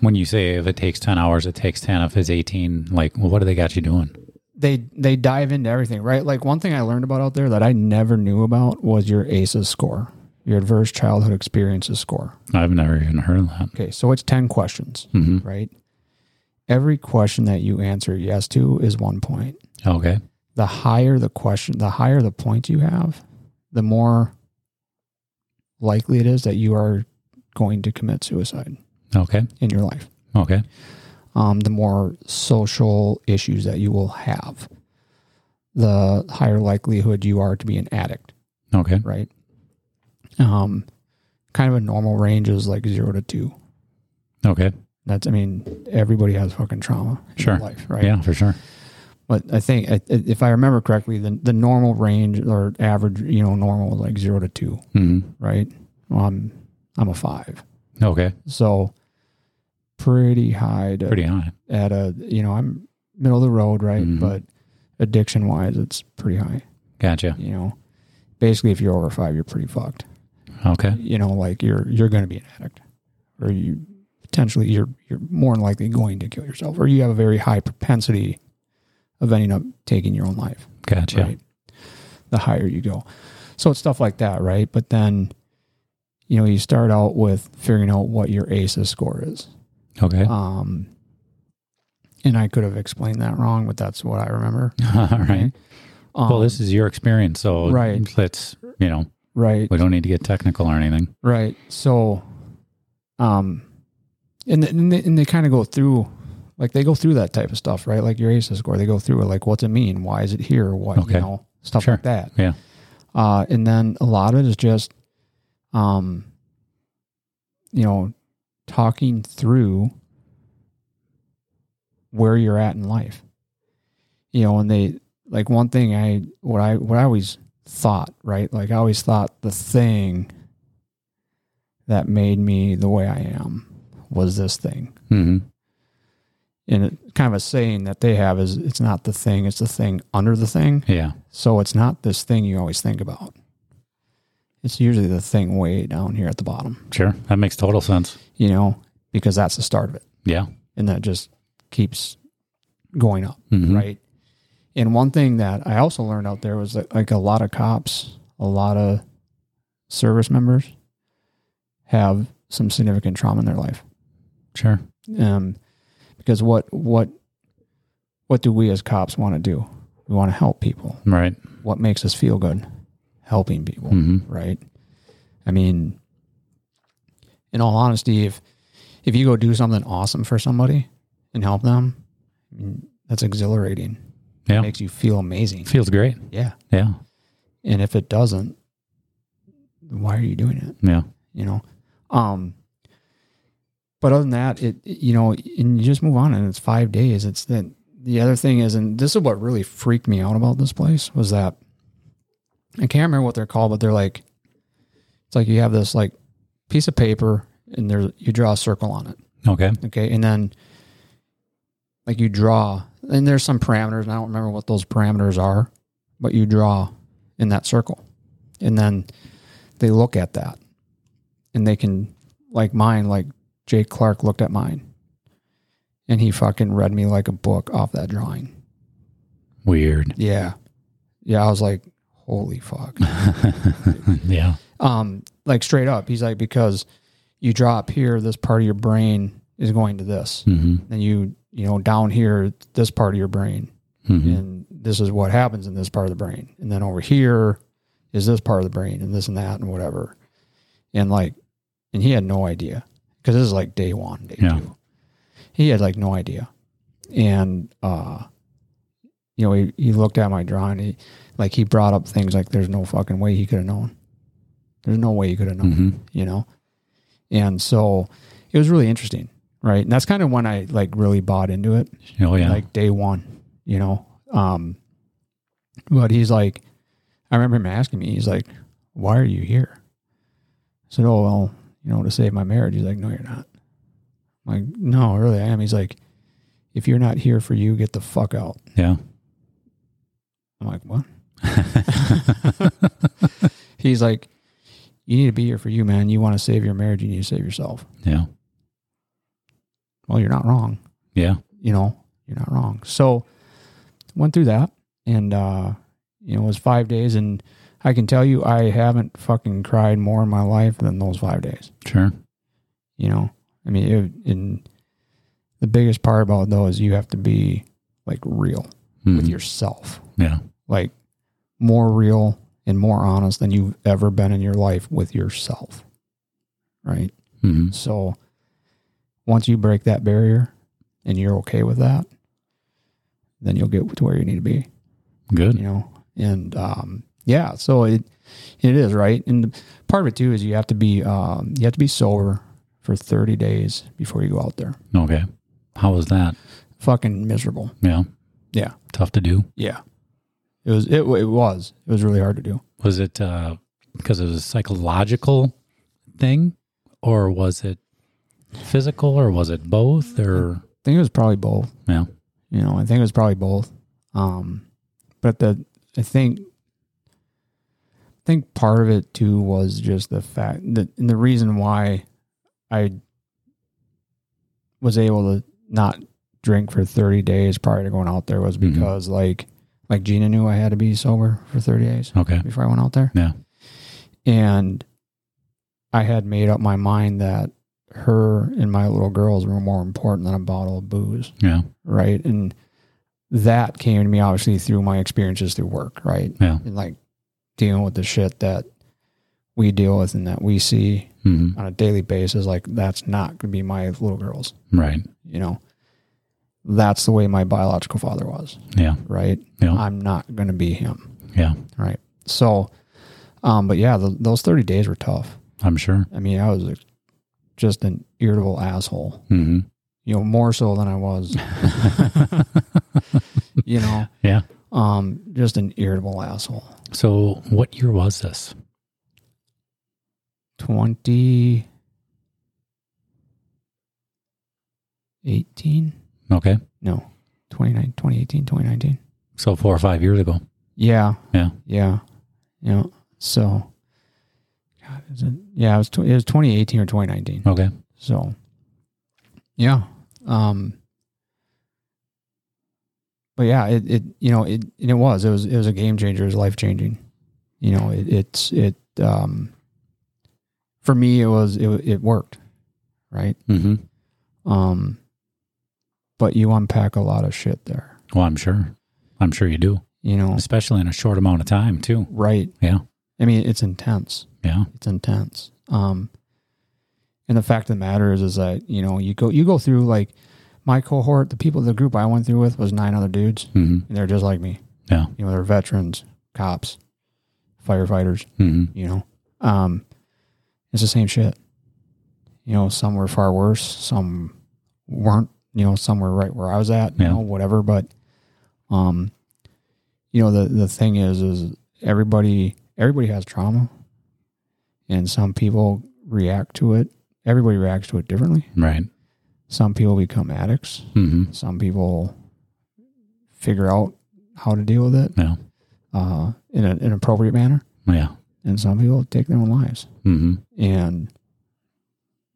B: when you say if it takes 10 hours, it takes 10. If it's 18, like, well, what do they got you doing?
C: they they dive into everything, right? Like one thing I learned about out there that I never knew about was your ACEs score, your adverse childhood experiences score.
B: I've never even heard of that.
C: Okay, so it's ten questions,
B: hmm
C: right? Every question that you answer yes to is one point.
B: Okay.
C: the higher the question, the higher the points you have, the more likely it is that you are going to commit suicide
B: Okay.
C: in your life.
B: Okay.
C: Um, the more social issues that you will have, the higher likelihood you are to be an addict,
B: Okay.
C: right? Um, kind of a normal range is like zero to two.
B: Okay.
C: That's, I mean, everybody has fucking trauma in
B: Sure.
C: their life, right?
B: Yeah, for sure.
C: But I think, I- if I remember correctly, the, the normal range or average, you know, normal is like zero to two,
B: hmm
C: right? Well, I'm I'm a five,
B: Okay.
C: so pretty high. To,
B: Pretty high.
C: at a you know I'm middle of the road, right?
B: Mhm.
C: But addiction wise, it's pretty high.
B: Gotcha.
C: You know, basically, if you're over five, you're pretty fucked.
B: Okay.
C: You know, like you're you're going to be an addict, or you potentially you're you're more than likely going to kill yourself, or you have a very high propensity of ending up taking your own life
B: Gotcha.
C: right? The higher you go. So it's stuff like that, right? But then, you know, you start out with figuring out what your ACEs score is.
B: Okay.
C: Um, and I could have explained that wrong, but that's what I remember.
B: All right.
C: Um,
B: Well, this is your experience. So,
C: Right.
B: let's, you know,
C: right,
B: we don't need to get technical or anything.
C: right. So, um, and, th- and they, and they kind of go through, like they go through that type of stuff, right? Like your ACEs score, they go through it, like what's it mean? Why is it here? Why,
B: Okay.
C: you know, stuff
B: Sure.
C: like that.
B: Yeah.
C: Uh, and then a lot of it is just, um, you know, talking through where you're at in life. You know, and they like one thing I what I what I always thought, right? Like I always thought the thing that made me the way I am was this thing.
B: hmm
C: And it, kind of a saying that they have is it's not the thing, it's the thing under the thing.
B: Yeah.
C: So it's not this thing you always think about. It's usually the thing way down here at the bottom,
B: Sure. That makes total sense.
C: you know, because that's the start of it.
B: Yeah.
C: And that just keeps going up,
B: Mhm.
C: right? And one thing that I also learned out there was that, like, a lot of cops, a lot of service members have some significant trauma in their life.
B: Sure.
C: Um, because what, what, what do we as cops want to do? We want to help people.
B: Right.
C: what makes us feel good helping people
B: Mhm.
C: right i mean in all honesty if if you go do something awesome for somebody and help them I mean, that's exhilarating
B: Yeah.
C: it makes you feel amazing
B: Feels great.
C: yeah
B: Yeah.
C: and if it doesn't why are you doing it
B: Yeah.
C: you know um but other than that it it- you know and you just move on and it's five days it's that the other thing is and this is what really freaked me out about this place was that i can't remember what they're called but they're like it's like you have this like piece of paper and there you draw a circle on it
B: Okay.
C: okay and then like you draw and there's some parameters and i don't remember what those parameters are but you draw in that circle and then they look at that and they can like mine like jake clark looked at mine and he fucking read me like a book off that drawing
B: Weird.
C: yeah yeah i was like holy fuck
B: yeah.
C: um like straight up he's like because you draw up here this part of your brain is going to this
B: hmm
C: then you you know down here this part of your brain
B: hmm
C: and this is what happens in this part of the brain and then over here is this part of the brain and this and that and whatever and like and he had no idea because this is like day one day
B: Yeah.
C: two he had like no idea and uh you know he, he looked at my drawing he like he brought up things like there's no fucking way he could have known there's no way he could have known
B: hmm
C: you know and so it was really interesting right and that's kind of when i like really bought into it
B: Oh yeah.
C: like day one you know um but he's like i remember him asking me he's like why are you here i said oh well you know to save my marriage he's like no you're not I'm like, no, really, I am. He's like, if you're not here for you, get the fuck out.
B: Yeah.
C: I'm like, what? He's like, you need to be here for you, man. You want to save your marriage, you need to save yourself.
B: yeah.
C: Well, you're not wrong.
B: Yeah.
C: you know, you're not wrong. So went through that and uh you know, it was five days and I can tell you I haven't fucking cried more in my life than those five days.
B: Sure.
C: You know? I mean it and the biggest part about though is you have to be like real with
B: Mhm.
C: yourself.
B: yeah.
C: Like more real and more honest than you've ever been in your life with yourself. Right?
B: hmm
C: So once you break that barrier and you're okay with that, then you'll get to where you need to be, you
B: Good.
C: know? And, um, yeah, so it, it is right. And part of it too, is you have to be, um, you have to be sober for 30 days before you go out there.
B: Okay. How was that?
C: Fucking miserable.
B: Yeah.
C: Yeah.
B: Tough to do.
C: Yeah. It was, it, it was, it was really hard to do.
B: Was it uh, because it was a psychological thing, or was it physical, or was it both, or
C: I think it was probably both.
B: yeah?
C: you know, I think it was probably both. Um, but the I think I think part of it too was just the fact that and the reason why I was able to not drink for 30 days prior to going out there was
B: Mhm.
C: because like like Gina knew I had to be sober for 30 days
B: Okay.
C: before I went out there.
B: Yeah.
C: And I had made up my mind that her and my little girls were more important than a bottle of booze
B: Yeah.
C: right? And that came to me obviously through my experiences through work, right?
B: Yeah.
C: And like dealing with the shit that we deal with and that we see
B: hmm
C: on a daily basis, like that's not going to be my little girls,
B: Right.
C: you know. That's the way my biological father was,
B: Yeah.
C: right?
B: Yeah.
C: I'm not going to be him,
B: Yeah.
C: right? So, um, but yeah, th those 30 days were tough.
B: I'm sure.
C: I mean, I was a, just an irritable asshole,
B: hmm
C: you know, more so than I was, you know.
B: Yeah.
C: Um, just an irritable asshole.
B: So, what year was this?
C: Twenty eighteen?
B: Okay.
C: No. 29, 2018, 2019.
B: So four or five years ago.
C: Yeah.
B: Yeah.
C: Yeah. Yeah. So God, is it, yeah, it was tw- it was twenty eighteen or twenty nineteen.
B: Okay.
C: So yeah. Um but yeah, it, it you know, it and it was. It was it was a game changer, it was life changing. You know, it it's it um for me it was it it worked. Right?
B: hmm
C: Um but you unpack a lot of shit there.
B: Well, I'm sure. I'm sure you do,
C: You know,
B: especially in a short amount of time, too.
C: right.
B: Yeah.
C: I mean, it's intense.
B: Yeah.
C: It's intense. Um and the fact of the matter is is that, you know, you go you go through like my cohort, the people the group I went through with was nine other dudes.
B: hmm
C: and they're just like me.
B: Yeah.
C: You know, they're veterans, cops, firefighters,
B: hmm
C: you know. Um it's the same shit. You know, some were far worse, some weren't, you know, some were right where I was at, you
B: Yeah.
C: know, whatever. But um you know, the the thing is is everybody everybody has trauma and some people react to it. Everybody reacts to it differently.
B: Right.
C: Some people become addicts.
B: hmm
C: Some people figure out how to deal with it
B: Yeah.
C: uh, in a, an appropriate manner,
B: Yeah.
C: and some people take their own lives.
B: hmm
C: And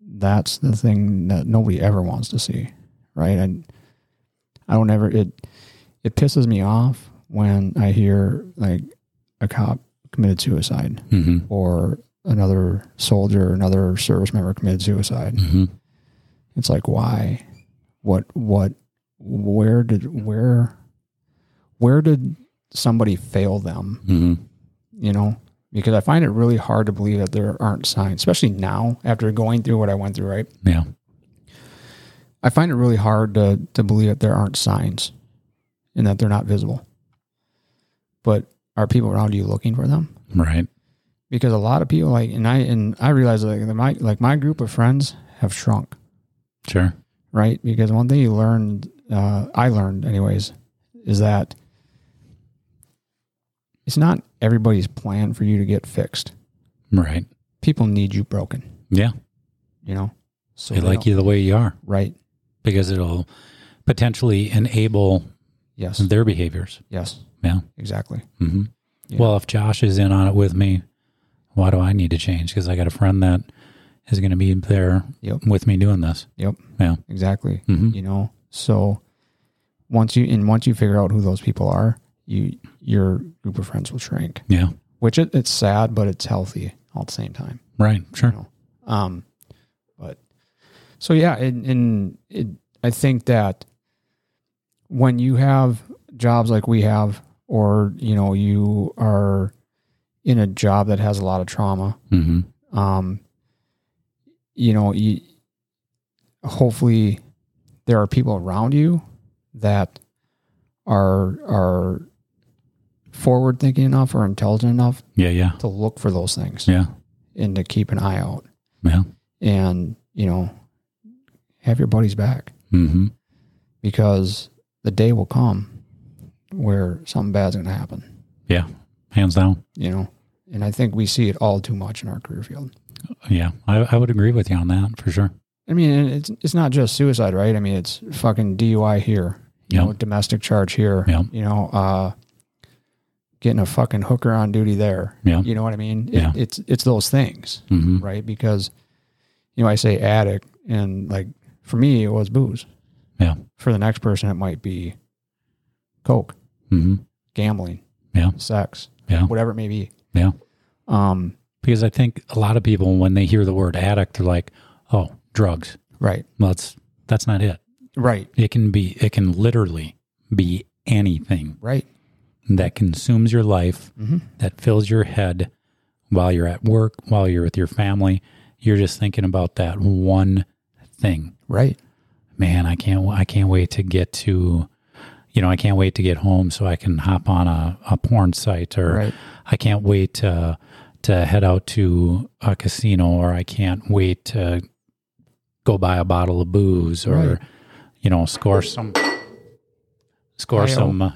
C: that's the thing that nobody ever wants to see, right? And I don't ever it it pisses me off when I hear like a cop committed suicide
B: hmm
C: or another soldier, another service member committed suicide.
B: hmm
C: It's like why? What what where did where where did somebody fail them?
B: hmm
C: you know, because I find it really hard to believe that there aren't signs, especially now after going through what I went through, right?
B: Yeah.
C: I find it really hard to, to believe that there aren't signs and that they're not visible. But are people around you looking for them?
B: Right.
C: Because a lot of people like, and I, and I realize like that my, like my group of friends have shrunk,
B: Sure.
C: right? Because one thing you learned, uh, I learned anyways, is that it's not everybody's plan for you to get fixed.
B: Right.
C: People need you broken.
B: Yeah.
C: you know So
B: they
C: they
B: like
C: don't-
B: you the way you are
C: right?
B: because it'll potentially enable
C: Yes,
B: their behaviors.
C: yes,
B: Yeah.
C: exactly.
B: hmm
C: Yeah.
B: Well, if Josh is in on it with me, why do I need to change? Because I got a friend that is going to be there
C: Yep. Mm-hmm.
B: with me doing this.
C: Yep,
B: Yeah.
C: exactly.
B: hmm
C: You know, so once you and once you figure out who those people are, you your group of friends will shrink.
B: Yeah.
C: Which it, it's sad, but it's healthy all at the same time.
B: Right. Sure.
C: Um, but so yeah, and, and it, I think that when you have jobs like we have, or you know, you are in a job that has a lot of trauma,
B: hmm
C: um, you know, you, hopefully there are people around you that are are forward thinking enough or intelligent enough
B: Yeah. Yeah.
C: to look for those things
B: Yeah.
C: and to keep an eye out
B: Yeah.
C: and you know have your buddies back
B: hmm
C: because the day will come where something bad's going to happen
B: Yeah. Hands down.
C: you know and i think we see it all too much in our career field
B: Yeah. I, I would agree with you on that for sure.
C: i mean and it's it's not just suicide right i mean it's fucking dui here you
B: Yeah.
C: know domestic charge here
B: Yeah.
C: you know uh getting a fucking hooker on duty there
B: Yeah.
C: you know what i mean It-
B: Yeah.
C: it's it's those things
B: hmm
C: right because you know i say addict and like for me it was booze
B: Yeah.
C: for the next person it might be coke
B: hmm
C: gambling
B: Yeah.
C: sex
B: Yeah.
C: whatever it may be
B: Yeah.
C: um
B: Because I think a lot of people, when they hear the word addict, they're like, oh, drugs.
C: right
B: Well, that's, that's not it.
C: right
B: It can be, it can literally be anything
C: right Mm-hmm.
B: that consumes your life, that fills your head while you're at work, while you're with your family. You're just thinking about that one thing.
C: right
B: Man, I can't, I can't wait to get to, you know, I can't wait to get home so I can hop on a, a porn site or
C: Right.
B: I can't wait to, to head out to a casino or I can't wait to go buy a bottle of booze or,
C: Right.
B: you know, score some, score
C: Ayo.
B: some, uh,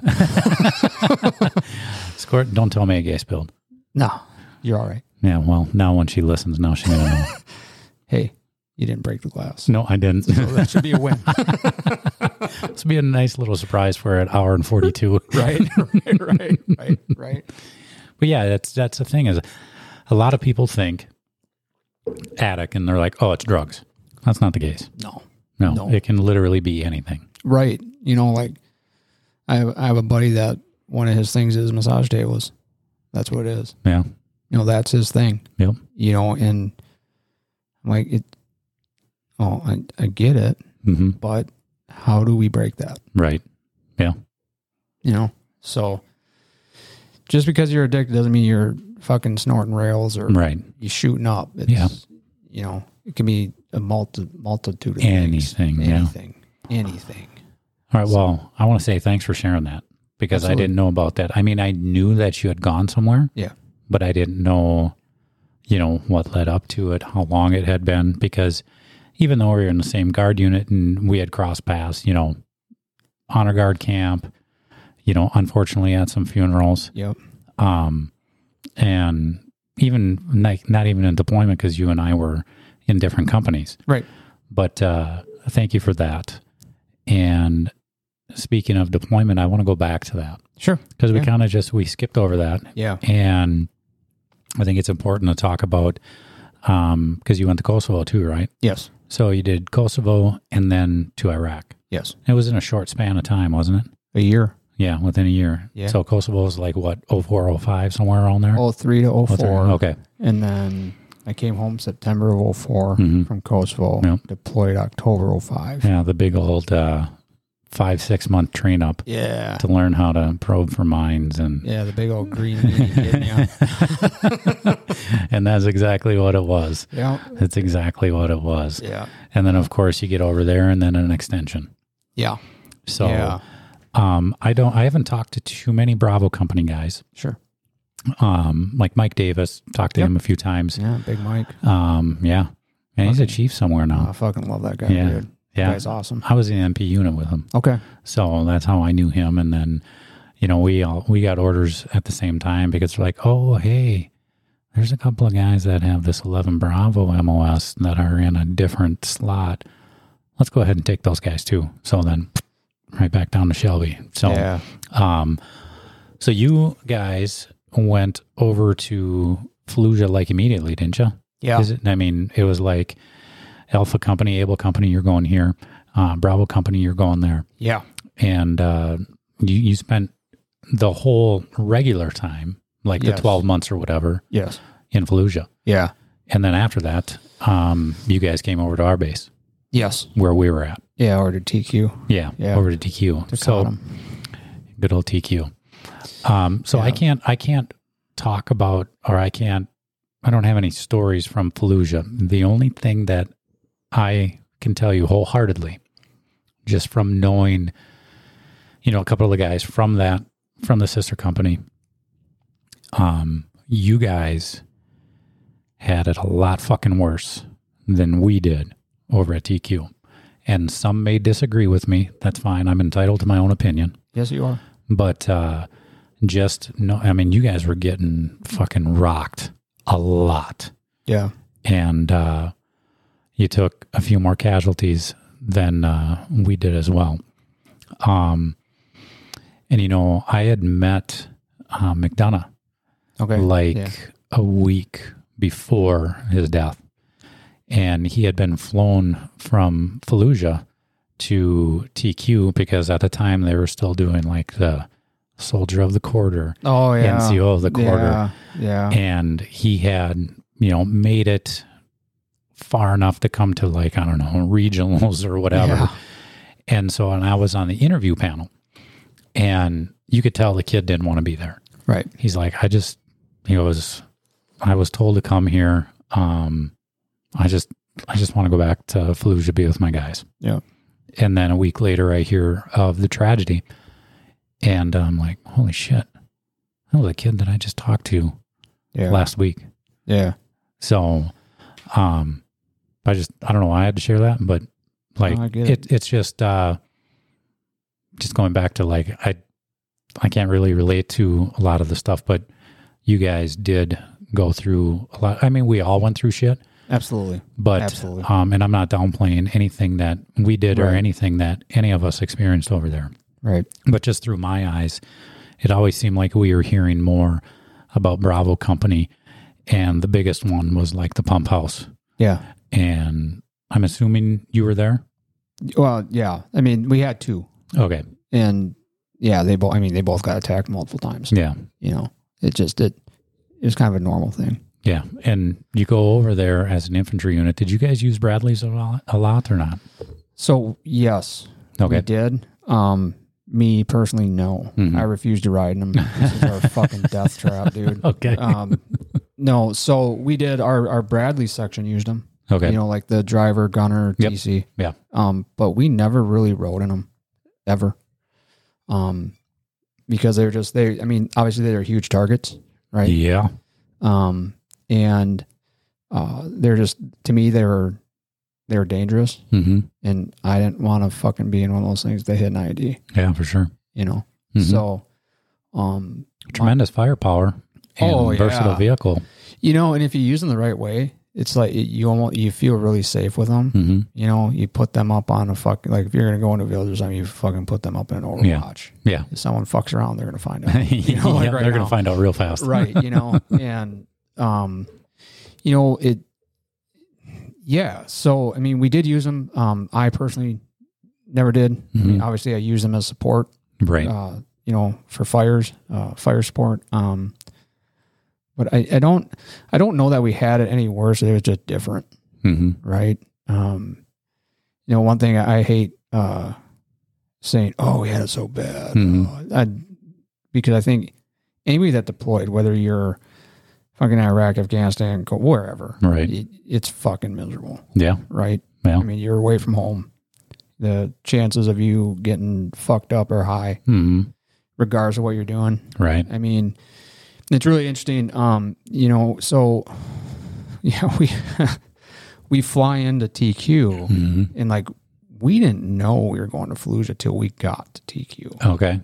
B: score, don't tell me I gas spilled.
C: no you're all right
B: Yeah, well, now when she listens, now she's gonna know.
C: hey you didn't break the glass
B: no, I didn't.
C: that should be a win
B: this would be a nice little surprise for an hour and forty-two.
C: right right right right right
B: But yeah, that's that's the thing is, a lot of people think addict, and they're like, "Oh, it's drugs." That's not the case.
C: no
B: No,
C: No.
B: it can literally be anything.
C: right you know like i have, I have a buddy that one of his things is massage tables that's what it is
B: Yeah,
C: you know that's his thing
B: yep,
C: you know and I'm like it oh I, I get it
B: hmm
C: but how do we break that
B: right, yeah,
C: you know so just because you're addicted doesn't mean you're fucking snorting rails or
B: right,
C: you're shooting up it's
B: Yeah.
C: you know it can be a multi, multitude of
B: Anything,
C: things.
B: yeah.
C: anything anything
B: All right. Well, I want to say thanks for sharing that because I
C: Absolutely.
B: didn't know about that. I mean, I knew that you had gone somewhere.
C: Yeah.
B: But I didn't know, you know, what led up to it, how long it had been, because even though we were in the same guard unit and we had crossed paths, you know, honor guard camp, you know, unfortunately at some funerals,
C: yep
B: um, and even like not even in deployment because you and I were in different companies
C: right
B: but uh, thank you for that. And speaking of deployment, I want to go back to that
C: sure
B: because we
C: Yeah.
B: kind of just we skipped over that,
C: yeah
B: and I think it's important to talk about because you went to Kosovo too, right?
C: yes
B: So you did Kosovo and then to Iraq.
C: yes
B: It was in a short span of time, wasn't it?
C: a year
B: Yeah, within a year.
C: Yeah. Oh,
B: So Kosovo is like what 04, 05, somewhere around there.
C: 03 to 04
B: 03. Okay.
C: and then I came home September of 4
B: Mhm.
C: from Kosovo,
B: Yep.
C: deployed October 05.
B: Yeah, the big old uh, five six month train up
C: Yeah.
B: to learn how to probe for mines and
C: Yeah, the big old green meat getting ya.
B: and that's exactly what it was.
C: Yeah.
B: That's exactly what it was.
C: Yeah.
B: And then, of course, you get over there and then an extension.
C: Yeah.
B: So,
C: Yeah.
B: um, I don't, I haven't talked to too many Bravo Company guys.
C: Sure.
B: Um, like Mike Davis, talked to him a few times.
C: Yeah, Big Mike.
B: Um, yeah. And he's a chief somewhere
C: I
B: now.
C: fucking love that guy,
B: Yeah.
C: dude.
B: Yeah.
C: Guy's awesome.
B: I was in MP unit with him.
C: Okay.
B: So that's how I knew him. And then, you know, we all we got orders at the same time because we're like, oh hey, There's a couple of guys that have this 11 Bravo MOS that are in a different slot. Let's go ahead and take those guys too. So then, right back down to Shelby. So,
C: yeah.
B: um, so you guys went over to Fallujah like immediately, didn't you?
C: Yeah.
B: Is it, I mean, it was like Alpha Company, Able Company, you're going here. Uh, Bravo Company, you're going there.
C: Yeah.
B: And uh, you, you spent the whole regular time, like
C: Yes.
B: the 12 months or whatever,
C: Yes.
B: in Fallujah.
C: Yeah.
B: And then after that, um, you guys came over to our base
C: Yes.
B: where we were at.
C: Yeah. Ordered TQ.
B: Yeah,
C: Yeah.
B: over to TQ. so
C: caught 'em.
B: good old TQ. Um, so I
C: Yeah.
B: can't I can't talk about or I can't I don't have any stories from Fallujah. The only thing that I can tell you wholeheartedly, just from knowing, you know, a couple of the guys from that from the sister company, um, you guys had it a lot fucking worse than we did over at TQ. And some may disagree with me. That's fine. I'm entitled to my own opinion
C: Yes, you are.
B: but uh, just no. I mean, you guys were getting fucking rocked a lot,
C: Yeah.
B: and uh, you took a few more casualties than uh, we did as well. Um, and you know, I had met uh, McDonough
C: Okay.
B: like
C: Yeah.
B: a week before his death. And he had been flown from Fallujah to TQ because at the time they were still doing like the soldier of the quarter,
C: Oh yeah.
B: NCO of the quarter.
C: Yeah. Yeah.
B: And he had, you know, made it far enough to come to like, I don't know, regionals or whatever.
C: Yeah.
B: And so, and I was on the interview panel and you could tell the kid didn't want to be there
C: Right.
B: he's like, I just, he goes, I was told to come here. Um, I just, I just want to go back to Fallujah, be with my guys.
C: Yeah.
B: And then a week later, I hear of the tragedy, and I'm like, holy shit, that was a kid that I just talked to
C: Yeah.
B: last week.
C: Yeah.
B: So, um, I just, I don't know why I had to share that, but like,
C: I get
B: it.
C: it.
B: it's just, uh, just going back to like, I, I can't really relate to a lot of the stuff, but you guys did go through a lot. I mean, we all went through shit,
C: Absolutely.
B: but,
C: Absolutely.
B: um, and I'm not downplaying anything that we did or
C: Right.
B: anything that any of us experienced over there
C: Right.
B: but just through my eyes, it always seemed like we were hearing more about Bravo Company, and the biggest one was like the pump house.
C: Yeah.
B: And I'm assuming you were there.
C: Well, yeah. I mean, we had two,
B: Okay,
C: and yeah, they both. I mean, they both got attacked multiple times.
B: yeah,
C: You know, it just it. It was kind of a normal thing.
B: yeah. And you go over there as an infantry unit. Did you guys use Bradleys a lot, a lot or not?
C: So yes, we
B: Okay,
C: did. Um, me personally, no.
B: Mhm.
C: I refuse to ride in them. This is our fucking death trap, dude.
B: okay,
C: Um, no. So we did our our Bradley section used them.
B: okay,
C: You know, like the driver, gunner,
B: Yep.
C: TC.
B: Yeah.
C: Um, but we never really rode in them ever. Um, because they were just they. I mean, obviously they were huge targets, right?
B: yeah,
C: um, and uh, they're just to me they were they were dangerous,
B: hmm
C: and I didn't want to fucking be in one of those things. They hit an ID,
B: yeah, for sure.
C: you know.
B: Mhm.
C: So, uh, um,
B: Tremendous firepower and
C: Oh, yeah.
B: versatile vehicle.
C: you know, and if you use them the right way, it's like it, you almost you feel really safe with them.
B: hmm
C: You know, you put them up on a fucking like if you're gonna go into a village or something, you fucking put them up in an Overwatch.
B: Yeah.
C: If someone fucks around, they're gonna find out. You know, like
B: Yeah,
C: right
B: they're
C: now.
B: gonna find out real fast,
C: right you know and um you know it yeah so i mean we did use them um i personally never did I mean,
B: Mhm.
C: obviously i use them as support
B: Right.
C: uh you know for fires uh fire support um but i i don't i don't know that we had it any worse it was just different
B: hmm
C: right um you know one thing i, I hate uh saying oh we had it so bad
B: Mhm.
C: Uh, I, because i think anybody that deployed whether you're fucking iraq afghanistan go wherever
B: Right.
C: it, it's fucking miserable
B: Yeah.
C: right
B: Yeah.
C: i mean you're away from home the chances of you getting fucked up are high
B: hmm
C: regardless of what you're doing
B: Right.
C: I mean, it's really interesting. Um, you know, so yeah, we we fly into TQ
B: hmm
C: and like we didn't know we were going to Fallujah till we got to TQ.
B: Okay.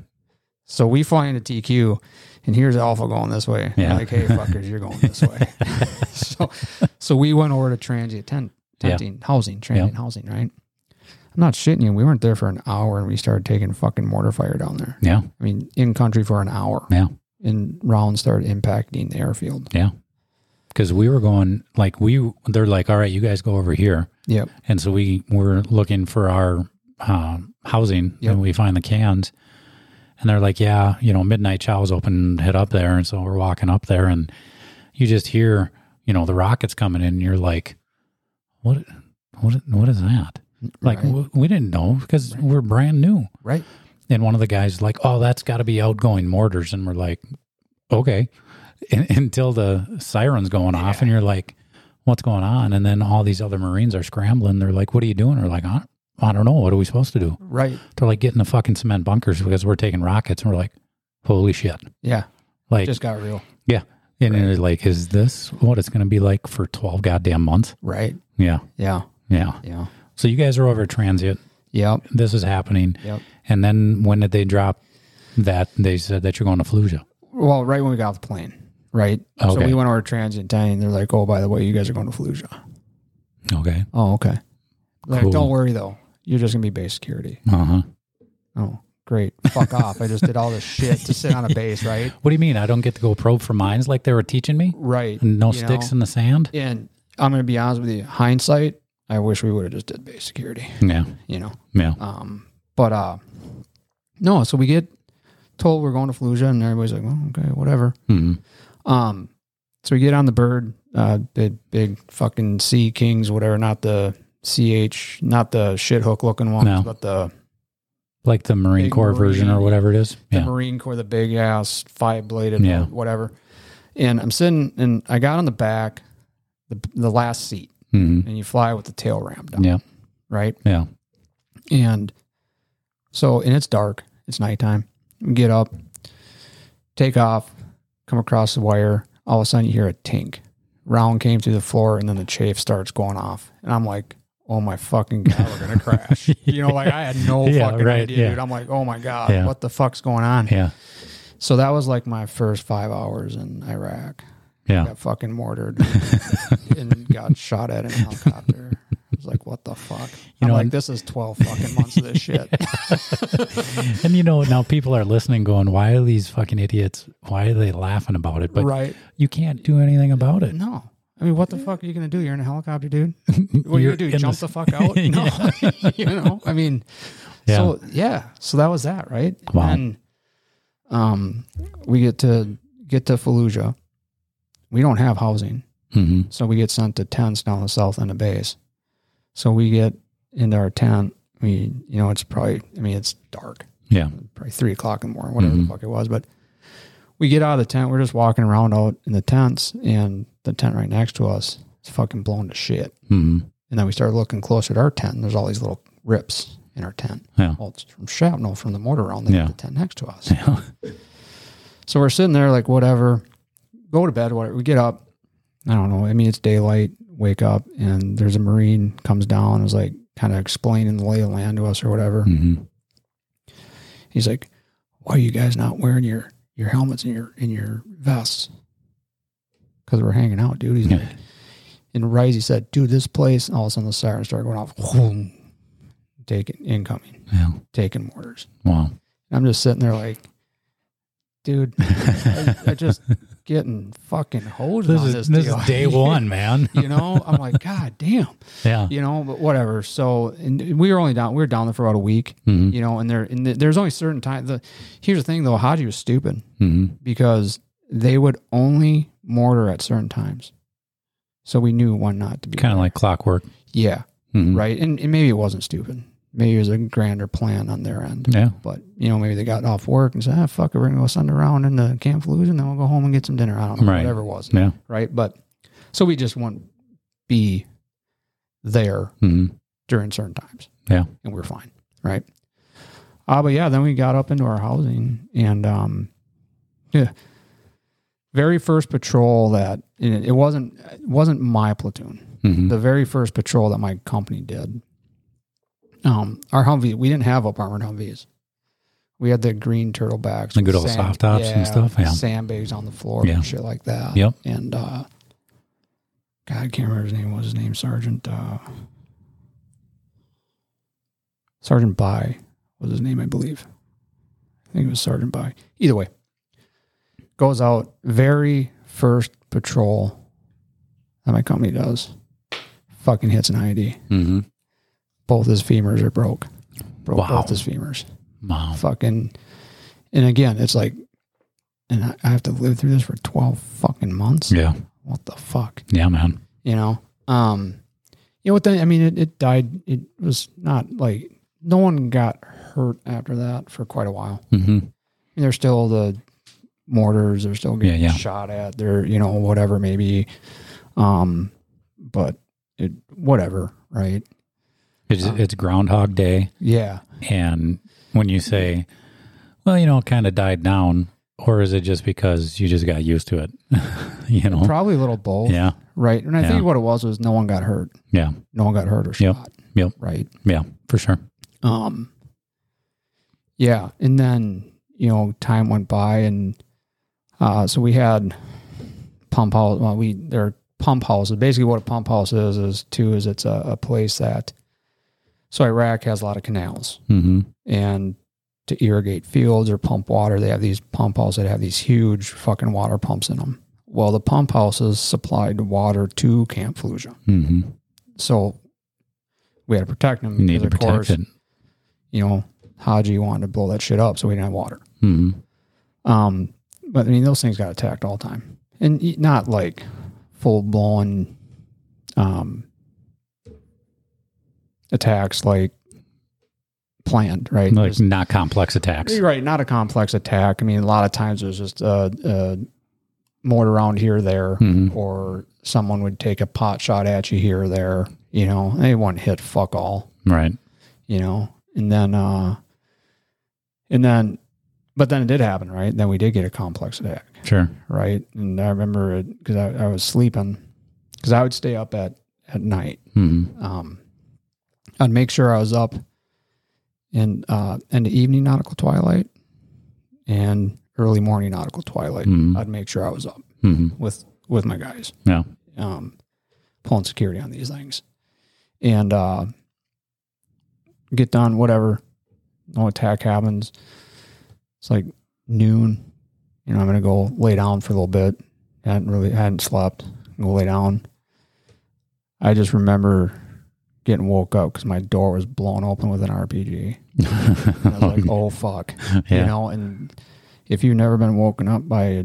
C: So we fly into TQ, and here's Alpha going this way.
B: Yeah.
C: Like, hey, fuckers, you're going this way. so, so we went over to transient tent,
B: Yeah.
C: tenting, housing, transient housing, right? I'm not shitting you. We weren't there for an hour, and we started taking fucking mortar fire down there.
B: Yeah.
C: I mean, in country for an hour,
B: Yeah.
C: and rounds started impacting the airfield.
B: Yeah. Cause we were going like we they're like, all right, you guys go over here.
C: Yep.
B: And so we were looking for our um, housing
C: Yep.
B: and we find the cans. And they're like, yeah, you know, midnight chow's open, head up there. And so we're walking up there and you just hear, you know, the rockets coming in. And you're like, what, what, what is that? Like,
C: Right.
B: w- we didn't know because we're brand new.
C: Right.
B: And one of the guys is like, oh, that's got to be outgoing mortars. And we're like, okay, and, until the siren's going off, and you're like, what's going on? And then all these other Marines are scrambling. They're like, what are you doing? We're like, I, I don't know. What are we supposed to do?
C: Right.
B: They're like, get in the fucking cement bunkers because we're taking rockets. And we're like, holy shit.
C: Yeah.
B: Like,
C: Just got real.
B: yeah. And it's like, is this what it's going to be like for 12 goddamn months?
C: Right.
B: Yeah.
C: Yeah.
B: Yeah.
C: Yeah.
B: So you guys are over at transit.
C: Yep.
B: This is happening.
C: Yep.
B: And then when did they drop that? They said that you're going to Fallujah.
C: Well, right when we got off the plane, right? So
B: Okay.
C: we went over to transient dining. They're like, oh, by the way, you guys are going to Fallujah.
B: Okay.
C: Oh, okay. Like,
B: Cool.
C: don't worry though. You're just gonna be base security.
B: Uh huh.
C: Oh, great. Fuck off. I just did all this shit to sit on a base, right?
B: What do you mean? I don't get to go probe for mines like they were teaching me?
C: Right.
B: No
C: you
B: sticks
C: know?
B: in the sand?
C: And I'm gonna be honest with you. Hindsight, I wish we would have just did base security.
B: Yeah.
C: You know.
B: Yeah.
C: Um. But uh, no. So we get told we're going to Fallujah, and everybody's like, well, okay, whatever.
B: Mhm.
C: Um, so we get on the bird, uh, big, big fucking sea kings, whatever, not the CH, not the shit hook looking ones,
B: No.
C: but the,
B: Like the Marine
C: Big
B: Corps version or
C: Marine.
B: whatever it is?
C: the
B: Yeah.
C: Marine Corps, the big ass five bladed,
B: Yeah.
C: whatever. And I'm sitting and I got on the back, the, the last seat,
B: hmm
C: and you fly with the tail ramp down,
B: Yeah.
C: right?
B: Yeah.
C: And so, and it's dark, it's nighttime. We get up, take off, come across the wire. All of a sudden, you hear a tink. Round came through the floor, and then the chafe starts going off. And I'm like, oh my fucking God, we're going to crash. you know, like I had no
B: Yeah,
C: fucking
B: right,
C: idea,
B: yeah.
C: dude. I'm like, oh my God,
B: Yeah.
C: what the fuck's going on?
B: Yeah.
C: So that was like my first five hours in Iraq.
B: Yeah.
C: Got fucking mortared and got shot at in a helicopter. I was like, what the fuck? I'm
B: know,
C: like,
B: and-
C: this is 12 fucking months of this shit.
B: And you know, now people are listening going, why are these fucking idiots, why are they laughing about it? But
C: right.
B: you can't do anything about it.
C: No. I mean, what the fuck are you going to do? You're in a helicopter, dude. What are you going to
B: You're
C: do?
B: in
C: Jump
B: this-
C: the fuck out? No. you know, I mean,
B: Yeah.
C: so yeah. So that was that, right?
B: Wow.
C: And um, we get to get to Fallujah. We don't have housing.
B: hmm
C: So we get sent to tents down the south end of base. So we get into our tent. We, you know, it's probably, I mean, it's dark,
B: Yeah.
C: probably three o'clock in the morning, whatever
B: Mm-hmm.
C: the fuck it was. But we get out of the tent. We're just walking around out in the tents, and the tent right next to us is fucking blown to shit.
B: hmm
C: And then we start looking closer at our tent, and there's all these little rips in our tent.
B: Yeah.
C: Well, it's from shrapnel from the mortar round that hit
B: Yeah.
C: the tent next to us.
B: Yeah.
C: So we're sitting there like whatever, go to bed, whatever. We get up. I don't know. I mean, it's daylight. Wake up, and there's a marine comes down. and Is like kind of explaining the lay of the land to us or whatever.
B: hmm
C: He's like, "Why are you guys not wearing your your helmets and your and your vests?" Because we're hanging out, dude. He's
B: Yeah.
C: like, and Rise, he said, "Dude, this place." All of a sudden, the sirens start going off. Whoom, taking incoming,
B: Yeah.
C: taking mortars.
B: Wow.
C: And I'm just sitting there like, dude, I, I just getting fucking hosed
B: This
C: on
B: is
C: this,
B: this
C: deal.
B: is day one, man.
C: you know, I'm like, God damn,
B: Yeah.
C: you know, but whatever. So, and we were only down, we were down there for about a week,
B: hmm
C: you know, and there, and there's only certain time. The here's the thing though, Haji was stupid
B: hmm
C: because they would only mortar at certain times, so we knew when not to be.
B: Kind of like clockwork.
C: yeah,
B: Mhm.
C: right. And, and maybe it wasn't stupid. Maybe it was a grander plan on their end.
B: Yeah.
C: But you know, maybe they got off work and said, "Ah, fuck it, we're gonna go send around into Camp Fallujah, and then we'll go home and get some dinner." I don't know,
B: Right.
C: whatever it was,
B: Yeah.
C: right? But so we just wouldn't be there
B: hmm
C: during certain times,
B: Yeah.
C: and we are fine, right? Uh, but yeah, then we got up into our housing, and um, yeah, very first patrol that and it, it wasn't it wasn't my platoon
B: hmm
C: the very first patrol that my company did, um, our Humvee, we didn't have up armored Humvees. We had the green turtlebacks,
B: The
C: with
B: good old soft tops and stuff, yeah.
C: sandbags on the floor
B: Yeah.
C: and shit like that.
B: Yep.
C: And uh, God, I can't remember his name. What was his name? Sergeant uh, Sergeant By was his name, I believe. I think it was Sergeant By. Either way, goes out very first patrol that my company does. Fucking hits an ID.
B: Mm-hmm.
C: Both his femurs are broke. Broke
B: Wow.
C: both his femurs
B: Wow.
C: fucking and again it's like and I, I have to live through this for 12 fucking months
B: Yeah.
C: what the fuck
B: Yeah, man.
C: you know um you know what the, i mean it, it died it was not like no one got hurt after that for quite a while
B: hmm
C: And there's still the mortars they're still getting
B: Yeah, yeah.
C: shot at they're you know whatever maybe um but it whatever right
B: It's, it's Groundhog Day.
C: yeah
B: And when you say, well, you know, it kind of died down, or is it just because you just got used to it? you know?
C: probably a little both
B: Yeah.
C: right and i
B: Yeah.
C: think what it was was no one got hurt
B: Yeah.
C: no one got hurt or
B: Yep.
C: shot
B: Yep.
C: right
B: Yeah. For sure.
C: Um, yeah, and then you know time went by, and uh, so we had pump house. Well, we there are pump houses. Basically, what a pump house is is too is it's a, a place that so Iraq has a lot of canals,
B: Mm-hmm.
C: and to irrigate fields or pump water, they have these pump houses that have these huge fucking water pumps in them. Well, the pump houses supplied water to Camp Fallujah,
B: Mm-hmm.
C: so we had to protect them.
B: You need to
C: because, of
B: protect
C: course,
B: it.
C: you know, Haji wanted to blow that shit up, so we didn't have water.
B: Mm-hmm.
C: Um, but I mean, those things got attacked all the time, and y- not like full blown um, attacks like planned, right?
B: Like
C: Just-
B: not complex attacks.
C: you're right, not a complex attack. I mean, a lot of times it was just a, a mortar round here or there,
B: Mhm.
C: or someone would take a pot shot at you here or there. You know, they wouldn't hit fuck all
B: Right.
C: you know and then uh and then but then it did happen right then we did get a complex attack
B: Sure.
C: right and i remember it because I, I was sleeping because i would stay up at at night
B: Mm-hmm.
C: um i'd make sure i was up in uh in the evening nautical twilight and early morning nautical twilight
B: Mhm.
C: i'd make sure i was up
B: Mm-hmm.
C: with with my guys
B: Yeah.
C: um, pulling security on these things and uh, get done whatever no attack happens it's like noon you know i'm gonna go lay down for a little bit hadn't really hadn't slept go lay down i just remember getting woke up because my door was blown open with an rpg and i was like oh fuck you
B: Yeah.
C: know and if you've never been woken up by a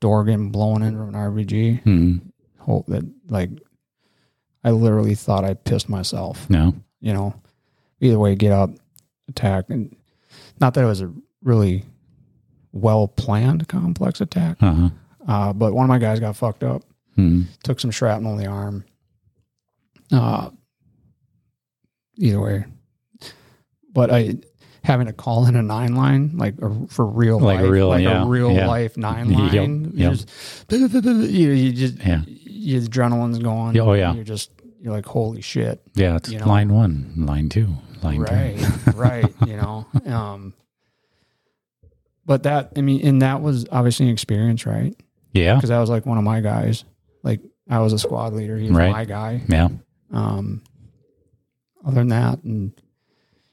C: door getting blown in from an rpg
B: Mm-hmm.
C: whole that like I literally thought I pissed myself.
B: No.
C: You know, either way, get up, attack, and not that it was a really well planned complex attack,
B: Uh huh.
C: uh, but one of my guys got fucked up,
B: Mm-hmm.
C: took some shrapnel in the arm. Uh, either way, but I having to call in a nine line like a, for real
B: Like a
C: life,
B: real-
C: like
B: yeah,
C: a real
B: yeah.
C: life nine
B: Yep,
C: line.
B: yep.
C: You, just, you, you just
B: Yeah.
C: your adrenaline's going.
B: Yeah, oh, yeah.
C: You're just you're like, holy shit.
B: Yeah. It's
C: You know.
B: line one, line two, line
C: Right. right. You know? Um but that I mean, and that was obviously an experience, right?
B: three. Yeah.
C: Because that was like one of my guys. Like I was a squad leader, he was
B: Right.
C: my guy.
B: Yeah.
C: Um other than that and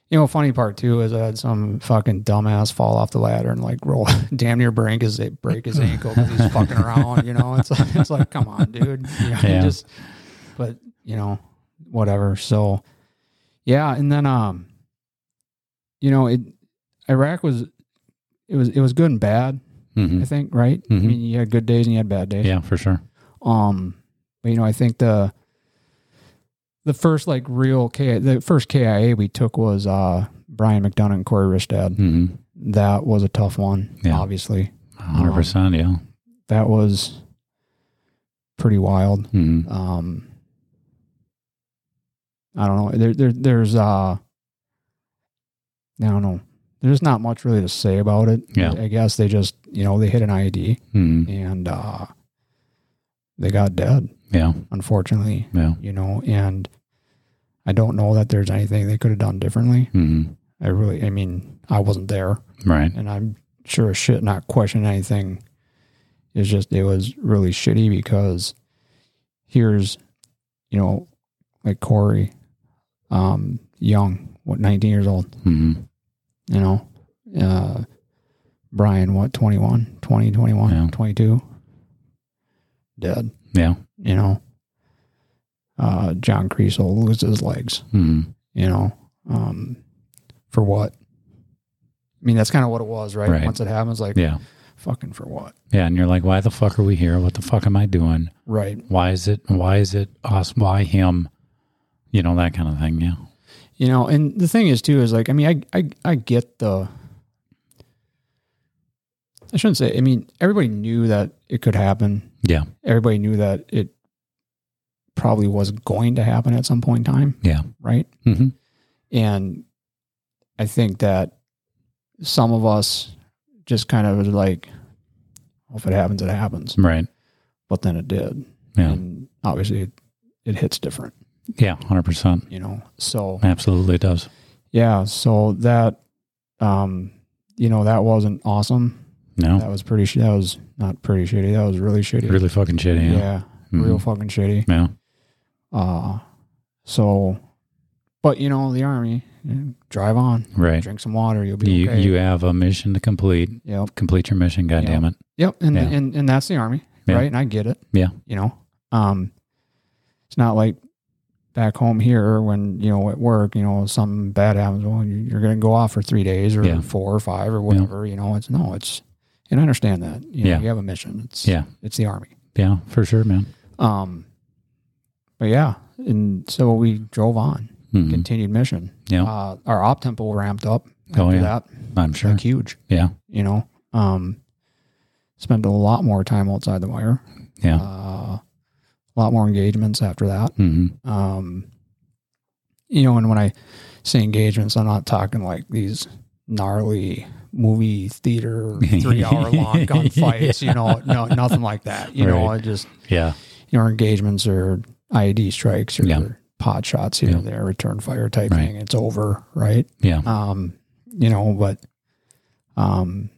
C: you know, funny part too is I had some fucking dumbass fall off the ladder and like roll damn near break his break his ankle because he's fucking around. You know, it's like, it's like come on, dude. You know,
B: Yeah.
C: Just, but you know, whatever. So, yeah, and then um, you know, it Iraq was it was it was good and bad.
B: Mm-hmm.
C: I think right.
B: Mhm.
C: I mean, you had good days and you had bad days.
B: Yeah. For sure.
C: Um, but you know, I think the the first like real K the first KIA we took was uh Brian McDonough and Corey Ristad.
B: Mm-hmm.
C: That was a tough one,
B: Yeah.
C: obviously.
B: hundred percent. Yeah.
C: That was pretty wild.
B: Mm-hmm.
C: Um I don't know. There there there's uh I don't know. There's not much really to say about it.
B: Yeah.
C: I guess they just, you know, they hit an IED
B: Mm-hmm.
C: and uh they got dead,
B: Yeah.
C: unfortunately.
B: Yeah.
C: you know, and I don't know that there's anything they could have done differently.
B: Mm-hmm.
C: I really, I mean, I wasn't there,
B: Right.
C: and I'm sure as shit not questioning anything. It's just it was really shitty because here's, you know, like Corey, um, young, what 19 years old,
B: hmm
C: you know, uh, Brian, what 21, 20, 21,
B: Yeah.
C: 22, dead,
B: Yeah.
C: you know. Uh, John Creasel loses his legs
B: hmm
C: you know, um, for what? I mean, that's kind of what it was, right?
B: Right.
C: Once it happens, like,
B: Yeah.
C: fucking for what?
B: Yeah. And you're like, why the fuck are we here? What the fuck am I doing?
C: Right.
B: Why is it? Why is it us? Why him? You know that kind of thing. Yeah.
C: You know, and the thing is, too, is like, I mean, I, I, I get the, I shouldn't say, I mean, everybody knew that it could happen.
B: Yeah.
C: Everybody knew that it probably was going to happen at some point in time,
B: Yeah.
C: right?
B: hmm
C: Mm-hmm. And I think that some of us just kind of was like, well, if it happens, it happens.
B: Right.
C: but then it did.
B: Yeah.
C: And obviously it, it hits different,
B: Yeah. Hundred percent.
C: you know? So,
B: Absolutely it does.
C: yeah. So that, um, you know, that wasn't awesome.
B: No.
C: That was pretty, sh- that was not pretty shitty. That was really shitty.
B: Really fucking shitty. Yeah.
C: Yeah.
B: Mhm.
C: Real fucking shitty.
B: Yeah.
C: Uh, so, but you know, the army, you know, drive on,
B: Right.
C: drink some water. You'll be
B: You
C: okay.
B: you have a mission to complete.
C: yep.
B: Complete your mission. God
C: Yeah.
B: damn it.
C: Yep. And,
B: Yeah.
C: and, and that's the army.
B: Yeah.
C: Right. And I get it.
B: Yeah.
C: You know, um, it's not like back home here when, you know, at work, you know, something bad happens. Well, you- you're going to go off for three days or
B: Yeah.
C: four or five or whatever, you know, it's no, it's, and I understand that, you know,
B: Yeah.
C: you have a mission. It's,
B: Yeah.
C: it's the army.
B: Yeah. For sure, man.
C: Um, but yeah. And so we drove on,
B: Mhm.
C: continued mission.
B: Yeah.
C: Uh, our op tempo ramped up after
B: Oh, yeah.
C: that.
B: I'm sure.
C: Like huge,
B: Yeah.
C: you know, um, spent a lot more time outside the wire.
B: Yeah.
C: Uh, a lot more engagements after that.
B: hmm
C: Um, you know, and when I say engagements, I'm not talking like these gnarly movie theater three hour long gunfights. You know, no, nothing like that. You know,
B: Right.
C: I just
B: Yeah.
C: you know, our engagements are IED strikes or
B: Yeah.
C: pod shots here
B: Yeah.
C: and there, return fire type
B: Right.
C: thing. It's over, right?
B: Yeah.
C: um, you know, but um,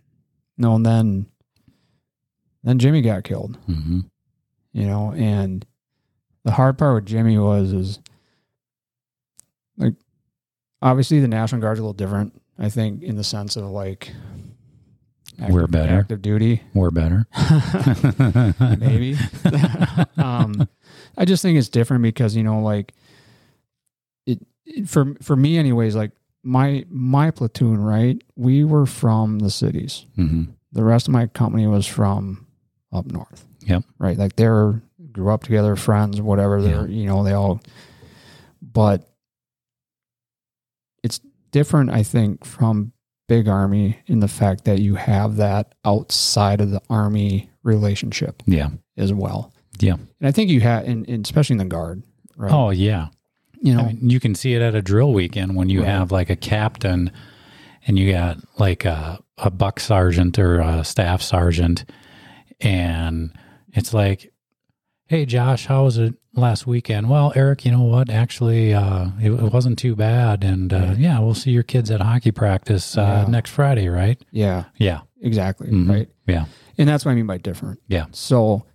C: no, and then then Jimmy got killed,
B: hmm
C: you know, and the hard part with Jimmy was is like obviously the National Guard's a little different, I think, in the sense of like
B: We're better.
C: active duty,
B: We're better.
C: maybe. um, I just think it's different because you know, like it, it for for me, anyways. Like my my platoon, right? We were from the cities.
B: hmm
C: The rest of my company was from up north.
B: Yep.
C: Right. Like they're grew up together, friends, whatever. They're you know they all, but it's different, I think, from big army in the fact that you have that outside of the army relationship
B: Yeah.
C: as well.
B: Yeah.
C: And I think you had, and, and especially in the guard, right?
B: Oh yeah.
C: you know,
B: I mean, you can see it at a drill weekend when you
C: Right.
B: have like a captain and you got like a, a buck sergeant or a staff sergeant. And it's like, hey, Josh, how was it last weekend? Well, Eric, you know what? Actually, uh, it, it wasn't too bad. And uh, yeah, we'll see your kids at hockey practice uh,
C: Yeah.
B: next Friday, right?
C: yeah,
B: Yeah.
C: exactly,
B: Mhm.
C: right?
B: Yeah.
C: And that's what I mean by different.
B: Yeah.
C: So,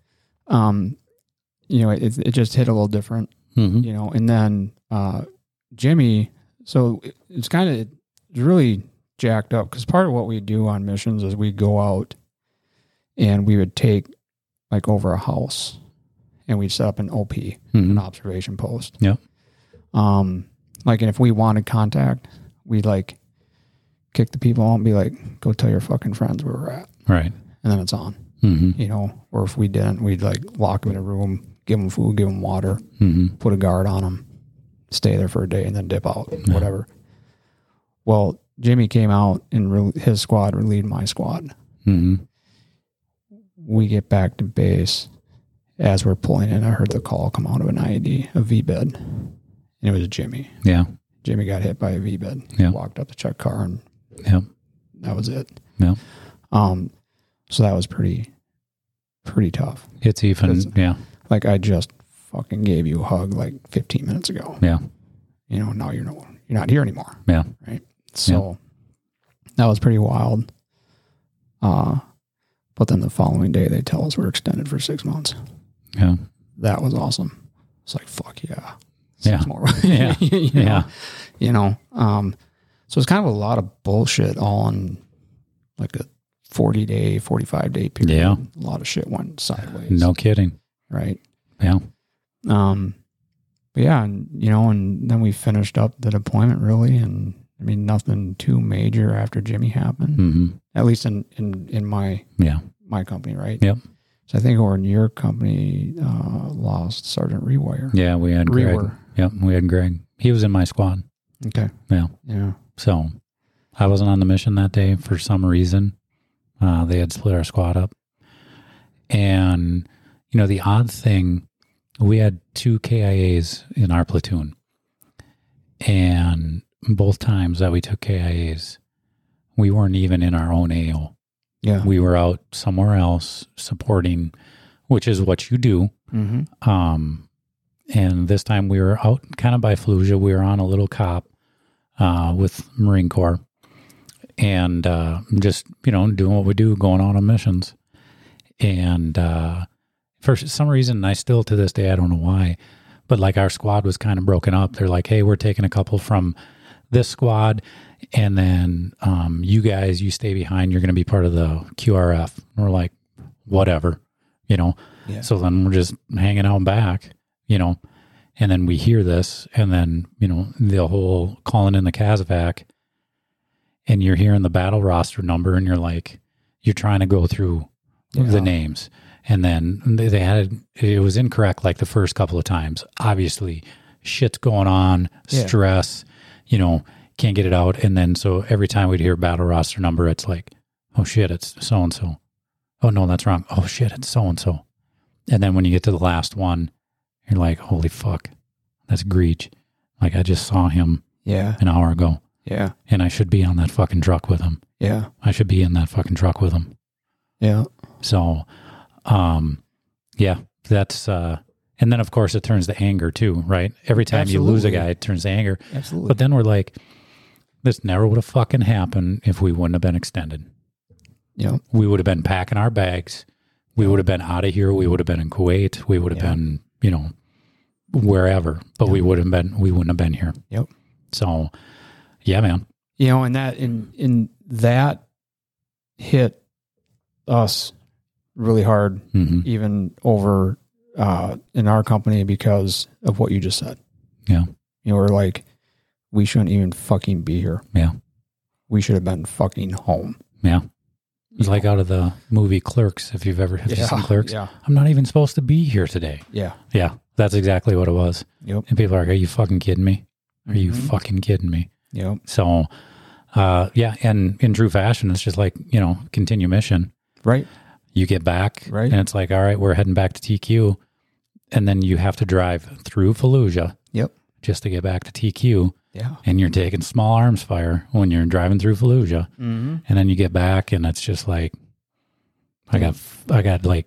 C: um, you know, it, it just hit a little different,
B: hmm
C: you know, and then uh, Jimmy. So it- it's kind of it's really jacked up because part of what we do on missions is we go out and we would take like over a house and we'd set up an OP. an
B: hmm
C: observation post.
B: Yep.
C: Um, like, and if we wanted contact, we'd like kick the people out and be like, go tell your fucking friends where we're at.
B: Right.
C: And then it's on,
B: hmm
C: you know, or if we didn't, we'd like lock them in a room, give them food, give them water,
B: hmm
C: put a guard on them, stay there for a day and then dip out, whatever. Well, Jimmy came out and re- his squad relieved my squad.
B: hmm
C: We get back to base. As we're pulling in, I heard the call come out of an IED, a V bed, and it was Jimmy.
B: Yeah.
C: Jimmy got hit by a V bed.
B: Yeah.
C: Walked up the check car and
B: Yeah.
C: that was it.
B: Yeah.
C: Um so that was pretty pretty tough.
B: It's even.
C: That's-
B: Yeah.
C: Like I just fucking gave you a hug like fifteen minutes ago.
B: Yeah.
C: You know, now you're no you're not here anymore.
B: Yeah.
C: Right. So that was pretty wild. Uh, but then the following day, they tell us we're extended for six months.
B: Yeah.
C: That was awesome. It's like, fuck yeah.
B: Yeah.
C: more.
B: Yeah.
C: You know?
B: Yeah.
C: You know, um, so it's kind of a lot of bullshit all in like a 40 day, 45 day period.
B: Yeah.
C: A lot of shit went sideways.
B: No kidding.
C: Right.
B: Yeah.
C: Um, but yeah, and, you know, and then we finished up the deployment really, and I mean nothing too major after Jimmy happened,
B: hmm
C: at least in in in my
B: Yeah.
C: my company, right?
B: Yep.
C: So I think or in your company, uh, lost Sergeant Rewire.
B: Yeah. We had Greg.
C: Rewire.
B: Yep. We had Greg. He was in my squad.
C: Okay.
B: Yeah.
C: Yeah.
B: So I wasn't on the mission that day for some reason. Uh, they had split our squad up. And, you know, the odd thing, we had two KIAs in our platoon. And both times that we took KIAs, we weren't even in our own AO.
C: Yeah.
B: We were out somewhere else supporting, which is what you do.
C: mm-hmm.
B: Um, and this time we were out kind of by Fallujah. We were on a little cop uh, with Marine Corps and uh, just, you know, doing what we do, going out on missions. And uh, for some reason, I still to this day, I don't know why, but like our squad was kind of broken up. They're like, hey, we're taking a couple from this squad. And then um, you guys, you stay behind. You're going to be part of the QRF. And we're like, whatever, you know.
C: Yeah.
B: So then we're just hanging out back, you know, and then we hear this, and then, you know, the whole calling in the Casavac, and you're hearing the battle roster number, and you're like, you're trying to go through
C: Yeah.
B: the names. And then they, they had it was incorrect like the first couple of times. Obviously, shit's going on,
C: Yeah.
B: stress, you know, can't get it out. And then so every time we'd hear battle roster number, it's like, oh shit, it's so and so. Oh no, that's wrong. Oh shit, it's so and so. And then when you get to the last one, you're like, holy fuck, that's Greech. Like I just saw him
C: Yeah.
B: an hour ago,
C: Yeah.
B: and I should be on that fucking truck with him.
C: Yeah.
B: I should be in that fucking truck with him.
C: Yeah.
B: So, um, yeah, that's, uh, and then of course it turns to anger too, right? Every time you lose a
C: Absolutely.
B: guy, it turns to anger.
C: Absolutely.
B: But then we're like, this never would have fucking happened if we wouldn't have been extended.
C: yeah.
B: We would have been packing our bags. We would have been out of here. We would have been in Kuwait. We would have
C: Yeah.
B: been, you know, wherever, but we would have been, we wouldn't have been here.
C: Yep.
B: So, yeah, man.
C: you know and that in in that hit us really hard
B: hmm
C: even over uh in our company because of what you just said
B: Yeah.
C: you know we're like we shouldn't even fucking be here
B: Yeah.
C: we should have been fucking home
B: Yeah. It's like out of the movie Clerks, if you've ever have you seen Clerks.
C: yeah
B: I'm not even supposed to be here today.
C: yeah
B: Yeah, that's exactly what it was.
C: yep
B: And people are like, are you fucking kidding me? Are you
C: Mhm.
B: fucking kidding me?
C: yep
B: So, uh, yeah. And in true fashion, it's just like, you know, continue mission.
C: right
B: You get back,
C: Right.
B: and it's like, all right, we're heading back to TQ. And then you have to drive through Fallujah
C: yep
B: just to get back to TQ.
C: yeah
B: And you're taking small arms fire when you're driving through Fallujah.
C: mm-hmm.
B: And then you get back, and it's just like, I got, I got like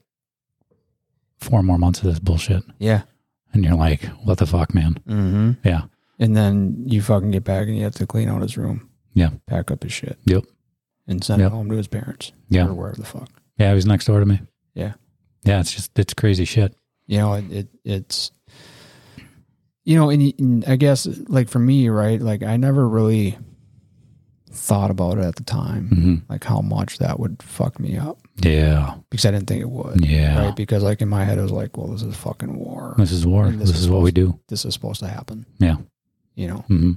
B: four more months of this bullshit.
C: yeah
B: And you're like, what the fuck, man?
C: mm-hmm.
B: Yeah.
C: and then you fucking get back and you have to clean out his room
B: Yeah.
C: pack up his shit
B: Yep.
C: and send
B: Yep.
C: it home to his parents
B: Yeah.
C: or wherever the fuck
B: Yeah. He was next door to me.
C: Yeah.
B: Yeah. It's just, it's crazy shit.
C: you know it, it it's you know and, and i guess like for me right like i never really thought about it at the time
B: hmm
C: like how much that would fuck me up
B: Yeah.
C: because i didn't think it would
B: Yeah.
C: right because like in my head i was like well this is fucking war
B: This is war.
C: And
B: This,
C: this
B: is
C: is
B: what we do.
C: this is supposed to happen
B: Yeah.
C: you know
B: hmm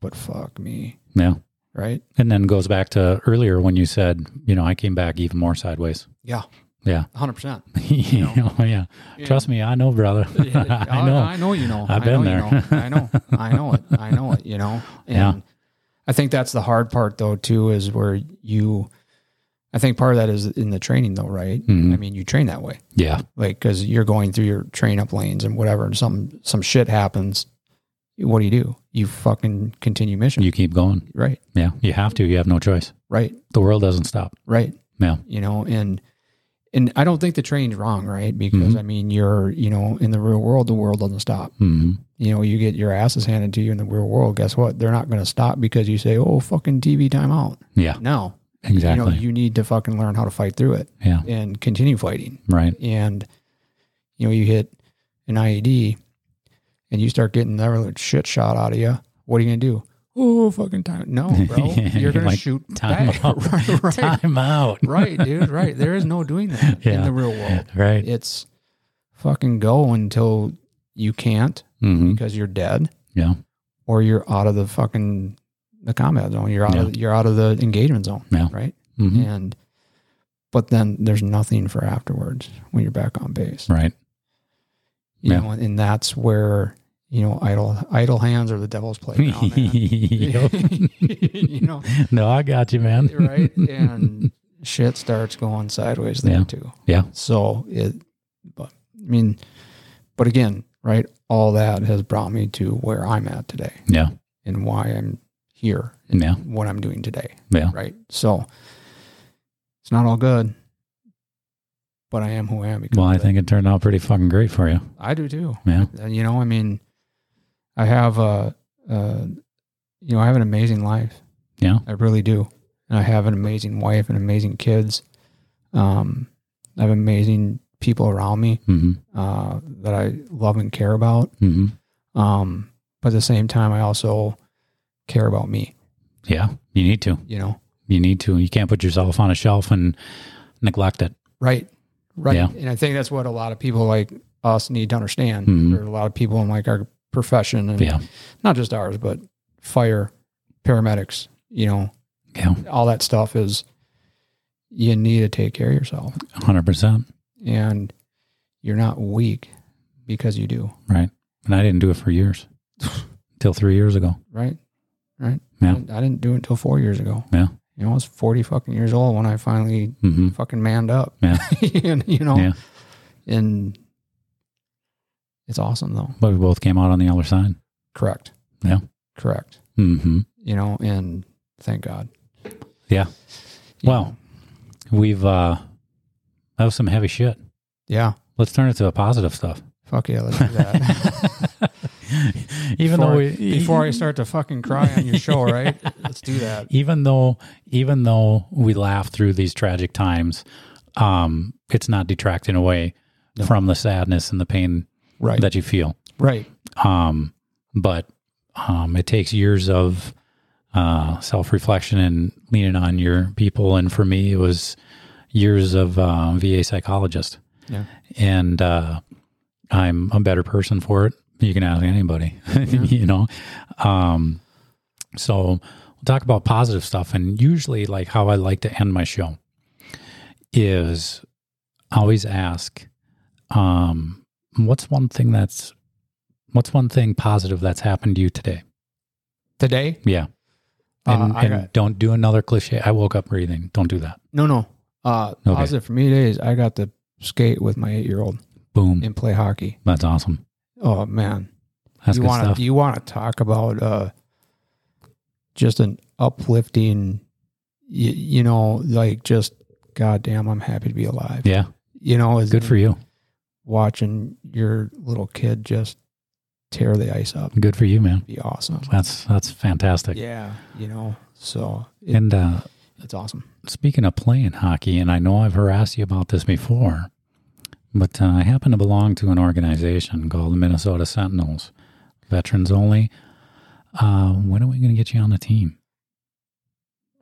C: but fuck me
B: Yeah.
C: right
B: And then goes back to earlier when you said, you know, I came back even more sideways.
C: yeah
B: Yeah.
C: 100%
B: you know, yeah. Trust me. I know, brother. I know.
C: I know you know.
B: I've
C: I
B: been
C: know You
B: there.
C: know. I know. I know it. I know it. You know. And
B: Yeah.
C: I think that's the hard part, though. Too is where you. I think part of that is in the training, though, right?
B: Mhm.
C: I mean, you train that way,
B: yeah.
C: like because you're going through your train up lanes and whatever, and some some shit happens. What do you do? You fucking continue mission.
B: You keep going.
C: right.
B: Yeah. You have to. You have no choice.
C: Right.
B: The world doesn't stop.
C: Right.
B: Yeah.
C: you know and and
B: Mm-hmm.
C: i don't think the train's wrong right because i mean you're you know in the real world the world doesn't stop
B: hmm
C: you know, you get your asses handed to you in the real world, guess what? They're not going to stop because you say, oh, fucking TV timeout.
B: Yeah.
C: No.
B: Exactly.
C: You know, you need to fucking learn how to fight through it
B: yeah.
C: and continue fighting.
B: Right.
C: And, you know, you hit an IED and you start getting that little shit shot out of you. What are you going to do? Oh, fucking time. No, bro.
B: Yeah,
C: You're
B: you're
C: going
B: like,
C: to shoot
B: Time
C: back.
B: out.
C: right, right.
B: Time out.
C: right, dude. Right. There is no doing that in
B: Yeah.
C: the real world.
B: Right.
C: It's fucking go until you can't
B: Mm-hmm.
C: because you're dead
B: Yeah.
C: or you're out of the fucking the combat zone. You're out of you're out of the engagement zone.
B: Yeah.
C: Right.
B: hmm
C: And but then there's nothing for afterwards when you're back on base.
B: Right.
C: You
B: Yeah.
C: know, and that's where, you know, idle idle hands are the devil's playground. man.
B: Yep.
C: you know,
B: no, I got you, man.
C: right? And shit starts going sideways there
B: Yeah.
C: too.
B: Yeah.
C: So it, but I mean, but again, right? All that has brought me to where I'm at today
B: Yeah.
C: and why I'm here and
B: Yeah.
C: what I'm doing today,
B: Yeah.
C: right? So it's not all good, but I am who I am. because
B: Well, I
C: of it.
B: think it turned out pretty fucking great for you.
C: I do too.
B: Yeah.
C: And, You know, I mean, I have a, uh, you know, I have an amazing life.
B: Yeah.
C: I really do. And I have an amazing wife and amazing kids. Um, I have amazing people around me
B: hmm
C: uh, that I love and care about.
B: hmm
C: Um, but at the same time, I also care about me.
B: Yeah. You need to.
C: You know,
B: You need to. You can't put yourself on a shelf and neglect it.
C: right, right.
B: Yeah.
C: And I think that's what a lot of people like us need to understand.
B: Mhm.
C: There are a lot of people in like our profession, and
B: Yeah.
C: not just ours, but fire, paramedics. You know,
B: Yeah.
C: all that stuff is you need to take care of yourself.
B: 100%.
C: and you're not weak because you do
B: Right. And I didn't do it for years till three years ago.
C: right right
B: Yeah.
C: I, didn't, I didn't do it until four years ago
B: Yeah.
C: you know i was 40 fucking years old when i finally
B: hmm
C: fucking manned up
B: Yeah.
C: and, you know
B: Yeah.
C: and it's awesome though
B: But we both came out on the other side.
C: correct
B: Yeah.
C: correct
B: hmm
C: you know and thank god
B: Yeah.
C: You
B: Well.
C: know,
B: We've, uh, that was some heavy shit.
C: yeah
B: Let's turn it to a positive stuff.
C: fuck yeah let's do that before,
B: even though we,
C: before i start to fucking cry on your show right let's do that
B: even though even though we laugh through these tragic times um it's not detracting away from the sadness and the pain
C: right
B: that you feel
C: right
B: um but um it takes years of uh self-reflection and leaning on your people and for me it was years of uh, va psychologist
C: yeah
B: and uh, I'm a better person for it. You can ask anybody, you know. Um, so we'll talk about positive stuff, and usually, like how I like to end my show is always ask, um, "What's one thing that's what's one thing positive that's happened to you today?"
C: today
B: Yeah,
C: Uh,
B: and,
C: I
B: and
C: got-
B: don't do another cliche. I woke up breathing. Don't do that.
C: No, no. Uh,
B: Okay.
C: Positive for me today is I got to skate with my eight-year-old
B: Boom.
C: and play hockey.
B: That's awesome.
C: Oh man,
B: That's
C: you
B: good
C: wanna-
B: stuff.
C: You want to talk about uh, just an uplifting, you, you know, like just goddamn, I'm happy to be alive.
B: yeah,
C: You know, is
B: good for you.
C: watching your little kid just tear the ice up.
B: Good for you, man.
C: Be awesome.
B: That's that's fantastic.
C: Yeah, you know. So it,
B: And uh,
C: it's awesome.
B: speaking of playing hockey, and I know I've harassed you about this before, but uh, I happen to belong to an organization called the Minnesota Sentinels, veterans only. Uh, when are we going to get you on the team?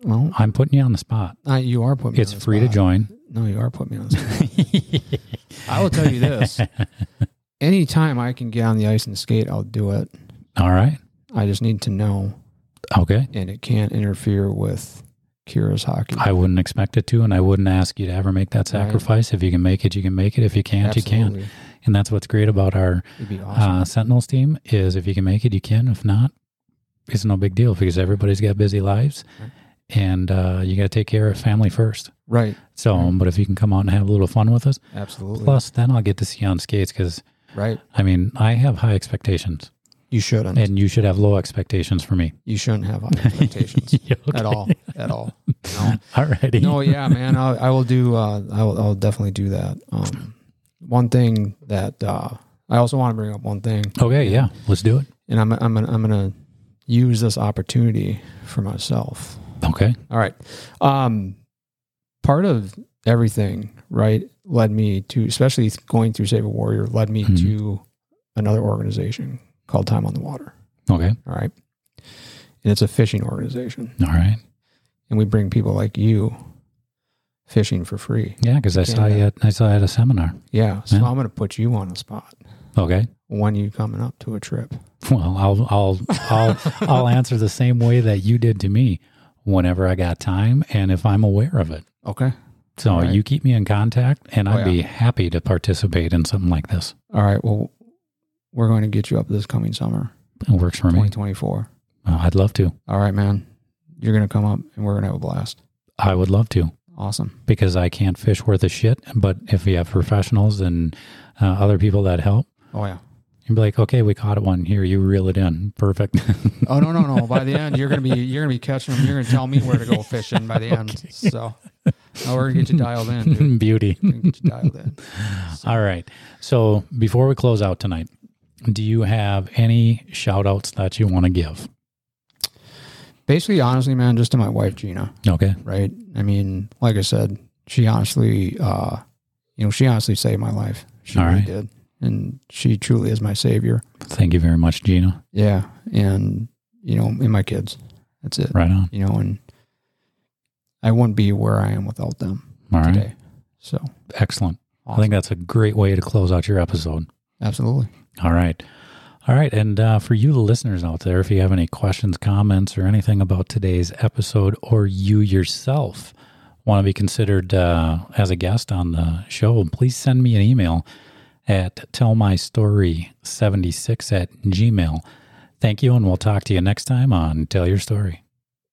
C: Well,
B: I'm putting you on the spot.
C: uh, you are putting. Me
B: it's
C: on the
B: free to
C: spot.
B: join.
C: No, you are putting me on. The spot. I will tell you this. Anytime I can get on the ice and skate, I'll do it.
B: All right.
C: I just need to know,
B: Okay.
C: and it can't interfere with Kira's hockey.
B: I wouldn't expect it to, and I wouldn't ask you to ever make that
C: Right.
B: sacrifice. If you can make it, you can make it. If you can't, you can't.
C: Absolutely.
B: And that's what's great about our
C: It'd be awesome.
B: uh, Sentinels team is if you can make it, you can. If not, it's no big deal because everybody's got busy lives
C: Right.
B: and uh, you got to take care of family first.
C: right.
B: So, um, but if you can come out and have a little fun with us,
C: Absolutely.
B: plus then I'll get to see you on skates because
C: right.
B: I mean, I have high expectations
C: You shouldn't.
B: and you should have low expectations for me.
C: you shouldn't have high expectations at all. At all. No.
B: All righty.
C: No. Yeah, man. I, I will do. Uh, I will. I'll definitely do that. Um, one thing that uh, I I also want to bring up one thing,
B: Okay, yeah, let's do it.
C: and I'm I'm gonna, I'm gonna use this opportunity for myself.
B: Okay,
C: All right. Um, part of everything, right, led me to, especially going through Save a Warrior, led me
B: Mhm.
C: to another organization called Time on the Water.
B: okay,
C: All right. And it's a fishing organization.
B: all right.
C: And we bring people like you fishing for free.
B: Yeah, because I saw
C: Yeah.
B: you. At, I saw you at a seminar.
C: Yeah. So
B: Yeah.
C: I'm going to put you on a spot
B: Okay.
C: when you coming up to a trip.
B: Well, I'll I'll I'll I'll answer the same way that you did to me whenever I got time and if I'm aware of it.
C: Okay.
B: So
C: Right.
B: you keep me in contact and
C: Oh,
B: I'd be
C: yeah.
B: happy to participate in something like this.
C: All right. Well, we're going to get you up this coming summer,
B: It works for me.
C: 2024.
B: Uh, I'd love to.
C: All right, man. You're going to come up and we're going to have a blast.
B: I would love to
C: Awesome.
B: because I can't fish worth a shit. But if you have professionals and uh, other people that help,
C: Oh, yeah.
B: you'd be like, okay, we caught one here. You reel it in. Perfect.
C: Oh no, no, no! By the end, you're gonna be you're gonna be catching them. You're gonna tell me where to go fishing by the end. So, no, we're gonna get you dialed in. Dude.
B: Beauty.
C: We're gonna get you dialed in.
B: All right. So before we close out tonight, do you have any shout outs that you want to give?
C: Basically, honestly, man, just to my wife Gina,
B: Okay.
C: right? I mean, like I said, she honestly, uh, you know, she honestly saved my life. She
B: All
C: really
B: right.
C: did, and she truly is my savior.
B: Thank you very much, Gina.
C: Yeah, and you know, and my kids. That's it.
B: Right on.
C: You know, and I wouldn't be where I am without them
B: All right.
C: today. So,
B: Excellent. I think that's a great way to close out your episode.
C: absolutely.
B: All right. All right. And uh, for you listeners out there, if you have any questions, comments, or anything about today's episode, or you yourself want to be considered uh, as a guest on the show, please send me an email at tellmystory76 at gmail. Thank you, and we'll talk to you next time on Tell Your Story.